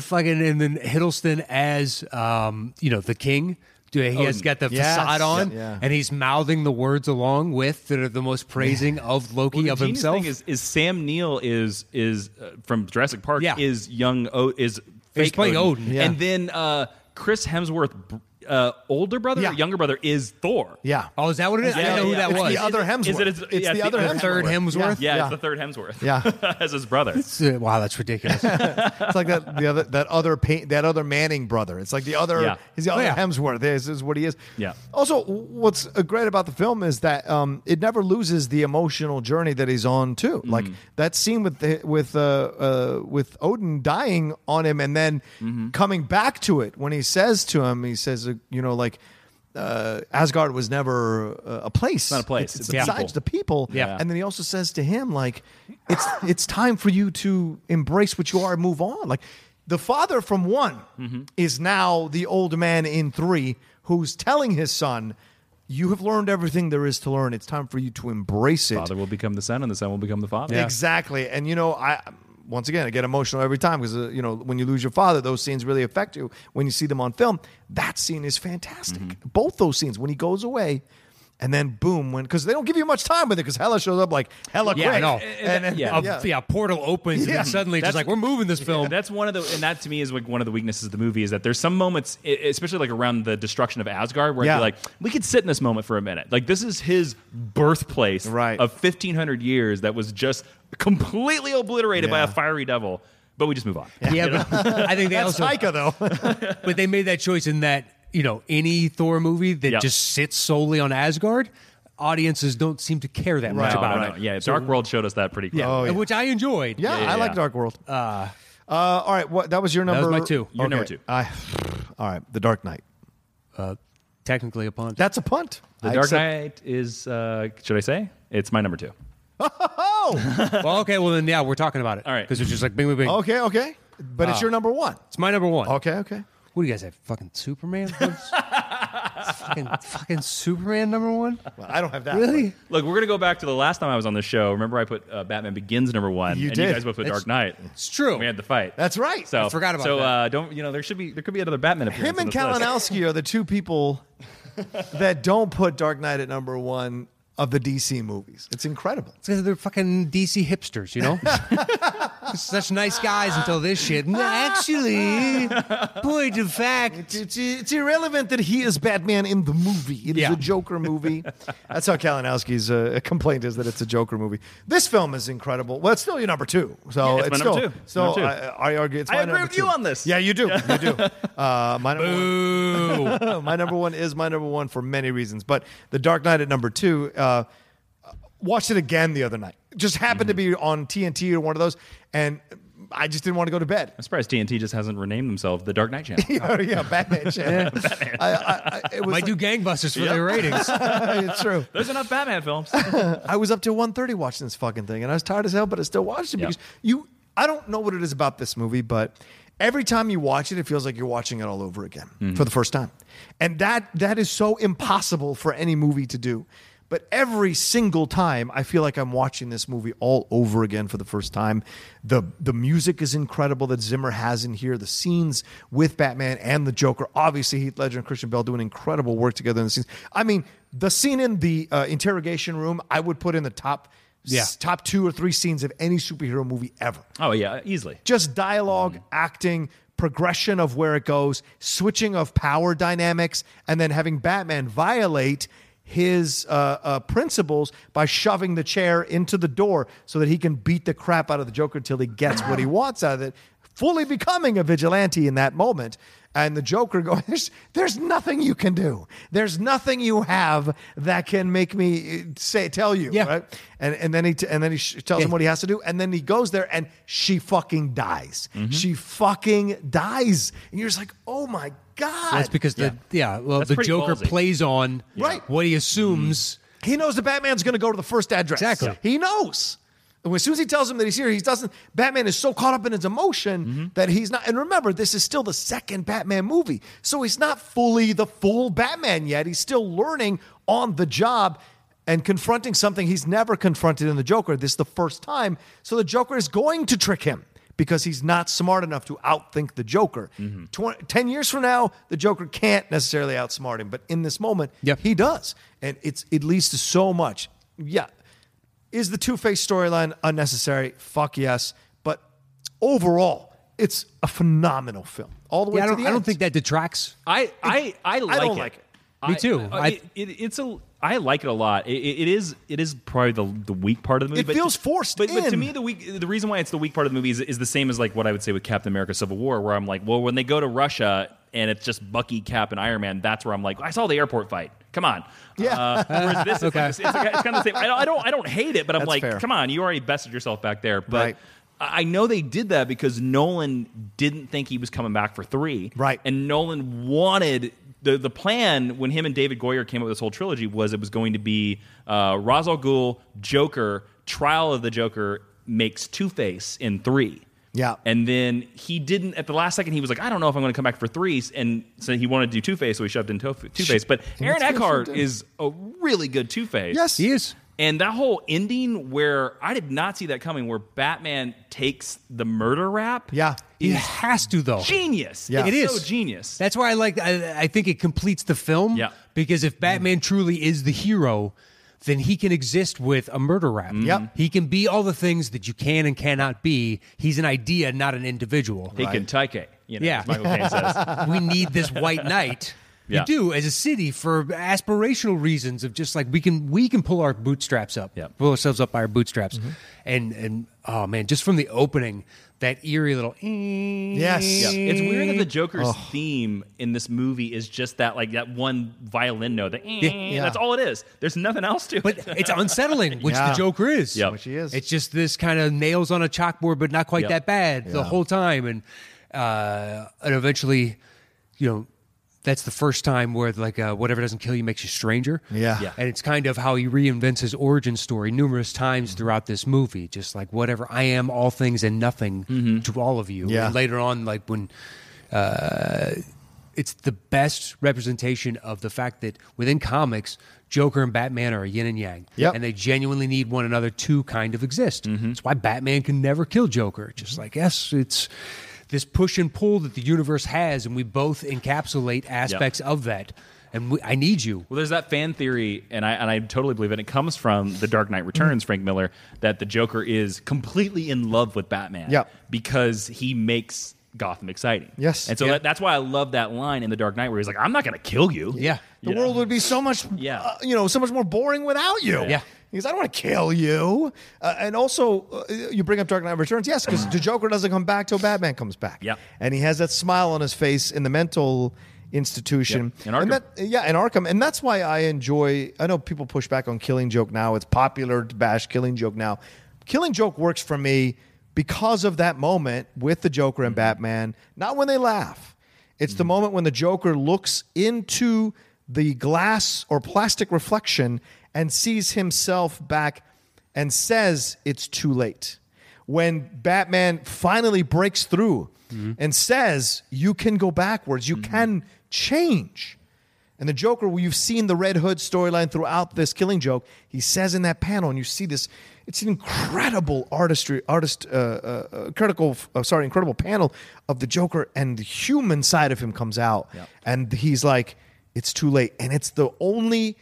fucking and then Hiddleston as um, you know the king. Do- He has
Odin.
got the
Oh, Yes.
facade on,
Yeah.
and he's mouthing the words along with that are the most praising of Loki
Well, the
of
genius
himself.
Thing is, is Sam Neill is is uh, from Jurassic Park?
Yeah.
is young o- is fake
playing
Odin,
Odin.
Yeah.
and then uh, Chris Hemsworth, br- uh, older brother,
Yeah.
or younger brother is Thor.
Yeah.
oh, is that what it is? I
Yeah,
didn't know
yeah,
who
yeah.
that
It's
was.
the other Hemsworth.
Is it- is-
it's
yeah,
the
the
other
other
Hemsworth.
Third Hemsworth.
Yeah,
Yeah.
it's the third Hemsworth.
Yeah.
as his brother.
Uh, Wow, that's ridiculous.
It's like that the other that other paint that other Manning brother. It's like the other
Yeah.
he's the other
yeah.
Hemsworth. This is what he is.
Yeah.
Also, what's uh, great about the film is that um, it never loses the emotional journey that he's on too.
Mm-hmm.
Like that scene with the, with uh, uh, with Odin dying on him and then
Mm-hmm.
coming back to it when he says to him, he says, uh, you know, like. Uh, Asgard was never uh, a place. It's
not a place.
It's,
It's a
inside
people.
the people.
Yeah.
And then he also says to him, like, it's it's time for you to embrace what you are and move on. Like the father from one is now the old man in three who's telling his son, You have learned everything there is to learn. It's time for you to embrace it.
Father will become the son, and the son will become the father.
Exactly. And you know, I once again I get emotional every time because uh, you know when you lose your father, those scenes really affect you. When you see them on film, that scene is fantastic. Both those scenes when he goes away. And then boom, when because they don't give you much time with it because Hella shows up like hella
Yeah, I
quick,
know.
and then,
yeah. yeah. portal opens and
Yeah.
then suddenly it's just like
That's-
we're moving this film.
That's one of the, and that to me is like one of the weaknesses of the movie is that there's some moments, e- especially like around the destruction of Asgard, where
Yeah.
you're like, we could sit in this moment for a minute. Like this is his birthplace
Right.
of 1500 years that was just completely obliterated by
Yeah.
a fiery devil, but we just move on.
yeah, but I think they
That's
also
Taika though.
but they made that choice in that you know any Thor movie that
Yeah.
just sits solely on Asgard, audiences don't seem to care that much
No,
about
no,
it.
Yeah, Dark World showed us that pretty quick.
Yeah,
Oh, yeah.
which I enjoyed.
yeah,
yeah,
I like
yeah.
Dark World. Uh, all right, what that was your
was
number?
my two.
Your number two.
I, all right, The Dark Knight.
technically a punt.
That's a punt.
The Dark Knight is, uh, should I say? It's my number two.
Oh,
well, okay, well then yeah, we're talking about it.
All right.
because it's just like bing, bing, bing.
okay, okay, but it's your number one.
It's my number one.
Okay, okay.
What do you guys have? Fucking Superman. What's- fucking, fucking Superman number one.
Well, I don't have that.
Really?
but-
Look, we're gonna go back to the last time I was on the show. Remember, I put uh, Batman Begins number one,
You
and
did.
you guys both put
It's-
Dark Knight.
It's true.
We had the fight.
That's right.
So
I forgot about
so,
that.
uh, don't you know there should be there could be another Batman appearance.
Him
on
and
this list.
Kalinowski are the two people that don't put Dark Knight at number one of the DC movies. It's incredible.
It's 'cause they're fucking DC hipsters, you know? Such nice guys until this shit. No, actually, point of fact.
It's, it's irrelevant that he is Batman in the movie. It is
Yeah.
a Joker movie. That's how Kalinowski's uh, complaint is that it's a Joker movie. This film is incredible. Well, it's still your number two. So
Yeah, it's my
still,
number two.
So
Number two.
I, I argue it's
I
my
agree
number
with you
two.
on this.
Yeah, you do. You do. Uh, my number one-
Ooh.
my number one is my number one for many reasons, but The Dark Knight at number two. Uh,
Mm-hmm.
watched it again the other night. Just happened to be on TNT or one of those, and I just didn't want to go to bed.
I'm surprised TNT just hasn't renamed themselves the Dark Knight Channel.
yeah, Oh, yeah, Batman channel. I, I, I, it was
Might do gangbusters for their ratings.
like, it's true.
There's enough Batman films.
I was up till 1.30 watching this fucking thing, and I was tired as hell, but I still watched it
Yeah.
because you. I don't know what it is about this movie, but every time you watch it, it feels like you're watching it all over again for the first time, and that that is so impossible for any movie to do. But every single time, I feel like I'm watching this movie all over again for the first time. the The music is incredible that Zimmer has in here. The scenes with Batman and the Joker, obviously Heath Ledger and Christian Bale doing incredible work together in the scenes. I mean, the scene in the uh, interrogation room, I would put in the top
Yeah.
top two or three scenes of any superhero movie ever.
oh yeah, easily.
Just dialogue, acting, progression of where it goes, switching of power dynamics, and then having Batman violate his uh, uh, principles by shoving the chair into the door so that he can beat the crap out of the Joker until he gets what he wants out of it, fully becoming a vigilante in that moment. And the Joker going, there's, there's nothing you can do. There's nothing you have that can make me uh, say tell you.
Yeah.
Right? And and then he t- and then he sh- tells him what he has to do, and then he goes there, and she fucking dies. She fucking dies, and you're just like, oh my god.
That's because the yeah, well,
That's
the
pretty
Joker
ballsy.
plays on
Right.
what he assumes.
he knows the Batman's going to go to the first address.
Exactly. Yeah.
He knows. And as soon as he tells him that he's here, he doesn't. Batman is so caught up in his emotion
Mm-hmm.
that he's not. And remember, this is still the second Batman movie, so he's not fully the full Batman yet. He's still learning on the job and confronting something he's never confronted in the Joker. This is the first time, so the Joker is going to trick him because he's not smart enough to outthink the Joker.
Mm-hmm.
Twen- Ten years from now, the Joker can't necessarily outsmart him, but in this moment,
Yep.
he does, and it's it leads to so much. Yeah, is the Two Face storyline unnecessary? Fuck yes, but overall, it's a phenomenal film all the way
Yeah, I
to
don't,
the
I
end.
don't think that detracts.
I I I like
don't
it.
like it.
Me
I-
too.
uh,
I-
it, it, it's a. I like it a lot. It, it it is. It is probably the the weak part of the movie.
It feels forced
But, but to
in.
me, the weak. The reason why it's the weak part of the movie is, is the same as like what I would say with Captain America: Civil War, where I'm like, well, when they go to Russia and it's just Bucky, Cap, and Iron Man, that's where I'm like, I saw the airport fight. Come on.
Yeah.
Uh, whereas this is like,
Okay.
it's, it's, it's kind of the same. I don't. I don't, I don't hate it, but I'm
That's
like,
fair.
come on, you already bested yourself back there. But.
Right.
I I know they did that because Nolan didn't think he was coming back for three,
Right.
And and Nolan wanted the the plan when him and David Goyer came up with this whole trilogy was it was going to be uh, Ra's al Ghul, Joker, Trial of the Joker makes Two Face in three.
Yeah.
and then he didn't at the last second. He was like, I don't know if I'm going to come back for threes, and so he wanted to do Two Face, so he shoved in Two Face. But
And
Aaron
that's what he
Eckhart
did.
is a really good Two Face.
Yes.
He is.
And that whole ending where I did not see that coming, where Batman takes the murder rap.
Yeah.
He has to though.
Genius.
Yeah.
It's
It
so
is.
genius.
That's why I like. I, I think it completes the film.
Yeah.
Because if
Mm.
Batman truly is the hero, then he can exist with a murder rap.
Mm. Yep.
He can be all the things that you can and cannot be. He's an idea, not an individual.
He can take it. You know,
Yeah.
as Michael Caine says.
we need this white knight.
Yeah.
You do as a city for aspirational reasons of just like we can we can pull our bootstraps up,
Yeah.
pull ourselves up by our bootstraps,
Mm-hmm.
and and oh man, just from the opening that eerie little yes,
Yeah.
It's weird that the Joker's theme in this movie is just that, like that one violin note. That, That's all it is. There's nothing else to
but
it.
it's unsettling, which
Yeah.
the Joker is.
Yep.
Which he is.
It's just this kind of nails on a chalkboard, but not quite
Yep.
that bad
Yeah.
the whole time, and uh, and eventually, you know, that's the first time where like uh, whatever doesn't kill you makes you stranger.
Yeah. Yeah.
and it's kind of how he reinvents his origin story numerous
Mm-hmm.
times throughout this movie. Just like whatever I am, all things and nothing to all of you.
Yeah.
And later on, like when uh, it's the best representation of the fact that within comics, Joker and Batman are a yin and yang,
Yep.
and they genuinely need one another to kind of exist.
Mm-hmm.
That's why Batman can never kill Joker. Just like yes, it's this push and pull that the universe has, and we both encapsulate aspects of that. And we, I need you.
Well, there's that fan theory, and I and I totally believe it. It comes from The Dark Knight Returns, Frank Miller, that the Joker is completely in love with Batman
Yep.
because he makes Gotham exciting.
Yes.
and so
Yeah.
that, that's why I love that line in The Dark Knight where he's like, "I'm not going to kill you."
Yeah.
The world would be so much,
Yeah.
uh, you know, so much more boring without you.
Yeah.
Because I don't want to kill you. Uh, and also, uh, you bring up Dark Knight Returns. Yes, because the Joker doesn't come back till Batman comes back.
Yep.
And he has that smile on his face in the mental institution.
Yep. In Arkham.
And that, yeah, in Arkham. And that's why I enjoy, I know people push back on Killing Joke now. It's popular to bash Killing Joke now. Killing Joke works for me because of that moment with the Joker and Batman, not when they laugh. It's the moment when the Joker looks into the glass or plastic reflection and sees himself back and says it's too late. When Batman finally breaks through and says, You can go backwards, you can change. And the Joker, well, you've seen the Red Hood storyline throughout this Killing Joke. He says in that panel, and you see this. It's an incredible artistry, artist, uh, uh, uh, critical, uh, sorry, incredible panel of the Joker, and the human side of him comes out, and he's like, "It's too late," and it's the only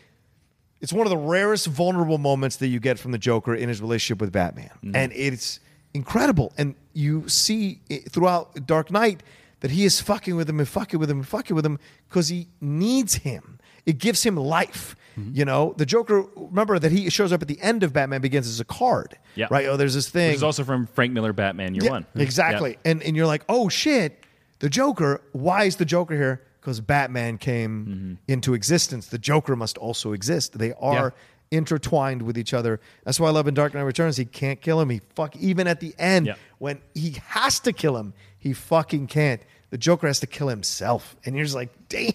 it's one of the rarest vulnerable moments that you get from the Joker in his relationship with Batman. And it's incredible. And you see it throughout Dark Knight that he is fucking with him and fucking with him and fucking with him because he needs him. It gives him life. You know, the Joker, remember that he shows up at the end of Batman Begins as a card.
Yeah.
Right? Oh, there's this thing.
Which is also from Frank Miller Batman Year
Yeah, mm-hmm.
One.
Exactly.
Yeah.
And and you're like, oh shit, the Joker. Why is the Joker here? Because Batman came
Mm-hmm.
into existence. The Joker must also exist. They are intertwined with each other. That's why I love in Dark Knight Returns. He can't kill him. He fuck even at the end
Yeah.
when he has to kill him, he fucking can't. The Joker has to kill himself. And you're just like, damn.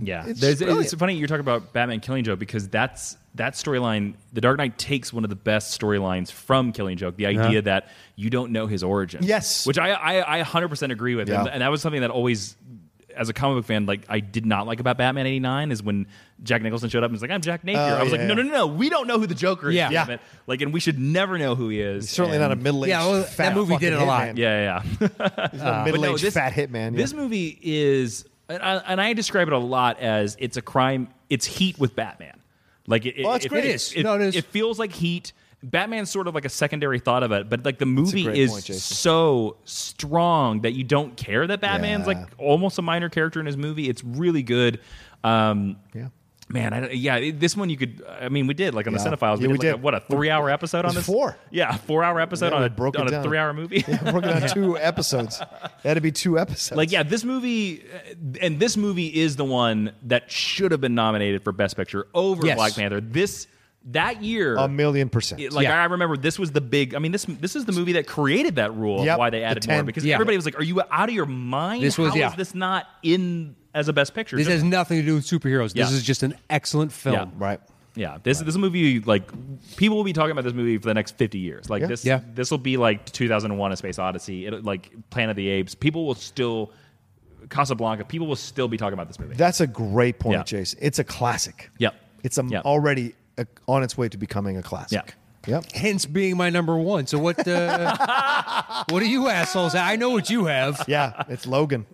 Yeah,
It's,
There's,
brilliant.
it's funny you're talking about Batman Killing Joke because that's that storyline. The Dark Knight takes one of the best storylines from Killing Joke. The idea that you don't know his origin.
Uh-huh. Yes.
which I I, I 100% agree with, and,
Yeah.
and that was something that always. As a comic book fan, like I did not like about Batman '89 is when Jack Nicholson showed up and was like, "I'm Jack Napier."
Oh,
I was like,
yeah,
"No, no,
yeah.
no, no, we don't know who the Joker is."
Yeah.
damn
Yeah.
it. like, and we should never know who he is.
certainly not a middle aged.
Yeah, well, that movie did it a lot.
Yeah, yeah. yeah. But
middle
no,
aged
this-
fat hitman. yeah.
This movie is, and I, and I describe it a lot as it's a crime. It's heat with Batman. Like it,
Oh, that's
it,
great.
It,
It
is.
It,
No, it is.
it feels like heat. Batman's sort of like a secondary thought of it, but like the movie
great
is
point, Jason.
so strong that you don't care that Batman's
Yeah.
like almost a minor character in his movie. It's really good. Um,
Yeah.
Man, I, don't- yeah, it- this one you could. I mean, we did like on
Yeah.
the Cinephiles. We
Yeah, we
did, like
did.
A, what a three-hour episode on
was
this.
four.
yeah, four-hour episode
Yeah,
on
we
a
broke it
on a
down.
three-hour movie.
We're going to two episodes. That'd be two episodes.
Like, yeah, this movie, uh, and this movie is the one that should have been nominated for Best Picture over
Yes. Um,
Black Panther. This that year,
A million percent.
it- like
Yeah.
I remember, this was the big. I mean, this this is the movie that created that rule of
Yep,
why they
the
added
10.
more because
Yeah.
everybody was like, "Are you out of your mind?
This was-
How is
yeah.
this not in as a Best Picture?"
This
Just-
has nothing to do with superheroes. This
Yeah.
is just an excellent film.
Yeah.
Right.
yeah, this this movie like people will be talking about this movie for the next fifty years. Like
Yeah.
this,
Yeah.
this will be like 2001: A Space Odyssey, it, like Planet of the Apes. People will still. Casablanca, people will still be talking about this movie.
That's a great point,
Yeah.
Jason. It's a classic.
Yep.
It's a,
Yep.
already uh on its way to becoming a classic. Yep.
Hence being my number one. So what? Uh, what do you assholes? have? I know what you have.
Yeah. It's Logan.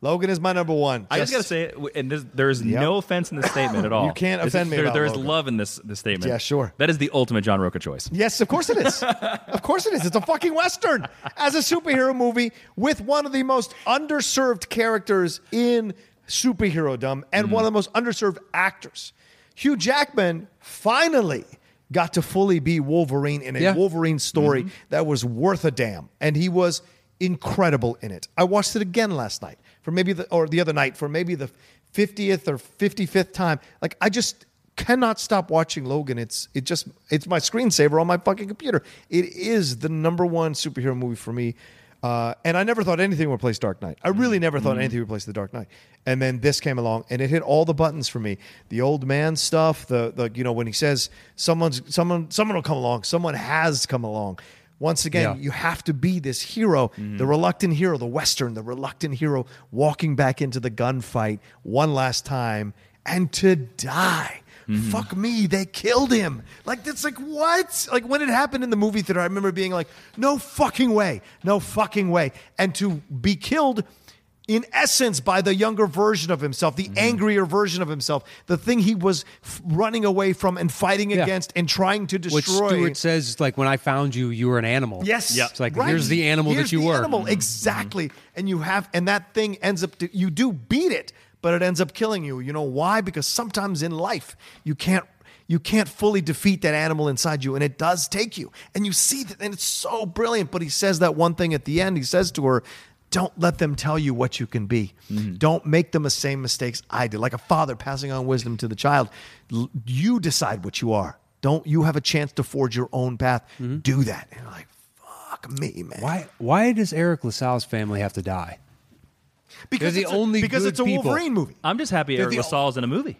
Logan is my number one.
I just gotta say, w- and this, there is no offense in this statement at all.
You can't
This is-
offend me
There,
about
there is
Logan.
love in this, this statement.
Yeah, sure.
That is the ultimate John Roca choice.
Yes, of course it is. of course it is. It's a fucking western as a superhero movie with one of the most underserved characters in superhero dumb and
Mm-hmm.
one of the most underserved actors. Hugh Jackman finally got to fully be Wolverine in a
Yeah.
Wolverine story that was worth a damn, and he was incredible in it. I watched it again last night for maybe the or the other night for maybe the 50th or 55th time. Like I just cannot stop watching Logan. It's it just it's my screensaver on my fucking computer. It is the number one superhero movie for me. Uh, and I never thought anything would replace Dark Knight. I really never thought anything would replace The Dark Knight. And then this came along, and it hit all the buttons for me. The old man stuff, the the you know when he says someone's someone someone will come along, someone has come along. Once again,
Yeah.
you have to be this hero, the reluctant hero, the Western, the reluctant hero walking back into the gunfight one last time and to die. Fuck me, they killed him. Like, that's like, what? Like, when it happened in the movie theater, I remember being like, no fucking way, no fucking way. And to be killed in essence by the younger version of himself, the angrier version of himself, the thing he was f- running away from and fighting
Yeah.
against and trying to
What
destroy.
Stewart says is like when I found you, you were an animal.
Yes.
Yeah.
It's like
Right.
here's the animal
Here's
that you
the
were.
Animal exactly, and you have, and that thing ends up. To, you do beat it, but it ends up killing you. You know why? Because sometimes in life you can't you can't fully defeat that animal inside you, and it does take you. And you see that, and it's so brilliant. But he says that one thing at the end. He says to her. Don't let them tell you what you can be. Don't make them the same mistakes I did. Like a father passing on wisdom to the child, L- you decide what you are. Don't you have a chance to forge your own path? Do that. And you're like, fuck. Fuck me, man.
Why? Why does Eric LaSalle's family have to die?
Because
They're the
it's
only
a, because
good
it's a
people.
Wolverine movie.
I'm just happy Eric
the-
LaSalle's in a movie.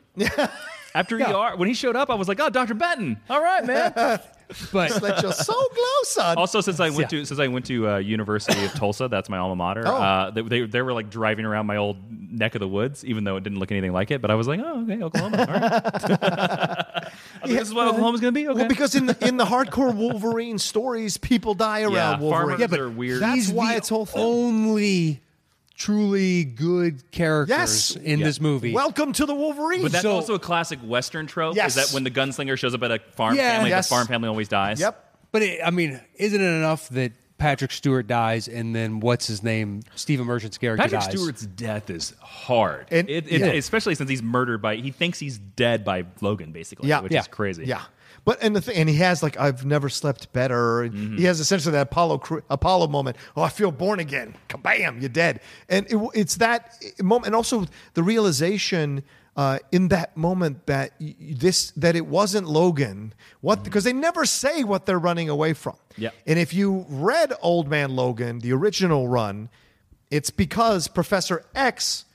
After
Yeah.
ER, when he showed up, I was like, "Oh, Doctor Benton, all right, man."
But
Let your soul glow, son.
also, since I went
Yeah.
to since I went to uh, University of Tulsa, that's my alma mater.
Oh.
Uh, they, they they were like driving around my old neck of the woods, even though it didn't look anything like it. But I was like, "Oh, okay, Oklahoma. All right. I was like, this is what Oklahoma's going to be." Okay.
Well, because in the, in the hardcore Wolverine stories, people die around
yeah,
Wolverine.
farmers are weird.
That's
he's
why
the
it's whole thing.
only truly good characters
Yes.
in
Yeah.
this movie.
Welcome to the Wolverine.
But that's
So-
also a classic Western trope.
Yes.
Is that when the gunslinger shows up at a farm
Yeah.
family,
Yes.
the farm family always dies.
yep.
But it, I mean, isn't it enough that Patrick Stewart dies and then what's his name, Stephen Merchant's character
Patrick
dies?
Stewart's death is hard,
And-
it, it,
yeah.
especially since he's murdered by. He thinks he's dead by Logan, basically.
Yeah.
which
Yeah.
is crazy.
Yeah. But and the thing, and he has like I've never slept better. And
Mm-hmm.
He has essentially that Apollo cru- Apollo moment. Oh, I feel born again. Kabam! You're dead. And it, it's that moment, and also the realization uh, in that moment that y- y- this that it wasn't Logan. What because they never say what they're running away from.
Mm-hmm. Yeah.
And if you read Old Man Logan, the original run, it's because Professor X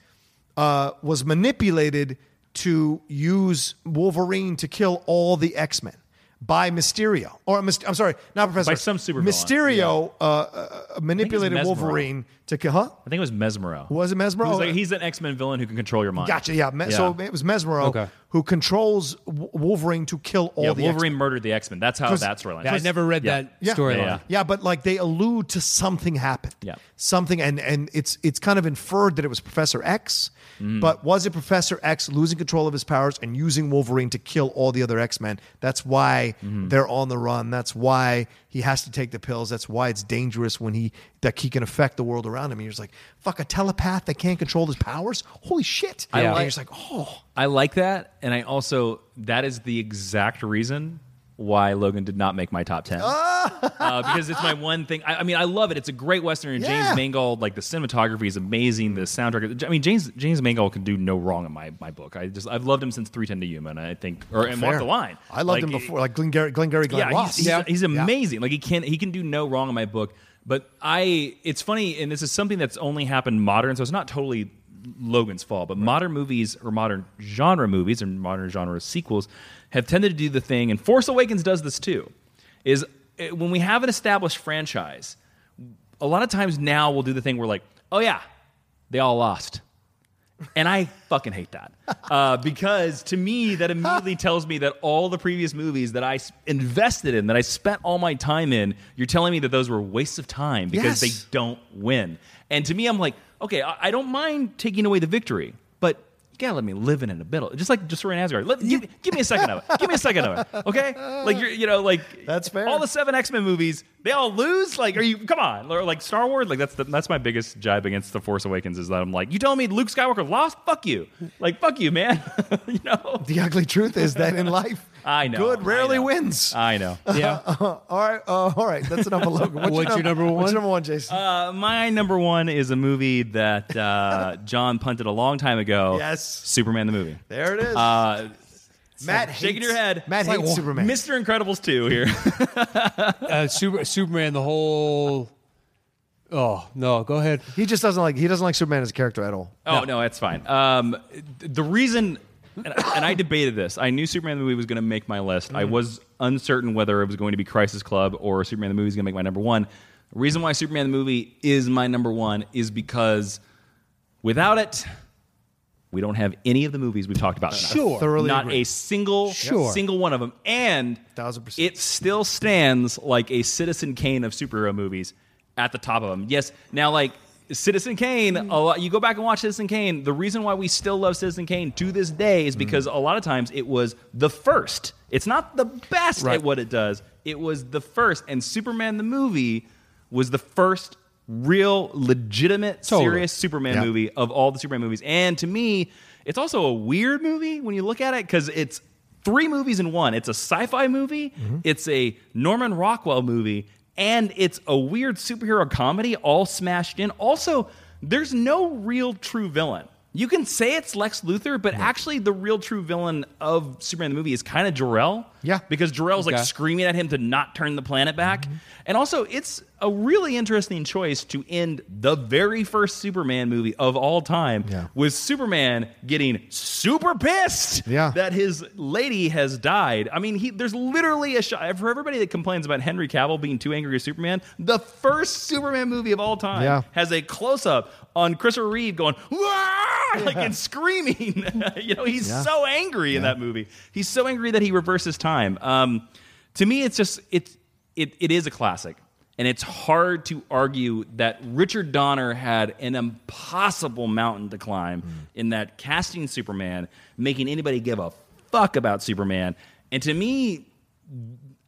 uh, was manipulated to use Wolverine to kill all the X Men by Mysterio. Or Myst- I'm sorry, not Professor.
By some supervillain,
Mysterio uh, uh, uh, manipulated
Mesmero.
Wolverine to kill. Huh?
I think it was Mesmero.
Was it Mesmero?
Who's like, he's an X Men villain who can control your mind.
Gotcha. Yeah. Me- So it was Mesmero
Okay.
who controls W- Wolverine to kill all
Yeah,
the
Wolverine
X-Men.
murdered the X Men. That's how
'Cause-
that storyline.
I
is.
never read
Yeah.
that
Yeah.
storyline.
Yeah.
Yeah, but like they allude to something happened.
Yeah.
Something and and it's it's kind of inferred that it was Professor X,
Mm.
but was it Professor X losing control of his powers and using Wolverine to kill all the other X-Men? That's why
Mm-hmm.
they're on the run. That's why he has to take the pills. That's why it's dangerous when he that he can affect the world around him. And you're just like, fuck a telepath that can't control his powers? Holy shit.
I
And
like-
you're just like, oh
I like that, and I also that is the exact reason why Logan did not make my top ten uh, because it's my one thing. I, I mean, I love it. It's a great western, and
Yeah.
James Mangold, like the cinematography is amazing. The soundtrack. I mean, James James Mangold can do no wrong in my, my book. I just I've loved him since Three Ten to Yuma, and I think or and Walk
fair.
the Line.
I loved
Like,
him before, like Glengarry Glengarry Glenn
yeah,
Ross.
he's, he's, he's amazing. Like he can he can do no wrong in my book. But I, it's funny, and this is something that's only happened modern, so it's not totally Logan's fault. But modern movies or modern genre movies and modern genre sequels have tended to do the thing, and Force Awakens does this too. Is eh, when we have an established franchise, a lot of times now we'll do the thing where like, oh yeah, they all lost. And I fucking hate that uh, because to me that immediately tells me that all the previous movies that I s- invested in, that I spent all my time in, you're telling me that those were wastes of time
Yes.
because they don't win. And to me, I'm like, okay, I, I don't mind taking away the victory, but you gotta let me live in it a bit. Just like just Asgard. Let, give, me- give me a second of it. Give me a second of it. Okay, like you're, you know, like
That's fair.
All the seven X Men movies, they all lose. Like, are you? Come on, or like Star Wars. Like that's the, that's my biggest jibe against the Force Awakens is that I'm like, you telling me Luke Skywalker lost? Fuck you. Like, fuck you, man. you know.
The ugly truth is that in life,
I know. I
good rarely
know. Uh,
wins.
I know.
Yeah.
all right, uh, all right. That's enough of Logan. What's,
What's your number
What's
one?
your number one, Jason?
Uh, my number one is a movie that uh, John punted a long time ago.
Yes.
Superman the movie.
there it is.
Uh,
Matt hates,
shaking your head.
Matt
It's
hates Superman.
Mr. Incredibles 2 here.
Uh, Super, Superman, the whole. Oh no! Go ahead.
he just doesn't like. He doesn't like Superman as a character at all.
Oh no, that's fine. Um, th- the reason, and, and I debated this. I knew Superman the movie was going to make my list.
Mm.
I was uncertain whether it was going to be Crisis Club or Superman the movie is going to make my number one. The reason why Superman the movie is my number one is because without it, we don't have any of the movies we've talked about. tonight.
Sure.
Thoroughly
not
agree.
a single,
Sure.
single one of them. And
Thousand percent.
it still stands like a Citizen Kane of superhero movies at the top of them. Yes, now like Citizen Kane, a lot, you go back and watch Citizen Kane. The reason why we still love Citizen Kane to this day is because a lot of times it was the first. It's not the best
Right.
at what it does. It was the first, and Superman the movie was the first real, legitimate,
Totally.
serious Superman
Yeah.
movie of all the Superman movies. And to me, it's also a weird movie when you look at it because it's three movies in one. It's a sci-fi movie,
Mm-hmm.
it's a Norman Rockwell movie, and it's a weird superhero comedy all smashed in. Also, there's no real true villain. You can say it's Lex Luthor, but actually, the real true villain of Superman the movie is kind of Jor-El.
Yeah.
because Jor-El's
Okay.
like screaming at him to not turn the planet back,
Mm-hmm.
and also it's a really interesting choice to end the very first Superman movie of all time
Yeah.
with Superman getting super pissed
Yeah.
that his lady has died. I mean, he there's literally a shot for everybody that complains about Henry Cavill being too angry with Superman. The first Superman movie of all time
Yeah.
has a close up on Christopher Reeve going "Wah!" like and screaming. you know, he's
Yeah.
so angry in that movie. He's so angry that he reverses time. Um, to me, it's just it, it it is a classic. And it's hard to argue that Richard Donner had an impossible mountain to climb
Mm.
in that casting Superman, making anybody give a fuck about Superman. And to me,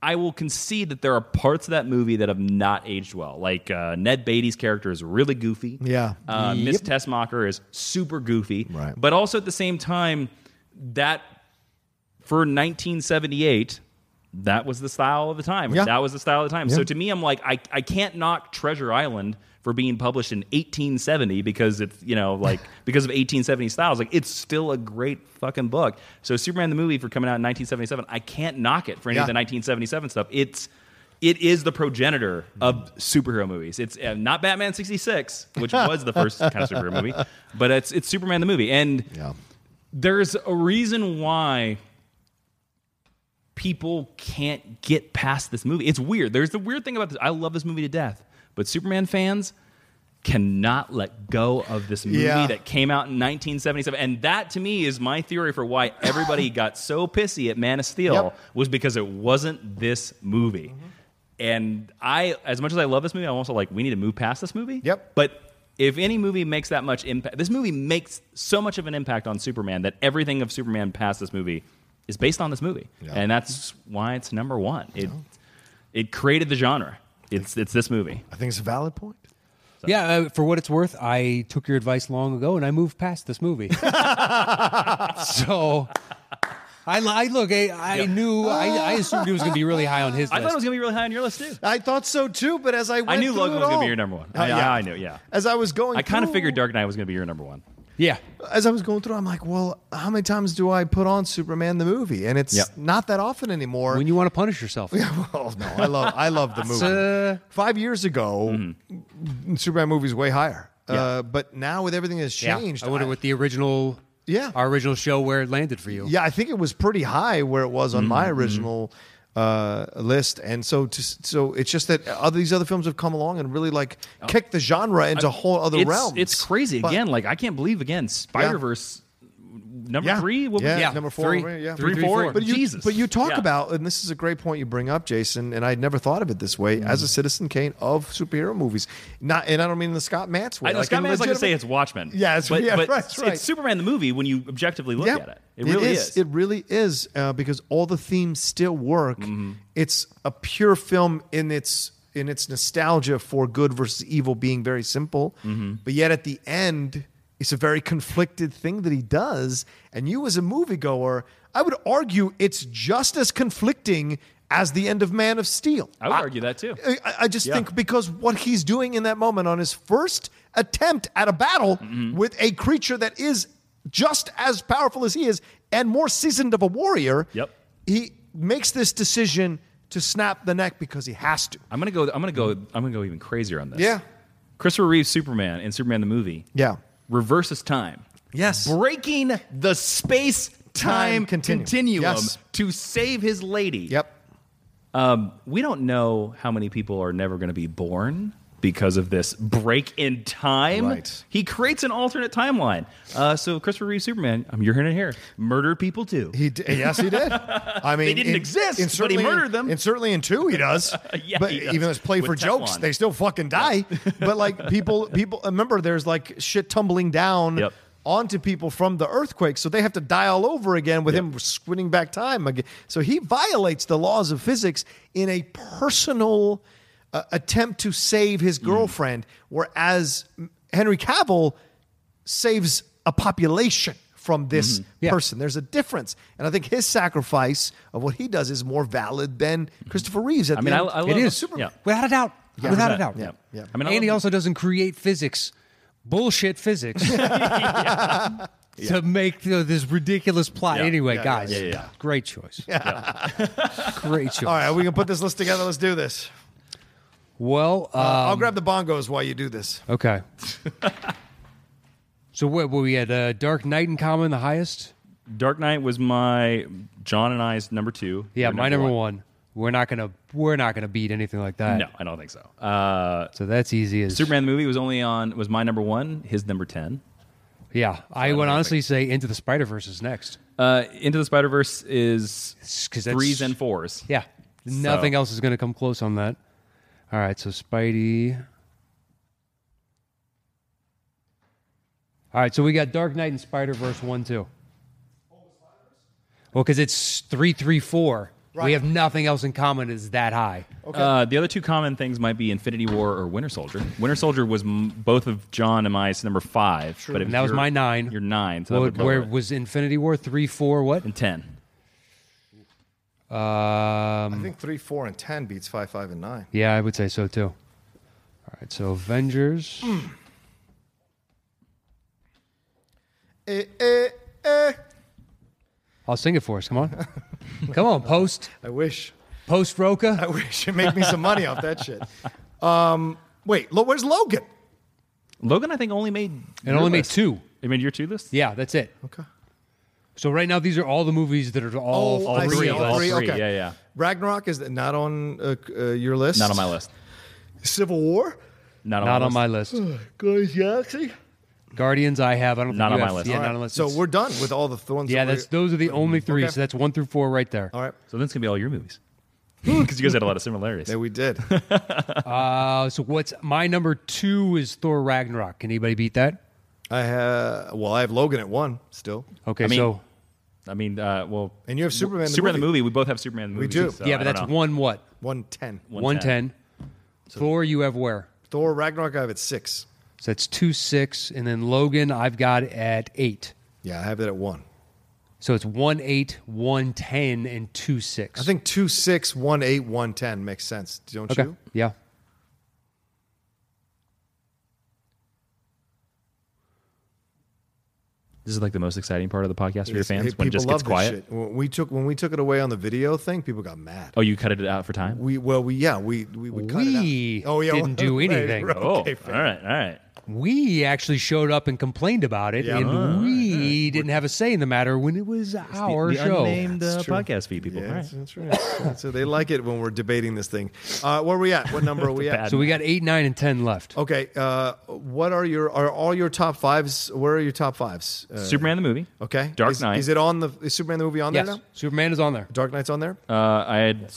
I will concede that there are parts of that movie that have not aged well. Like uh, Ned Beatty's character is really goofy.
Yeah.
Uh, Miss Tessmacher is super goofy.
Right.
But also at the same time, that for 1978, that was the style of the time.
Yeah.
That was the style of the time.
Yeah.
So to me, I'm like, I, I can't knock Treasure Island for being published in 1870 because it's, you know, like, because of 1870 styles. Like, it's still a great fucking book. So Superman the movie for coming out in 1977, I can't knock it for any
Yeah.
of the 1977 stuff. It's, it is the progenitor of superhero movies. It's uh, not Batman 66, which was the first kind of superhero movie, but it's, it's Superman the movie. And
Yeah.
there's a reason why people can't get past this movie. It's weird. There's the weird thing about this. I love this movie to death, but Superman fans cannot let go of this movie
Yeah.
that came out in 1977. And that to me is my theory for why everybody got so pissy at Man of Steel
Yep.
was because it wasn't this movie.
Mm-hmm.
And I as much as I love this movie, I'm also like we need to move past this movie.
Yep.
But if any movie makes that much impact, this movie makes so much of an impact on Superman that everything of Superman past this movie is based on this movie,
Yeah.
and that's why it's number one. It it created the genre. It's it's this movie.
I think it's a valid point.
Yeah, uh, for what it's worth, I took your advice long ago and I moved past this movie. so I, li- I look, I, I knew, I, I assumed it was going to be really high on his
I
list.
thought it was gonna be really high on your list too.
I thought so too, but as I went
I knew
through
Logan
it
was gonna
all-
be your number one.
Uh,
I,
yeah.
I knew. Yeah,
As I was going,
I kind of
through-
figured Dark Knight was gonna be your number one.
yeah.
As I was going through, I'm like, well, how many times do I put on Superman the movie? And it's
Yep.
not that often anymore.
When you want to punish yourself.
oh no, I love I love the movie.
uh,
Five years ago, Superman movies way higher. Uh,
Mm-hmm. Yeah.
but now with everything that's changed,
I wonder what the original,
Yeah.
our original show where it landed for you.
Yeah, I think it was pretty high where it was on
Mm-hmm,
my original uh, list, and so to, so it's just that other, these other films have come along and really like kicked the genre into whole other
Oh. it's,
realms.
It's crazy
But-
again. Like I can't believe again Spider Verse number
Yeah.
three. What was-
Yeah,
Yeah,
number four,
three-
right? yeah,
three,
Three,
four.
four.
But you,
Jesus.
but you talk
Yeah.
about, and this is a great point you bring up, Jason. And I'd never thought of it this way. As a
Mm.
citizen, Kane of superhero movies, not, and I don't mean the Scott Mantz way.
I know
like
Scott
in
Mann's like to say
legitimate-
it's Watchmen.
Yeah, it's-
but,
yeah,
but
right,
it's,
right.
it's Superman the movie when you objectively look
Yeah.
at it. It really is.
It really is uh, because all the themes still work.
Mm-hmm.
It's a pure film in its in its nostalgia for good versus evil being very simple,
Mm-hmm.
but yet at the end, it's a very conflicted thing that he does. And you, as a moviegoer, I would argue it's just as conflicting as the end of Man of Steel.
I would argue that too.
I, I- I just
Yeah.
think because what he's doing in that moment on his first attempt at a battle
Mm-hmm.
with a creature that is just as powerful as he is and more seasoned of a warrior,
Yep.
he makes this decision to snap the neck because he has to.
I'm gonna go. I'm gonna go. I'm gonna go even crazier on this.
Yeah.
Christopher Reeve's Superman in Superman the movie.
Yeah.
Reverses time.
Yes.
Breaking the space
Time
time
continuum.
continuum,
Yes.
to save his lady.
Yep.
Um, we don't know how many people are never going to be born because of this break in time.
Right.
He creates an alternate timeline. Uh, so Christopher Reeve Superman, um, you're hearing it here. Murdered people too.
He d- yes, he did. I mean,
didn't exist, but he
certainly
murdered them.
And certainly in two, he does.
Yeah,
but
he does.
even though it's played
With
for jokes,
Teflon.
they still fucking die. but like people, people remember there's like shit tumbling down
Yep.
onto people from the earthquake, so they have to die all over again with
Yep.
him squinting back time again. So he violates the laws of physics in a personal uh, attempt to save his
Mm.
girlfriend, whereas Henry Cavill saves a population from this
Mm-hmm.
Yeah.
person. There's a difference. And I think his sacrifice of what he does is more valid than Christopher Reeve's at
Mm-hmm. I mean,
the
I,
end.
I love
It is
Yeah.
Without a doubt. Without a doubt.
Yeah. Yeah.
I mean, I
and he
love-
also doesn't create physics bullshit physics to make you know, this ridiculous plot.
Yeah.
Anyway,
Yeah,
guys,
yeah, yeah, yeah.
great choice. great choice.
All right, we can put this list together. Let's do this.
Well, uh,
Um,
I'll grab the bongos while you do this.
okay. so what? Were we at uh, Dark Knight in common, the highest?
Dark Knight was my John and I's number two.
Yeah,
Your
my number one. We're not gonna we're not gonna beat anything like that.
No, I don't think so. Uh,
So that's easy as
Superman the movie was only on was my number one. His number ten.
Yeah, I would honestly say Into the Spider Verse is next.
Uh, Into the Spider Verse is
'cause that's-
threes and fours.
Yeah, nothing else is going to come close on that. All right, so Spidey. All right, so we got Dark Knight and Spider Verse one two. Well, because it's three three four.
Right.
We have nothing else in common. Is that high?
Uh, the other two common things might be Infinity War or Winter Soldier. Winter Soldier was m- both of John and my number five. True. But if
And that was
you're-
my nine.
You're nine. So that
What,
would
where
lower it.
was Infinity War three four? What?
and ten.
Um,
I
hmm.
think three, four, and ten beats five, five, and nine.
Yeah, I would say so too. All right, so Avengers.
Hmm.
Eh, eh, eh.
I'll sing it for us. Come on, come on, post
I wish.
post
I
Roca.
wish it make me some money off that shit. Um, wait, lo- where's Logan?
Logan, I think, only made.
It only made
list.
two.
It made your two list.
Yeah, that's it.
Okay.
So right now, these are all the movies that are all,
Oh,
all
I see,
three. of
all
us.
three. okay.
Yeah, yeah.
Ragnarok is not on uh, uh, your list.
Not on my list.
Civil War.
Not on
Not
my
on
list.
my list.
Guardians of the Galaxy.
Guardians, I have. I don't.
Not
think you
on my
have-
list.
Yeah,
All
not
right,
on my list.
So
It's-
we're done with all the thorns.
yeah, that's those are the only three.
Okay.
So that's one through four right there.
all right.
So this can be all your movies. Because you guys had a lot of similarities.
There we did.
Uh, so what's my number two is Thor Ragnarok. Can anybody beat that?
I have. Well, I have Logan at one still,
Okay,
I mean-
so
I mean, uh, well,
and you have Superman.
Superman
the movie.
We both have Superman the movie.
do.
so
yeah,
uh, I
but
don't
that's
know.
one what
One ten.
one ten. Thor, you have where?
Thor Ragnarok. I have at six.
So that's two six, and then Logan, I've got at eight.
Yeah, I have it at one.
So it's one eight, one ten, and two six.
I think two six one eight one ten makes sense. Don't
Okay.
you?
Yeah.
This is like the most exciting part of the podcast for your
Hey,
fans when it
people
just
love
gets
this
quiet.
shit. When we took when we took it away on the video thing, people got mad.
Oh, you cut it out for time.
We well we yeah we we would cut
We
it out. Oh yeah,
didn't do
right,
anything.
right,
Oh,
okay, fair.
all right, all right.
We actually showed up and complained about it,
Yeah.
and
Ah,
we didn't have a say in the matter when it was our
the, the
show.
unnamed uh,
That's true.
podcast feed people.
Yeah, uh,
all right.
that's, that's right. So- so they like it when we're debating this thing. Uh, where are we at? What number are we at?
bad-
So we got eight, nine, and ten left.
Okay. Uh, what are your are all your top fives? Where are your top fives? Uh,
Superman the movie.
okay.
Dark
is,
Knight.
Is it on the is Superman the movie on
yes,
there now?
Superman is on there.
Dark Knight's on there.
Uh, I had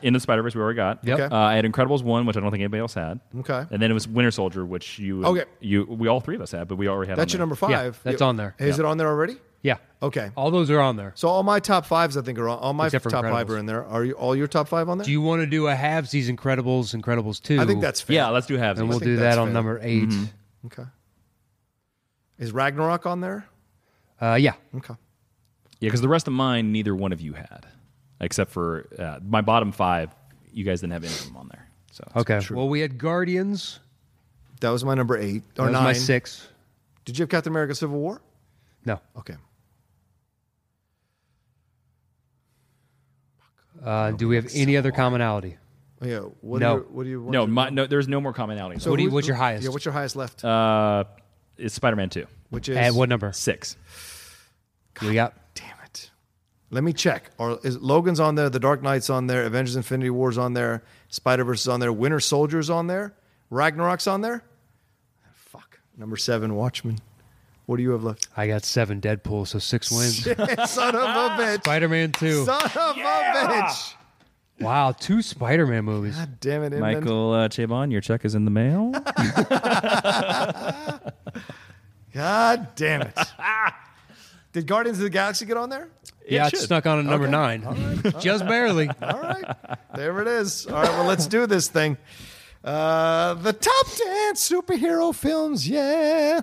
in the Spider Verse we already got.
Yep.
Okay.
Uh, I had Incredibles one, which I don't think anybody else had.
Okay.
And then it was Winter Soldier, which you
Okay.
you we all three of us had, but we already had.
That's
on
your
there.
number five.
that's
Yeah.
on there.
Is it
Yeah.
on there already?
Yeah.
Okay.
All those are on there.
So all my top fives, I think, are on, all my
Except for
top five
Incredibles.
are in there. Are you all your top five on there?
Do you want to do a halves? Incredibles, Incredibles two.
I think that's fair.
Yeah, let's do halves.
and we'll
I think
do
that's
that on
fair.
number 8
Okay. Is Ragnarok on there?
Uh, yeah.
Okay.
Yeah, because the rest of mine, neither one of you had, except for uh, my bottom five. You guys didn't have any of them on there. So
Okay. Well, we had Guardians.
That was my number eight
That
or
was
nine.
my six.
Did you have Captain America: Civil War?
No.
Okay.
Uh,
Oh,
do we have any other commonality?
Yeah. What
No.
Do you, what do you? What
no,
do you-
my, no, there's no more commonalities.
So
what do you-
who-
what's your highest?
Yeah. What's your highest left?
uh, it's Spider Man two,
Which is
At what number?
six.
We got
Damn it. Let me check. Or is Logan's on there? The Dark Knight's on there. Avengers: Infinity War's on there. Spider Verse is on there. Winter Soldier's on there. Ragnarok's on there. Fuck. Number seven, Watchmen. What do you have left?
I got seven Deadpool, so six wins.
Son of a bitch.
Spider Man 2.
Son of a bitch.
Wow, two Spider Man movies.
God damn it, Inman.
Michael uh, Chabon, your check is in the mail.
God damn it. Did Guardians of the Galaxy get on there?
yeah,
it
it
should.
snuck on to number nine. Just barely.
All right. There it is. All right. Well, let's do this thing. Uh, the top 10 superhero films. Yeah.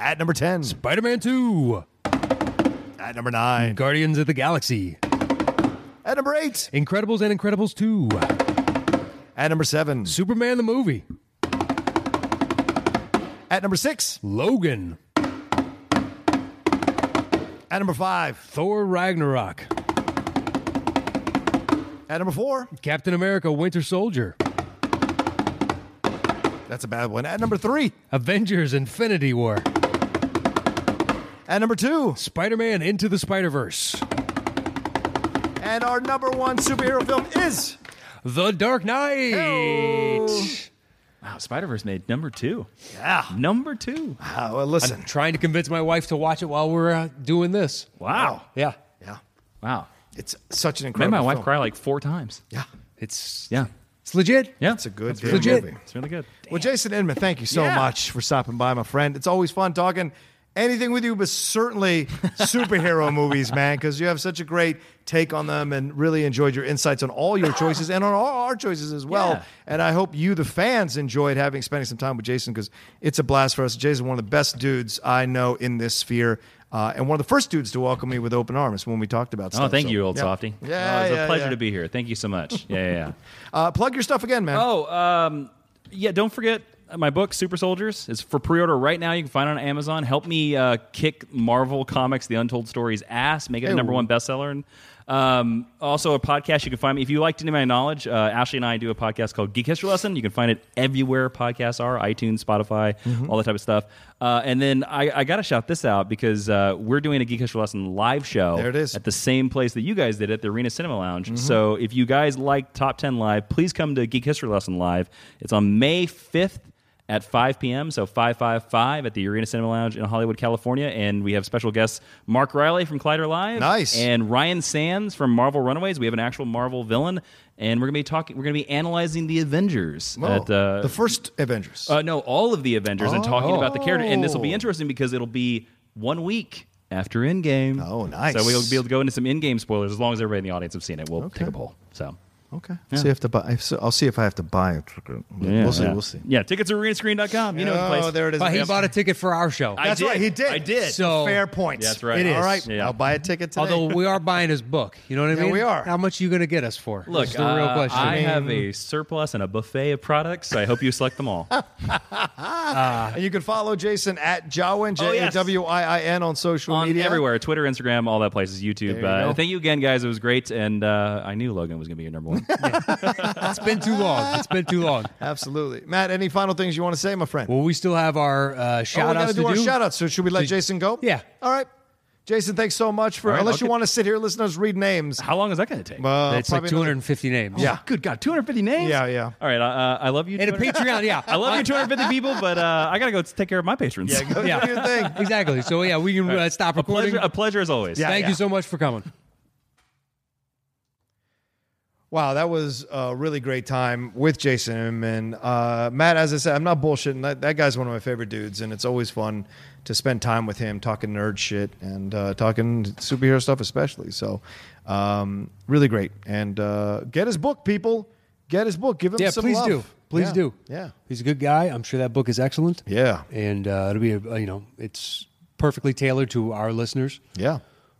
At number 10,
Spider Man 2,
at number 9,
Guardians of the Galaxy,
at number 8,
Incredibles and Incredibles 2,
at number 7,
Superman the movie,
At number six,
Logan,
at number five,
Thor Ragnarok,
at number four,
Captain America Winter Soldier,
that's a bad one. At number three,
Avengers Infinity War,
at number two,
Spider Man Into the Spider Verse,
and our number one superhero film is
The Dark Knight.
Wow, Spider Verse made number two.
yeah.
Number two.
Uh, well, listen,
Trying to convince my wife to watch it while we're uh, doing this.
Wow.
Yeah.
yeah,
Wow.
it's such an
Made
incredible.
my wife
film.
cry like four times.
Yeah,
It's
Yeah.
It's legit.
Yeah.
it's a good
That's
damn
legit.
movie.
It's really good.
Well, Jason Inman, thank you so
Yeah.
much for stopping by, my friend. It's always fun talking anything with you, but certainly superhero movies, man, because you have such a great take on them and really enjoyed your insights on all your choices and on all our choices as well.
Yeah.
And I hope you, the fans, enjoyed having spending some time with Jason because it's a blast for us. Jason's one of the best dudes I know in this sphere. Uh, and one of the first dudes to welcome me with open arms when we talked about
Oh,
stuff.
thank
So,
you, old
yeah.
softy.
Yeah,
oh, it's
yeah,
a pleasure
yeah.
to be here. Thank you so much. Yeah, yeah. yeah.
Uh, plug your stuff again, man.
oh, um, yeah. Don't forget uh, my book, Super Soldiers, is for pre-order right now. You can find it on Amazon. Help me uh, kick Marvel Comics: The Untold Stories ass. Make it a number
Hey.
one bestseller. And um, also a podcast you can find me if you liked any of my knowledge. Uh, Ashley and I do a podcast called Geek History Lesson. You can find it everywhere podcasts are: iTunes, Spotify, all that type of stuff. Uh, and then I, I got to shout this out because uh, we're doing a Geek History Lesson live show.
There it is. Mm-hmm.
at the same place that you guys did at the Arena Cinema Lounge. So if you guys like Top 10 Live, please come to Geek History Lesson Live. It's on May 5th at 5 p.m. So 555 at the Arena Cinema Lounge in Hollywood, California. And we have special guests Mark Riley from Collider Live.
Nice.
And Ryan Sands from Marvel Runaways. We have an actual Marvel villain. And we're going to be talking, we're going to be analyzing the Avengers.
Oh,
at, uh,
the first Avengers.
uh, no, all of the Avengers and talking
Oh.
about the character. And this will be
Oh.
interesting because it'll be one week after Endgame.
Oh, nice.
So we'll be able to go into some Endgame spoilers as long as everybody in the audience have seen it. We'll take a poll. So.
Okay. See if to buy. if so- I'll see if I have to buy it. we'll see. We'll see.
Yeah, tickets are arenascreen.com. You know the place.
Oh, there it is.
But he
Yep.
bought a ticket for our show.
I
That's
did.
right. He did.
I did.
So-
fair point.
That's right.
It is.
All
right.
Yeah.
I'll buy a ticket today.
Although we are buying his book. You know what I
Yeah,
mean?
we are.
How much are you going to get us for?
Look,
That's the real
uh,
question.
I have a surplus and a buffet of products, so I hope you select them all.
and Uh, you can follow Jason at Jawin
Oh,
J A
yes.
W I I N on social
On
media
everywhere Twitter, Instagram, all that places, YouTube.
you
uh,
go.
thank you again, guys. It was great. And uh, I knew Logan was going to be your number one.
it's been too long. It's been too long.
Absolutely, Matt. Any final things you want to say, my friend?
Well, we still have our uh,
oh, we
shout
gotta
outs
do
to
our
do.
shout outs. So should we let Jason go?
Yeah.
All right. Jason, thanks so much for.
right,
unless
I'll
you
get-
want to sit here, listen to us read names.
How long is that going to take?
Uh,
it's like
probably
250 names.
Yeah.
Good God, 250 names?
Yeah, yeah.
All right, uh, I love you.
And a
250
Patreon, yeah.
I love you, 250 people, but uh, I got to go take care of my patrons.
another- Go
Yeah.
do your thing.
Exactly. So, yeah, we can uh, stop
a
recording.
pleasure, a pleasure as always.
Yeah.
Thank you so much for coming.
Wow, that was a really great time with Jason Inman. Uh, Matt, as I said, I'm not bullshitting. That, that guy's one of my favorite dudes, and it's always fun to spend time with him talking nerd shit and uh, talking superhero stuff, especially. So, um, really great. And uh, get his book, people. Get his book. Give him
Yeah,
some
please
love.
do. Please
Yeah.
do.
Yeah.
He's a good guy. I'm sure that book is excellent.
Yeah.
And uh, it'll be, a, you know, it's perfectly tailored to our listeners.
Yeah.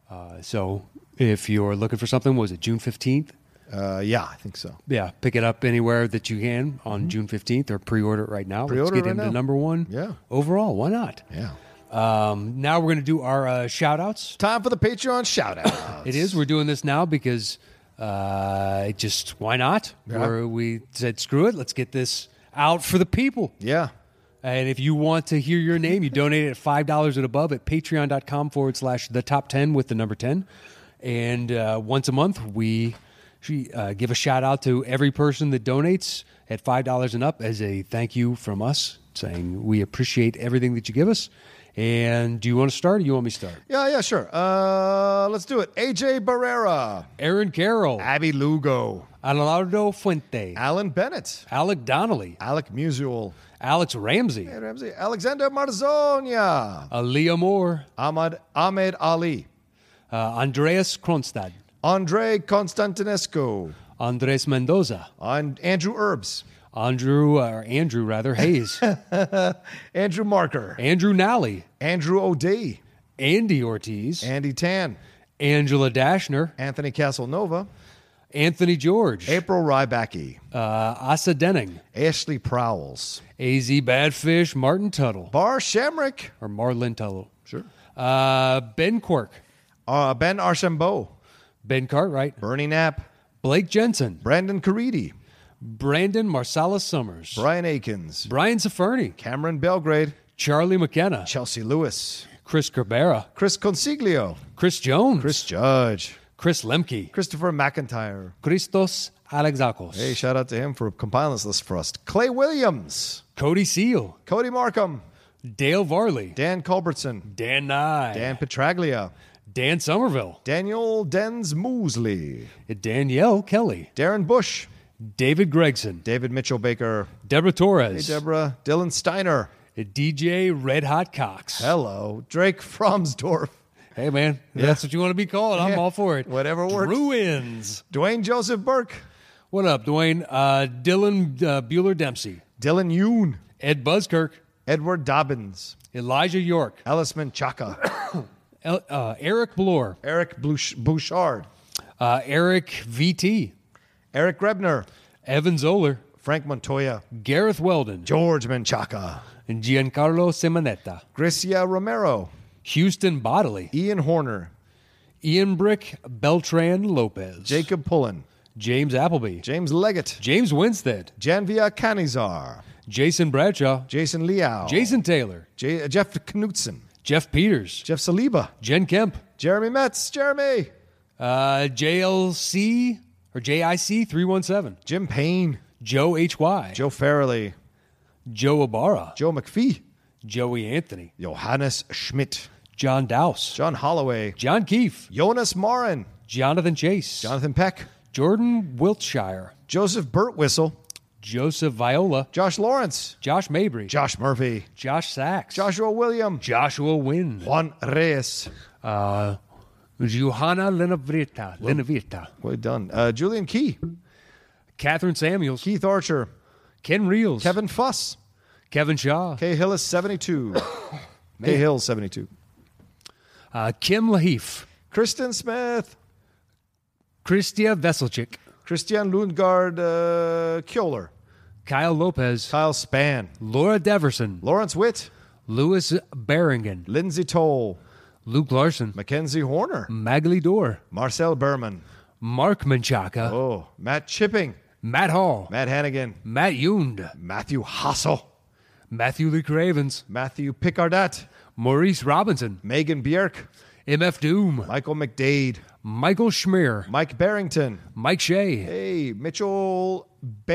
Uh, so, if you're looking for something, what was it June 15th?
Uh, yeah, I think so.
Yeah, pick it up anywhere that you can on June 15th or pre order it right now.
Mm-hmm. Pre-order
Let's
right
get him
now.
to number one
Yeah.
overall. Why not?
Yeah.
Um, now we're going to do our uh, shout outs.
Time for the Patreon shout out.
It is. We're doing this now because uh, it just why not?
Yeah.
We're, we said screw it. Let's get this out for the people.
yeah.
And if you want to hear your name, you donate at five dollars and above at patreon.com forward slash the top ten with the number ten. And uh, once a month, we she, uh, give a shout out to every person that donates at five dollars and up as a thank you from us, saying we appreciate everything that you give us. And do you want to start? or You want me to start?
Yeah, yeah, sure. Uh, let's do it. AJ Barrera,
Aaron Carroll,
Abby Lugo,
Alardo Fuente,
Alan Bennett.
Alec Donnelly,
Alec Musial,
Alex Ramsey,
Ed Ramsey, Alexander Marzonia,
Aaliyah Moore,
Ahmad Ahmed Ali,
uh, Andreas Kronstad,
Andre Constantinescu,
Andres Mendoza,
and Andrew Herbs,
Andrew uh, or Andrew rather Hayes,
Andrew Marker,
Andrew Nally,
Andrew O'D,
Andy Ortiz,
Andy Tan,
Angela Dashner,
Anthony Casanova,
Anthony George,
April Rybacki,
uh, Asa Denning,
Ashley Prowls,
AZ Badfish, Martin Tuttle,
Bar Shamrick,
or Marlin Tuttle.
sure,
Uh, ben Quirk,
uh, Ben Archambault,
Ben Cartwright,
Bernie Knapp,
Blake Jensen,
Brandon Caridi,
Brandon Marsalis Summers,
Brian Akins,
Brian Saferni,
Cameron Belgrade,
Charlie McKenna,
Chelsea Lewis,
Chris Cabrera,
Chris Consiglio,
Chris Jones,
Chris Judge,
Chris Lemke,
Christopher McIntyre.
Christos Alexakos,
Hey, shout out to him for compiling this list for us. Clay Williams,
Cody Seal,
Cody Markham,
Dale Varley,
Dan Culbertson,
Dan Nye,
Dan Petraglia,
Dan Somerville,
Daniel Dens Moosley,
Danielle Kelly,
Darren Bush,
David Gregson,
David Mitchell Baker,
Deborah
hey
Torres,
Deborah, Dylan Steiner,
DJ Red Hot Cox.
hello, Drake Fromsdorf,
Hey man, if that's what you want to be called. I'm
Yeah.
all for it.
Whatever works.
Druins.
Dwayne Joseph Burke,
What up, Dwayne? Uh, Dylan uh, Bueller Dempsey,
Dylan Yoon,
Ed Buzzkirk,
Edward Dobbins,
Elijah York,
Ellisman Chaka,
El- uh, Eric Bloor,
Eric Blush- Bouchard,
uh, Eric VT,
Eric Grebner,
Evan Zoller,
Frank Montoya,
Gareth Weldon,
George Menchaca,
and Giancarlo Simonetta,
Gracia Romero,
Houston Bodily,
Ian Horner,
Ian Brick, Beltran Lopez,
Jacob Pullen,
James Appleby,
James Leggett,
James Winstead,
Janvia Canizar,
Jason Bradshaw,
Jason Liao,
Jason Taylor,
J- Jeff Knutson,
Jeff Peters,
Jeff Saliba,
Jen Kemp,
Jeremy Metz, Jeremy,
uh, JLC or JIC 317,
Jim Payne,
Joe HY,
Joe Farrelly,
Joe Ibarra,
Joe McPhee,
Joey Anthony,
Johannes Schmidt,
John Douse,
John Holloway,
John Keefe,
Jonas Marin,
Jonathan Chase,
Jonathan Peck,
Jordan Wiltshire,
Joseph Burtwhistle,
Joseph Viola,
Josh Lawrence,
Josh Mabry,
Josh Murphy,
Josh Sachs,
Joshua William,
Joshua Wynn,
Juan Reyes.
uh, Johanna Lenavrita, Lenavita,
Well done. Uh, Julian Key,
Catherine Samuels,
Keith Archer,
Ken Reels,
Kevin Fuss,
Kevin Shaw,
Kay Hillis, 72. Kay Hill, 72.
uh, Kim Lahif,
Kristen Smith,
Christia Veselchik,
Christian Lundgaard uh, Kjoller,
Kyle Lopez,
Kyle Span,
Laura Deverson,
Lawrence Witt,
Lewis Barringen,
Lindsay Toll,
Luke Larson,
Mackenzie Horner,
Magley Dorr,
Marcel Berman,
Mark Menchaca,
oh, Matt Chipping,
Matt Hall,
Matt Hannigan,
Matt Yund,
Matthew Hassel,
Matthew Lee Cravens,
Matthew Picardat,
Maurice Robinson,
Megan Bjerk,
MF Doom,
Michael McDade,
Michael Schmier,
Mike Barrington,
Mike Shea,
hey, Mitchell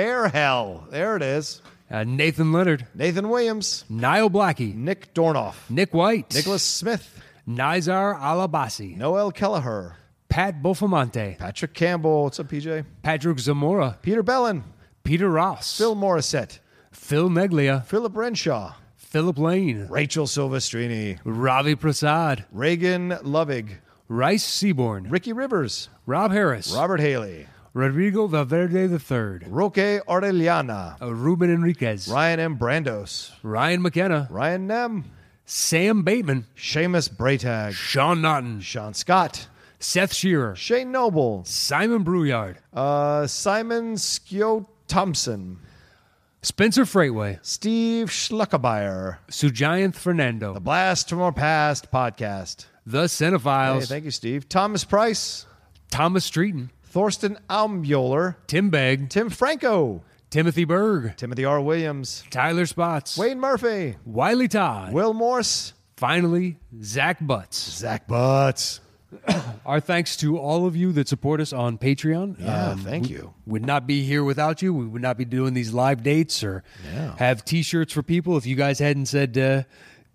Bearhell, there it is,
uh, Nathan Leonard,
Nathan Williams,
Niall Blackie,
Nick Dornoff,
Nick White,
Nicholas Smith,
Nizar Alabasi,
Noel Kelleher,
Pat Bofamonte,
Patrick Campbell, what's up, PJ?
Patrick Zamora,
Peter Bellin,
Peter Ross,
Phil Morissette,
Phil Neglia,
Philip Renshaw,
Philip Lane,
Rachel Silvestrini,
Ravi Prasad,
Reagan Lovig,
Rice Seaborn,
Ricky Rivers,
Rob Harris,
Robert Haley,
Rodrigo Valverde III,
Roque Orellana,
uh, Ruben Enriquez,
Ryan M. Brandos,
Ryan McKenna,
Ryan Nem,
Sam Bateman,
Seamus Braytag,
Sean Naughton,
Sean Scott,
Seth Shearer,
Shane Noble,
Simon Brouillard,
uh, Simon Skio Thompson,
Spencer Freightway,
Steve Schluckabier,
Sujayanth
The
Fernando,
Blast from Our Past podcast.
The
Hey,
Cinephiles,
thank you, Steve. Thomas Price,
Thomas Streeton,
Thorsten Almjoler,
Tim Begg,
Tim Franco,
Timothy Berg,
Timothy R. Williams,
Tyler Spots,
Wayne Murphy,
Wiley Todd,
Will Morse,
finally, Zach Butts.
Zach Butts.
Our thanks to all of you that support us on Patreon. Um,
Yeah, thank you.
Would not be here without you. We would not be doing these live dates or
Yeah.
have T-shirts for people if you guys hadn't said, uh,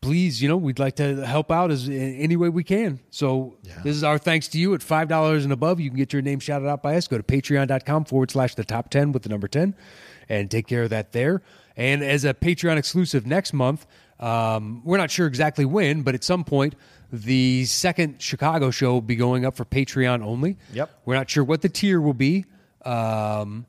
"Please, you know, we'd like to help out as in any way we can." So this is our thanks to you. At five dollars and above, you can get your name shouted out by us. Go to patreon.com forward slash the top ten with the number ten, and take care of that there. And as a Patreon exclusive next month, um, we're not sure exactly when, but at some point, the second Chicago show will be going up for Patreon only.
Yep.
We're not sure what the tier will be. Um,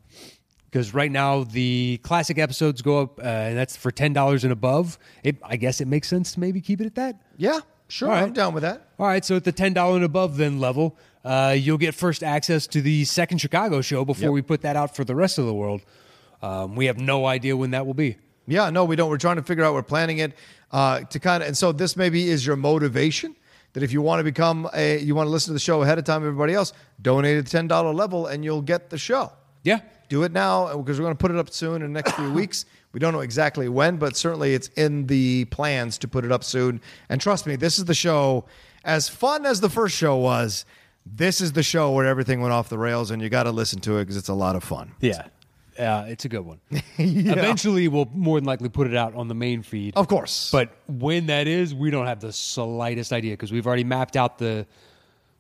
because right now the classic episodes go up, uh, and that's for ten dollars and above. It, I guess it makes sense to maybe keep it at that.
Yeah, sure.
All right.
I'm down with that.
All right, so at the ten dollar and above then level, uh, you'll get first access to the second Chicago show before
Yep.
we put that out for the rest of the world. Um, we have no idea when that will be.
Yeah, no, we don't. We're trying to figure out. We're planning it uh, to kind of, and so this maybe is your motivation that if you want to become a, you want to listen to the show ahead of time. Everybody else, donate at the ten dollar level, and you'll get the show.
Yeah.
Do it now because we're going to put it up soon in the next few weeks. We don't know exactly when, but certainly it's in the plans to put it up soon. And trust me, this is the show. As fun as the first show was, this is the show where everything went off the rails, and you got to listen to it because it's a lot of fun.
Yeah. Uh, it's a good one. Eventually, we'll more than likely put it out on the main feed.
Of course,
But when that is, we don't have the slightest idea because we've already mapped out the,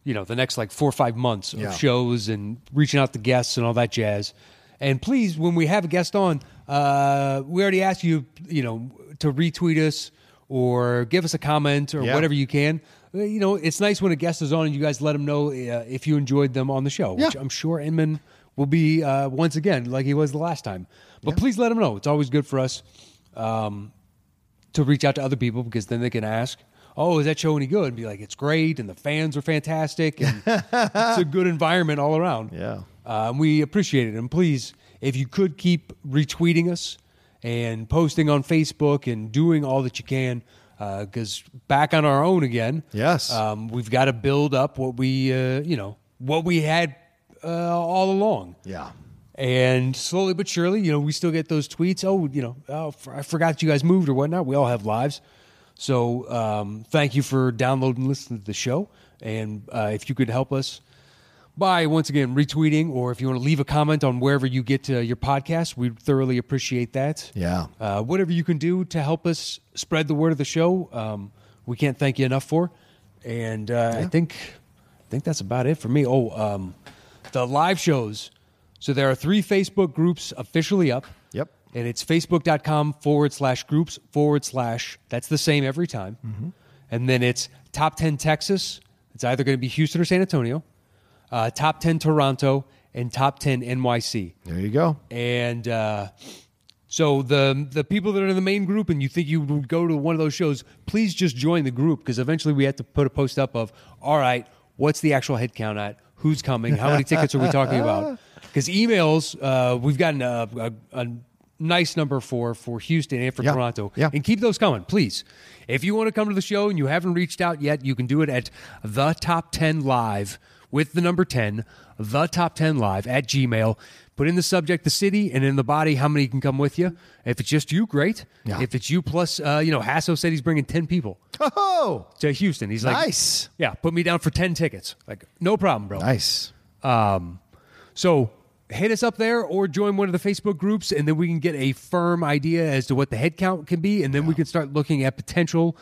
you know, the next like four or five months of
Yeah.
shows and reaching out to guests and all that jazz. And please, when we have a guest on, uh, we already asked you, you know, to retweet us or give us a comment or
Yeah.
whatever you can. Uh, You know, it's nice when a guest is on and you guys let them know uh, if you enjoyed them on the show, which
Yeah.
I'm sure Inman will be uh, once again like he was the last time. But please let him know. It's always good for us to reach out to other people because then they can ask, "Oh, is that show any good?" And be like, "It's great," and the fans are fantastic, and it's a good environment all around.
Yeah.
um, we appreciate it, and please, if you could keep retweeting us and posting on Facebook and doing all that you can, because back on our own again.
Yes.
um, we've got to build up what we, uh, you know, what we had uh, all along.
yeah.
And slowly but surely, you know, we still get those tweets. Oh, you know, oh, f- I forgot you guys moved or whatnot. We all have lives. So um, thank you for downloading and listening to the show. And uh, if you could help us by, once again, retweeting or if you want to leave a comment on wherever you get to your podcast, we thoroughly appreciate that.
Yeah.
Uh, whatever you can do to help us spread the word of the show, um, we can't thank you enough for. And uh, I think I think that's about it for me. Oh, um, the live shows. So there are three Facebook groups officially up.
Yep.
And it's facebook.com forward slash groups forward slash. That's the same every time. And then it's top 10 Texas. It's either going to be Houston or San Antonio, uh, top 10 Toronto, and top 10 NYC
There you go.
and uh, so the the people that are in the main group and you think you would go to one of those shows please just join the group because eventually we have to put a post up of all right what's the actual head count at who's coming how many tickets are we talking about because emails uh, we've gotten a, a, a nice number for for houston and for
Yeah.
toronto
Yeah.
and keep those coming please if you want to come to the show and you haven't reached out yet you can do it at the top 10 live with the number 10 the top 10 live at gmail put in the subject the city and in the body how many can come with you if it's just you great
Yeah.
if it's you plus uh, you know hasso said he's bringing 10 people
Oh,
to houston he's like
Nice.
yeah put me down for 10 tickets like no problem bro
nice.
so hit us up there or join one of the Facebook groups, and then we can get a firm idea as to what the headcount can be, and then we can start looking at potential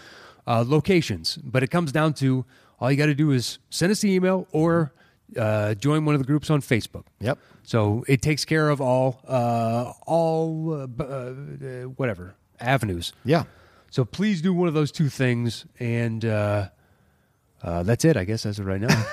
uh, locations. But it comes down to all you got to do is send us an email or uh, join one of the groups on Facebook.
Yep.
So it takes care of all uh, all uh, b- uh, uh, whatever avenues.
Yeah.
So please do one of those two things, and uh, uh, that's it, I guess, as of right now.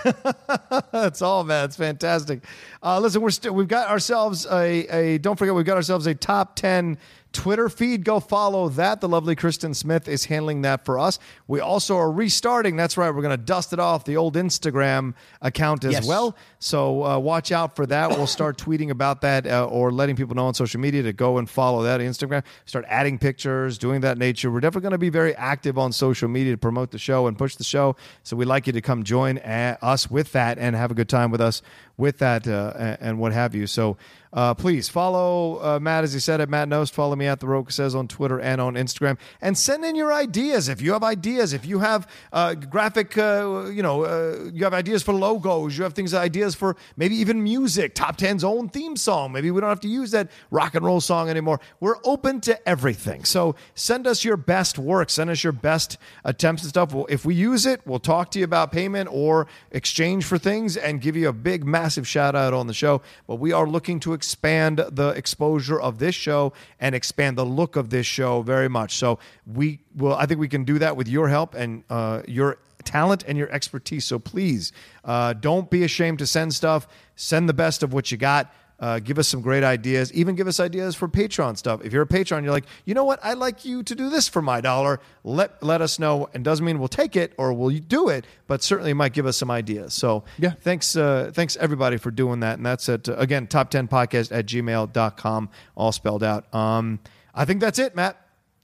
That's all, man. It's fantastic. Uh, listen, we're still we've got ourselves a, a don't forget we've got ourselves a top ten Twitter feed. Go follow that. The lovely Kristen Smith is handling that for us. We also are restarting. That's right. We're going to dust it off the old Instagram account as
Yes.
well. So uh, watch out for that. We'll start tweeting about that uh, or letting people know on social media to go and follow that Instagram. Start adding pictures, doing that nature. We're definitely going to be very active on social media to promote the show and push the show. So we'd like you to come join uh, us with that and have a good time with us with that uh, a- and what have you. So uh, please follow uh, Matt as he said at Matt Nost. Follow me at the Roke says on Twitter and on Instagram, and send in your ideas if you have ideas. If you have uh, graphic, uh, you know, uh, you have ideas for logos. You have things, ideas for maybe even music. Top 10's own theme song. Maybe we don't have to use that rock and roll song anymore. We're open to everything. So send us your best work. Send us your best attempts and stuff. Well, if we use it, we'll talk to you about payment or exchange for things and give you a big, massive shout out on the show. But we are looking to expand the exposure of this show and expand the look of this show very much. So we will. I think we can do that with your help and uh, your talent and your expertise. So please, uh, don't be ashamed to send stuff. Send the best of what you got. Uh, give us some great ideas. Even give us ideas for Patreon stuff. If you're a patron, you're like, you know what? I'd like you to do this for my dollar. Let let us know. And doesn't mean we'll take it or we'll do it, but certainly might give us some ideas. So
Yeah.
thanks uh, thanks everybody for doing that and that's it uh, again top 10 podcast at gmail.com all spelled out um, i think that's it matt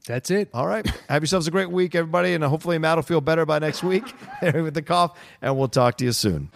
That's it.
all right have yourselves a great week everybody and hopefully matt will feel better by next week with the cough and we'll talk to you soon